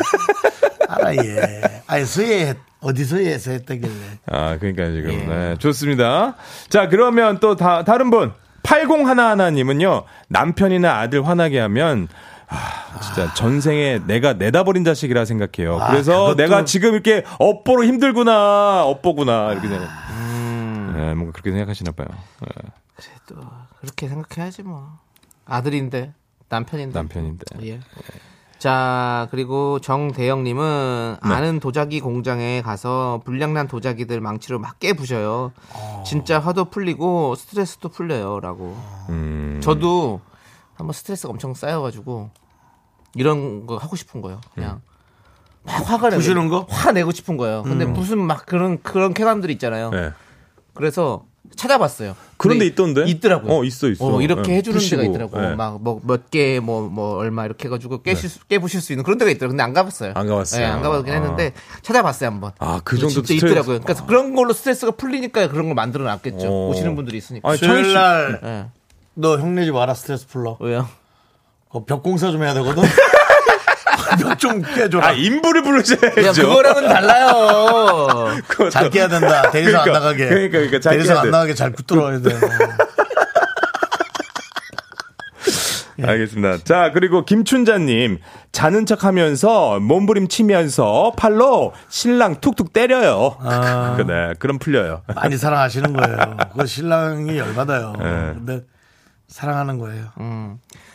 Speaker 1: 알아 예. 아니 서예 어디서 예서 했다길래?
Speaker 7: 아, 그러니까 지금.
Speaker 2: 예.
Speaker 7: 네, 좋습니다. 자, 그러면 또 다, 다른 분. 8011님은요, 남편이나 아들 화나게 하면, 아, 진짜 전생에 내가 내다버린 자식이라 생각해요.
Speaker 2: 아,
Speaker 7: 그래서
Speaker 1: 그것도-
Speaker 7: 내가 지금 이렇게 업보로 힘들구나, 업보구나, 이렇게 생각.
Speaker 2: 음.
Speaker 7: 네, 뭔가 그렇게 생각하시나 봐요. 네,
Speaker 2: 또 그렇게 생각해야지 뭐 아들인데 남편인데
Speaker 7: 남편인데.
Speaker 1: 네.
Speaker 2: 예. 자 그리고 정대영님은
Speaker 1: 네.
Speaker 2: 아는 도자기 공장에 가서 불량난 도자기들 망치로 막 깨부셔요.
Speaker 1: 아.
Speaker 2: 진짜 화도 풀리고 스트레스도 풀려요라고.
Speaker 1: 음.
Speaker 2: 저도 한번 스트레스가 엄청 쌓여가지고 이런 거 하고 싶은 거예요. 그냥 막 화가 내고
Speaker 1: 음. 부시는 거? 음.
Speaker 2: 화 내고 싶은 거예요. 근데 무슨 막 그런 그런 쾌감들 있잖아요.
Speaker 7: 네.
Speaker 2: 그래서 찾아봤어요.
Speaker 7: 그런
Speaker 2: 근데
Speaker 7: 데 있던데?
Speaker 2: 있더라고요.
Speaker 7: 어, 있어, 있어.
Speaker 2: 어, 이렇게
Speaker 7: 예,
Speaker 2: 해주는
Speaker 7: 푸시고,
Speaker 2: 데가 있더라고.
Speaker 7: 예. 네.
Speaker 2: 요 막 뭐 몇 개 뭐 뭐 얼마 이렇게 해가지고 깨실 수- 깨부실 수 있는 그런 데가 있더라고. 요 근데 안 가봤어요.
Speaker 7: 안 가봤어요.
Speaker 2: 예, 안 가봤긴
Speaker 7: 아.
Speaker 2: 했는데 찾아봤어요 한번.
Speaker 7: 아, 그
Speaker 2: 근데
Speaker 7: 정도
Speaker 2: 진짜
Speaker 7: 스트레스- 아.
Speaker 2: 있더라고요. 그러니까 그런 걸로 스트레스가 풀리니까 그런 걸 만들어 놨겠죠.
Speaker 7: 어.
Speaker 2: 오시는 분들이 있으니까.
Speaker 7: 아니, 창희
Speaker 1: 토요일
Speaker 7: 씨-
Speaker 1: 날너
Speaker 2: 예.
Speaker 1: 형네 집 와라 스트레스 풀러.
Speaker 2: 왜요?
Speaker 1: 그벽 공사 좀 해야 되거든. 벽 좀 깨줘라.
Speaker 7: 아, 인부를 부르셔야죠.
Speaker 2: 야, 그거랑은
Speaker 7: *laughs*
Speaker 2: 달라요.
Speaker 7: 그것도-
Speaker 1: 잘 깨야 된다. 대리석
Speaker 7: 그러니까,
Speaker 1: 안 나가게.
Speaker 7: 그러니까, 그러니까 잘
Speaker 1: 대리석
Speaker 7: 깨야
Speaker 1: 안
Speaker 7: 돼.
Speaker 1: 나가게 잘 붙들어야 돼. 예.
Speaker 7: 알겠습니다. 자, 그리고 김춘자님, 자는 척 하면서 몸부림 치면서 팔로 신랑 툭툭 때려요.
Speaker 1: 아.
Speaker 7: *laughs* 그 네, 그럼 풀려요.
Speaker 1: 많이 사랑하시는 거예요. 그거 신랑이 열받아요.
Speaker 7: 네.
Speaker 1: 근데 사랑하는 거예요.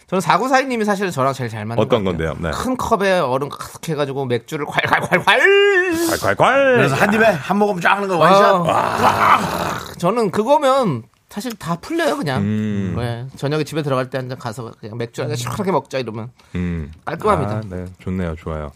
Speaker 2: 저는 사구사이님이 사실 저랑 제일 잘 맞는
Speaker 7: 어떤
Speaker 2: 것 같아요.
Speaker 7: 건데요? 네.
Speaker 2: 큰 컵에 얼음 가득 해가지고 맥주를 콸콸콸콸.
Speaker 7: 아, 콸콸콸!
Speaker 1: 그래서 한 입에 한 모금 쫙 하는 거
Speaker 2: 아,
Speaker 1: 원샷.
Speaker 2: 저는 그거면 사실 다 풀려요 그냥.
Speaker 7: 음.
Speaker 2: 네, 저녁에 집에 들어갈 때 한 잔 가서 그냥 맥주 한잔 시원하게 먹자 이러면
Speaker 7: 음.
Speaker 2: 깔끔합니다.
Speaker 7: 아, 네, 좋네요, 좋아요.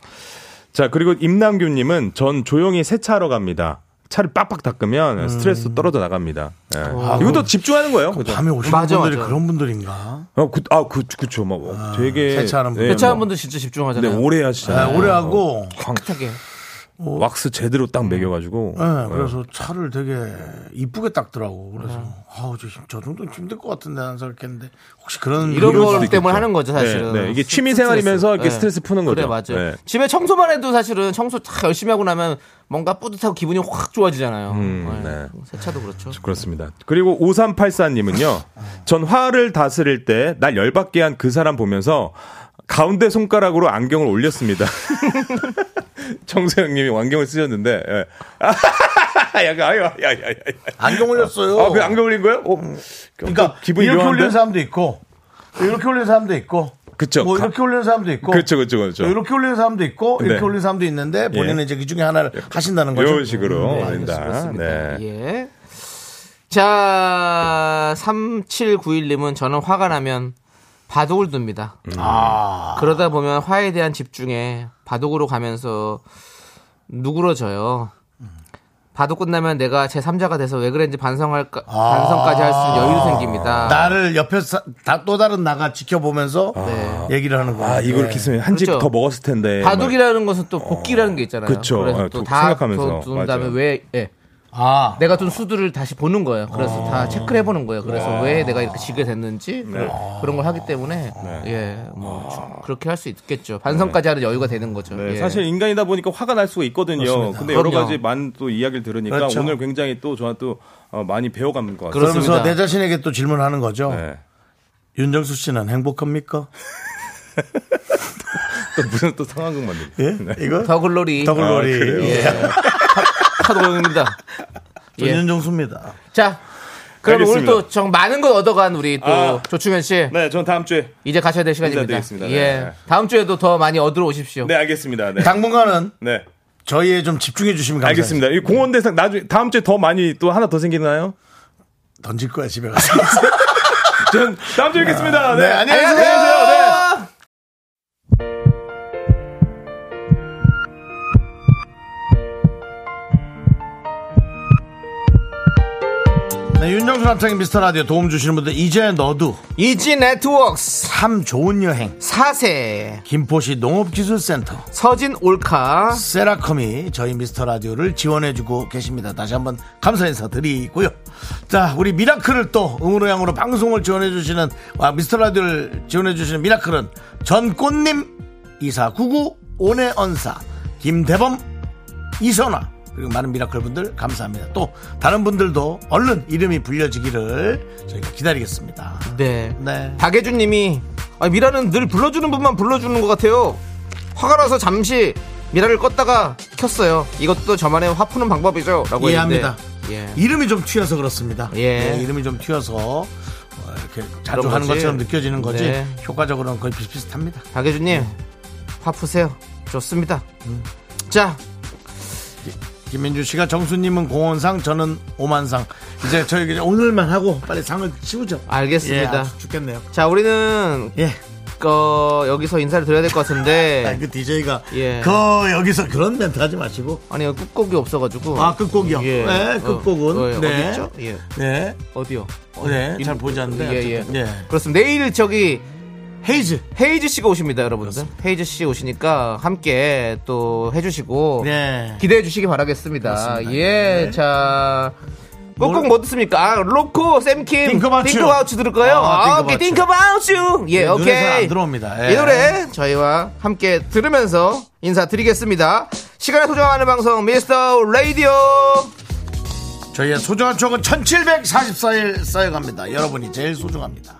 Speaker 7: 자, 그리고 임남규님은 전 조용히 세차하러 갑니다. 차를 빡빡
Speaker 1: 음.
Speaker 7: 닦으면 스트레스 떨어져 나갑니다.
Speaker 1: 아,
Speaker 7: 예. 이것도 집중하는 거예요. 그죠?
Speaker 1: 밤에 오시는
Speaker 2: 맞아,
Speaker 1: 분들이
Speaker 2: 맞아.
Speaker 1: 그런 분들인가?
Speaker 7: 어, 그, 아, 그, 그쵸. 막, 어, 되게.
Speaker 1: 세차하는 분.
Speaker 7: 예,
Speaker 2: 배차한
Speaker 7: 뭐,
Speaker 2: 분들 진짜
Speaker 7: 네, 뭐.
Speaker 2: 집중하잖아요.
Speaker 7: 오래 하시잖아요.
Speaker 1: 네, 오래 하고.
Speaker 7: 광,
Speaker 2: 깨끗하게.
Speaker 7: 왁스 제대로 딱 매겨가지고.
Speaker 1: 예, 그래서 차를 되게 이쁘게 닦더라고. 그래서 아우 저, 힘- 저 정도는 힘들 것 같은데 난 생각했는데 혹시 그런
Speaker 2: 이런
Speaker 1: 이런
Speaker 2: 거
Speaker 7: 수도 있겠죠.
Speaker 2: 때문에 하는 거죠 사실은.
Speaker 7: 네, 네, 이게
Speaker 2: 스트레스.
Speaker 7: 취미 생활이면서 이렇게
Speaker 2: 네.
Speaker 7: 스트레스 푸는 거죠.
Speaker 2: 그래 맞아요.
Speaker 7: 네.
Speaker 2: 집에 청소만 해도 사실은 청소 다 열심히 하고 나면 뭔가 뿌듯하고 기분이 확 좋아지잖아요.
Speaker 7: 음,
Speaker 2: 네. 세차도 그렇죠.
Speaker 7: 그렇습니다. 그리고 5384님은요, 전 화를 다스릴 때 날 열받게 한 그 사람 보면서 가운데 손가락으로 안경을 올렸습니다. *laughs* 정세영님이 안경을 쓰셨는데, 예. *laughs* 약간, 아유, 야, 야, 야, 야.
Speaker 1: 안경 올렸어요.
Speaker 7: 아, 그 안경 올린 거예요? 어,
Speaker 1: 그러니까
Speaker 7: 기분이
Speaker 1: 이렇게
Speaker 7: 묘한데?
Speaker 1: 올리는 사람도 있고 이렇게 올리는 사람도 있고
Speaker 7: 그쵸.
Speaker 1: 뭐
Speaker 7: 가-
Speaker 1: 이렇게 올리는 사람도 있고 뭐
Speaker 7: 그렇죠, 그렇죠, 그렇죠.
Speaker 1: 이렇게 올리는 사람도 있고 이렇게
Speaker 7: 네.
Speaker 1: 올리는 사람도 있는데 본인은
Speaker 7: 예.
Speaker 1: 이제 그 중에 하나를 하신다는 거죠. 음, 네,
Speaker 7: 이런 식으로 올린다.
Speaker 2: 그렇습니다.
Speaker 7: 네.
Speaker 2: 예. 자, 3791님은 저는 화가 나면 바둑을 둡니다. 그러다 보면 화에 대한 집중에 바둑으로 가면서 누그러져요. 바둑 끝나면 내가 제 3자가 돼서 왜 그랬는지 반성할까, 반성까지 할 수 있는 여유도 생깁니다.
Speaker 1: 나를 옆에서 다, 또 다른 나가 지켜보면서 네, 얘기를 하는 거야.
Speaker 7: 아, 이걸 이렇게 쓰면 한 집
Speaker 2: 그렇죠.
Speaker 7: 더 먹었을 텐데.
Speaker 2: 바둑이라는 것은 또 복귀라는 게 있잖아요.
Speaker 7: 네, 어, 그쵸.
Speaker 2: 래서
Speaker 7: 아, 두-
Speaker 2: 또다
Speaker 7: 생각하면서.
Speaker 2: 둔 다음에
Speaker 7: 맞아요.
Speaker 2: 왜 예.
Speaker 1: 아,
Speaker 2: 내가 둔 수들을 다시 보는 거예요. 그래서 다
Speaker 7: 아.
Speaker 2: 체크를 해보는 거예요. 그래서 왜 내가 이렇게 지게 됐는지
Speaker 7: 네.
Speaker 2: 뭐 그런 걸 하기 때문에 예, 뭐 주- 그렇게 할 수 있겠죠. 반성까지 하는 여유가 되는 거죠.
Speaker 7: 아. 네,
Speaker 2: 예.
Speaker 7: 사실 인간이다 보니까 화가 날 수가 있거든요. 근데 여러
Speaker 2: 그럼요.
Speaker 7: 가지 많은 또 이야기를 들으니까
Speaker 1: 그렇죠.
Speaker 7: 오늘 굉장히 또 저한테 또 어, 많이 배워가는 것 같아요.
Speaker 1: 그러면서
Speaker 2: 그렇습니다.
Speaker 1: 내 자신에게 또 질문하는 거죠.
Speaker 7: 네.
Speaker 1: 윤정수 씨는 행복합니까?
Speaker 7: 또 무슨 또 상황극 만들고.
Speaker 1: 예? 이거
Speaker 2: 더 글로리
Speaker 1: 더글로리
Speaker 7: 그래요?
Speaker 1: 예.
Speaker 2: 카도입니다. 예.
Speaker 1: 윤정수입니다.
Speaker 2: 자 그럼 오늘
Speaker 7: 알겠습니다.
Speaker 2: 또 정 많은 걸 얻어간 우리 또
Speaker 7: 아.
Speaker 2: 조충현 씨.
Speaker 7: 네, 전 다음 주에
Speaker 2: 이제 가셔야 될 시간입니다.
Speaker 7: 인사드리겠습니다.
Speaker 2: 예,
Speaker 7: 네.
Speaker 2: 다음 주에도 더 많이 얻으러 오십시오.
Speaker 7: 네, 알겠습니다. 네.
Speaker 1: 당분간은
Speaker 7: 네.
Speaker 1: 저희에 좀 집중해 주시면 감사하겠습니다.
Speaker 7: 알겠습니다. 이 공원 대상 나중에 다음 주에 더 많이 또 하나 더 생기나요?
Speaker 1: 던질 거야 집에 가서.
Speaker 7: 전 다음 주에 뵙겠습니다.
Speaker 1: 네, 안녕히 계세요.
Speaker 7: 안녕하세요. 네.
Speaker 1: 네, 윤정수 남창의 미스터 라디오 도움 주시는 분들 이제 너도
Speaker 2: 이지 네트워크스
Speaker 1: 참 좋은 여행
Speaker 2: 4세
Speaker 1: 김포시 농업기술센터
Speaker 2: 서진 올카
Speaker 1: 세라컴이 저희 미스터 라디오를 지원해주고 계십니다. 다시 한번 감사 인사드리고요. 자, 우리 미라클을 또 응으로 양으로 방송을 지원해주시는 아, 미스터 라디오를 지원해주시는 미라클은 전꽃님 이사구구 온해언사 김대범 이선아 그리고 많은 미라클 분들 감사합니다. 또 다른 분들도 얼른 이름이 불려지기를 저희가 기다리겠습니다.
Speaker 2: 네.
Speaker 1: 네.
Speaker 2: 박예준 님이 아, 미라는 늘 불러주는 분만 불러주는 것 같아요. 화가 나서 잠시 미라를 껐다가 켰어요. 이것도 저만의 화 푸는 방법이죠. 라고
Speaker 1: 이해합니다.
Speaker 2: 했는데. 예.
Speaker 1: 이름이 좀 튀어서 그렇습니다.
Speaker 2: 예.
Speaker 1: 네, 이름이 좀 튀어서 어, 이렇게 자주
Speaker 2: 그런
Speaker 1: 하는
Speaker 2: 거지.
Speaker 1: 것처럼 느껴지는 거지
Speaker 2: 네.
Speaker 1: 효과적으로는 거의 비슷비슷합니다.
Speaker 2: 박예준 님, 화 푸세요. 좋습니다. 자,
Speaker 1: 김민주 씨가 정수님은 공원상, 저는 오만상. 이제 저희 그냥 오늘만 하고 빨리 상을 치우죠.
Speaker 2: 알겠습니다.
Speaker 1: 예, 아주 죽겠네요.
Speaker 2: 자, 우리는
Speaker 1: 예.
Speaker 2: 어, 여기서 인사를 드려야 될 것
Speaker 1: *laughs* 아,
Speaker 2: 같은데
Speaker 1: 그 DJ가
Speaker 2: 예.
Speaker 1: 그 여기서 그런 멘트 하지 마시고.
Speaker 2: 아니 끝곡이 없어가지고
Speaker 1: 아, 끝곡이요.
Speaker 2: 예.
Speaker 1: 네, 끝곡은.
Speaker 2: 어, 어,
Speaker 1: 네.
Speaker 2: 어디 있죠? 예.
Speaker 1: 네.
Speaker 2: 어디요?
Speaker 1: 네, 잘 보이지 않는데
Speaker 2: 예, 예.
Speaker 1: 어쨌든, 예.
Speaker 2: 그렇습니다. 내일 저기
Speaker 1: 헤이즈.
Speaker 2: 헤이즈 씨가 오십니다, 여러분들. 헤이즈 씨 오시니까 함께 또 해주시고
Speaker 1: 네.
Speaker 2: 기대해 주시기 바라겠습니다.
Speaker 1: 그렇습니다. 네.
Speaker 2: 예, 자. 꼭꼭
Speaker 1: 뭘-
Speaker 2: 뭐 듣습니까? 아, 로코, 샘킴,
Speaker 1: Think about you.
Speaker 2: 띵크바우츠 들을까요?
Speaker 1: 아,
Speaker 2: 아,
Speaker 1: Think
Speaker 2: 오케이,
Speaker 1: about
Speaker 2: 띵크바우츠! 예,
Speaker 1: 눈에서
Speaker 2: 오케이.
Speaker 1: 안 들어옵니다. 예.
Speaker 2: 이 노래 저희와 함께 들으면서 인사드리겠습니다. 시간을 소중하는 방송, 미스터 라디오!
Speaker 1: 저희의 소중한 추억은 1744일 쌓여갑니다. 여러분이 제일 소중합니다.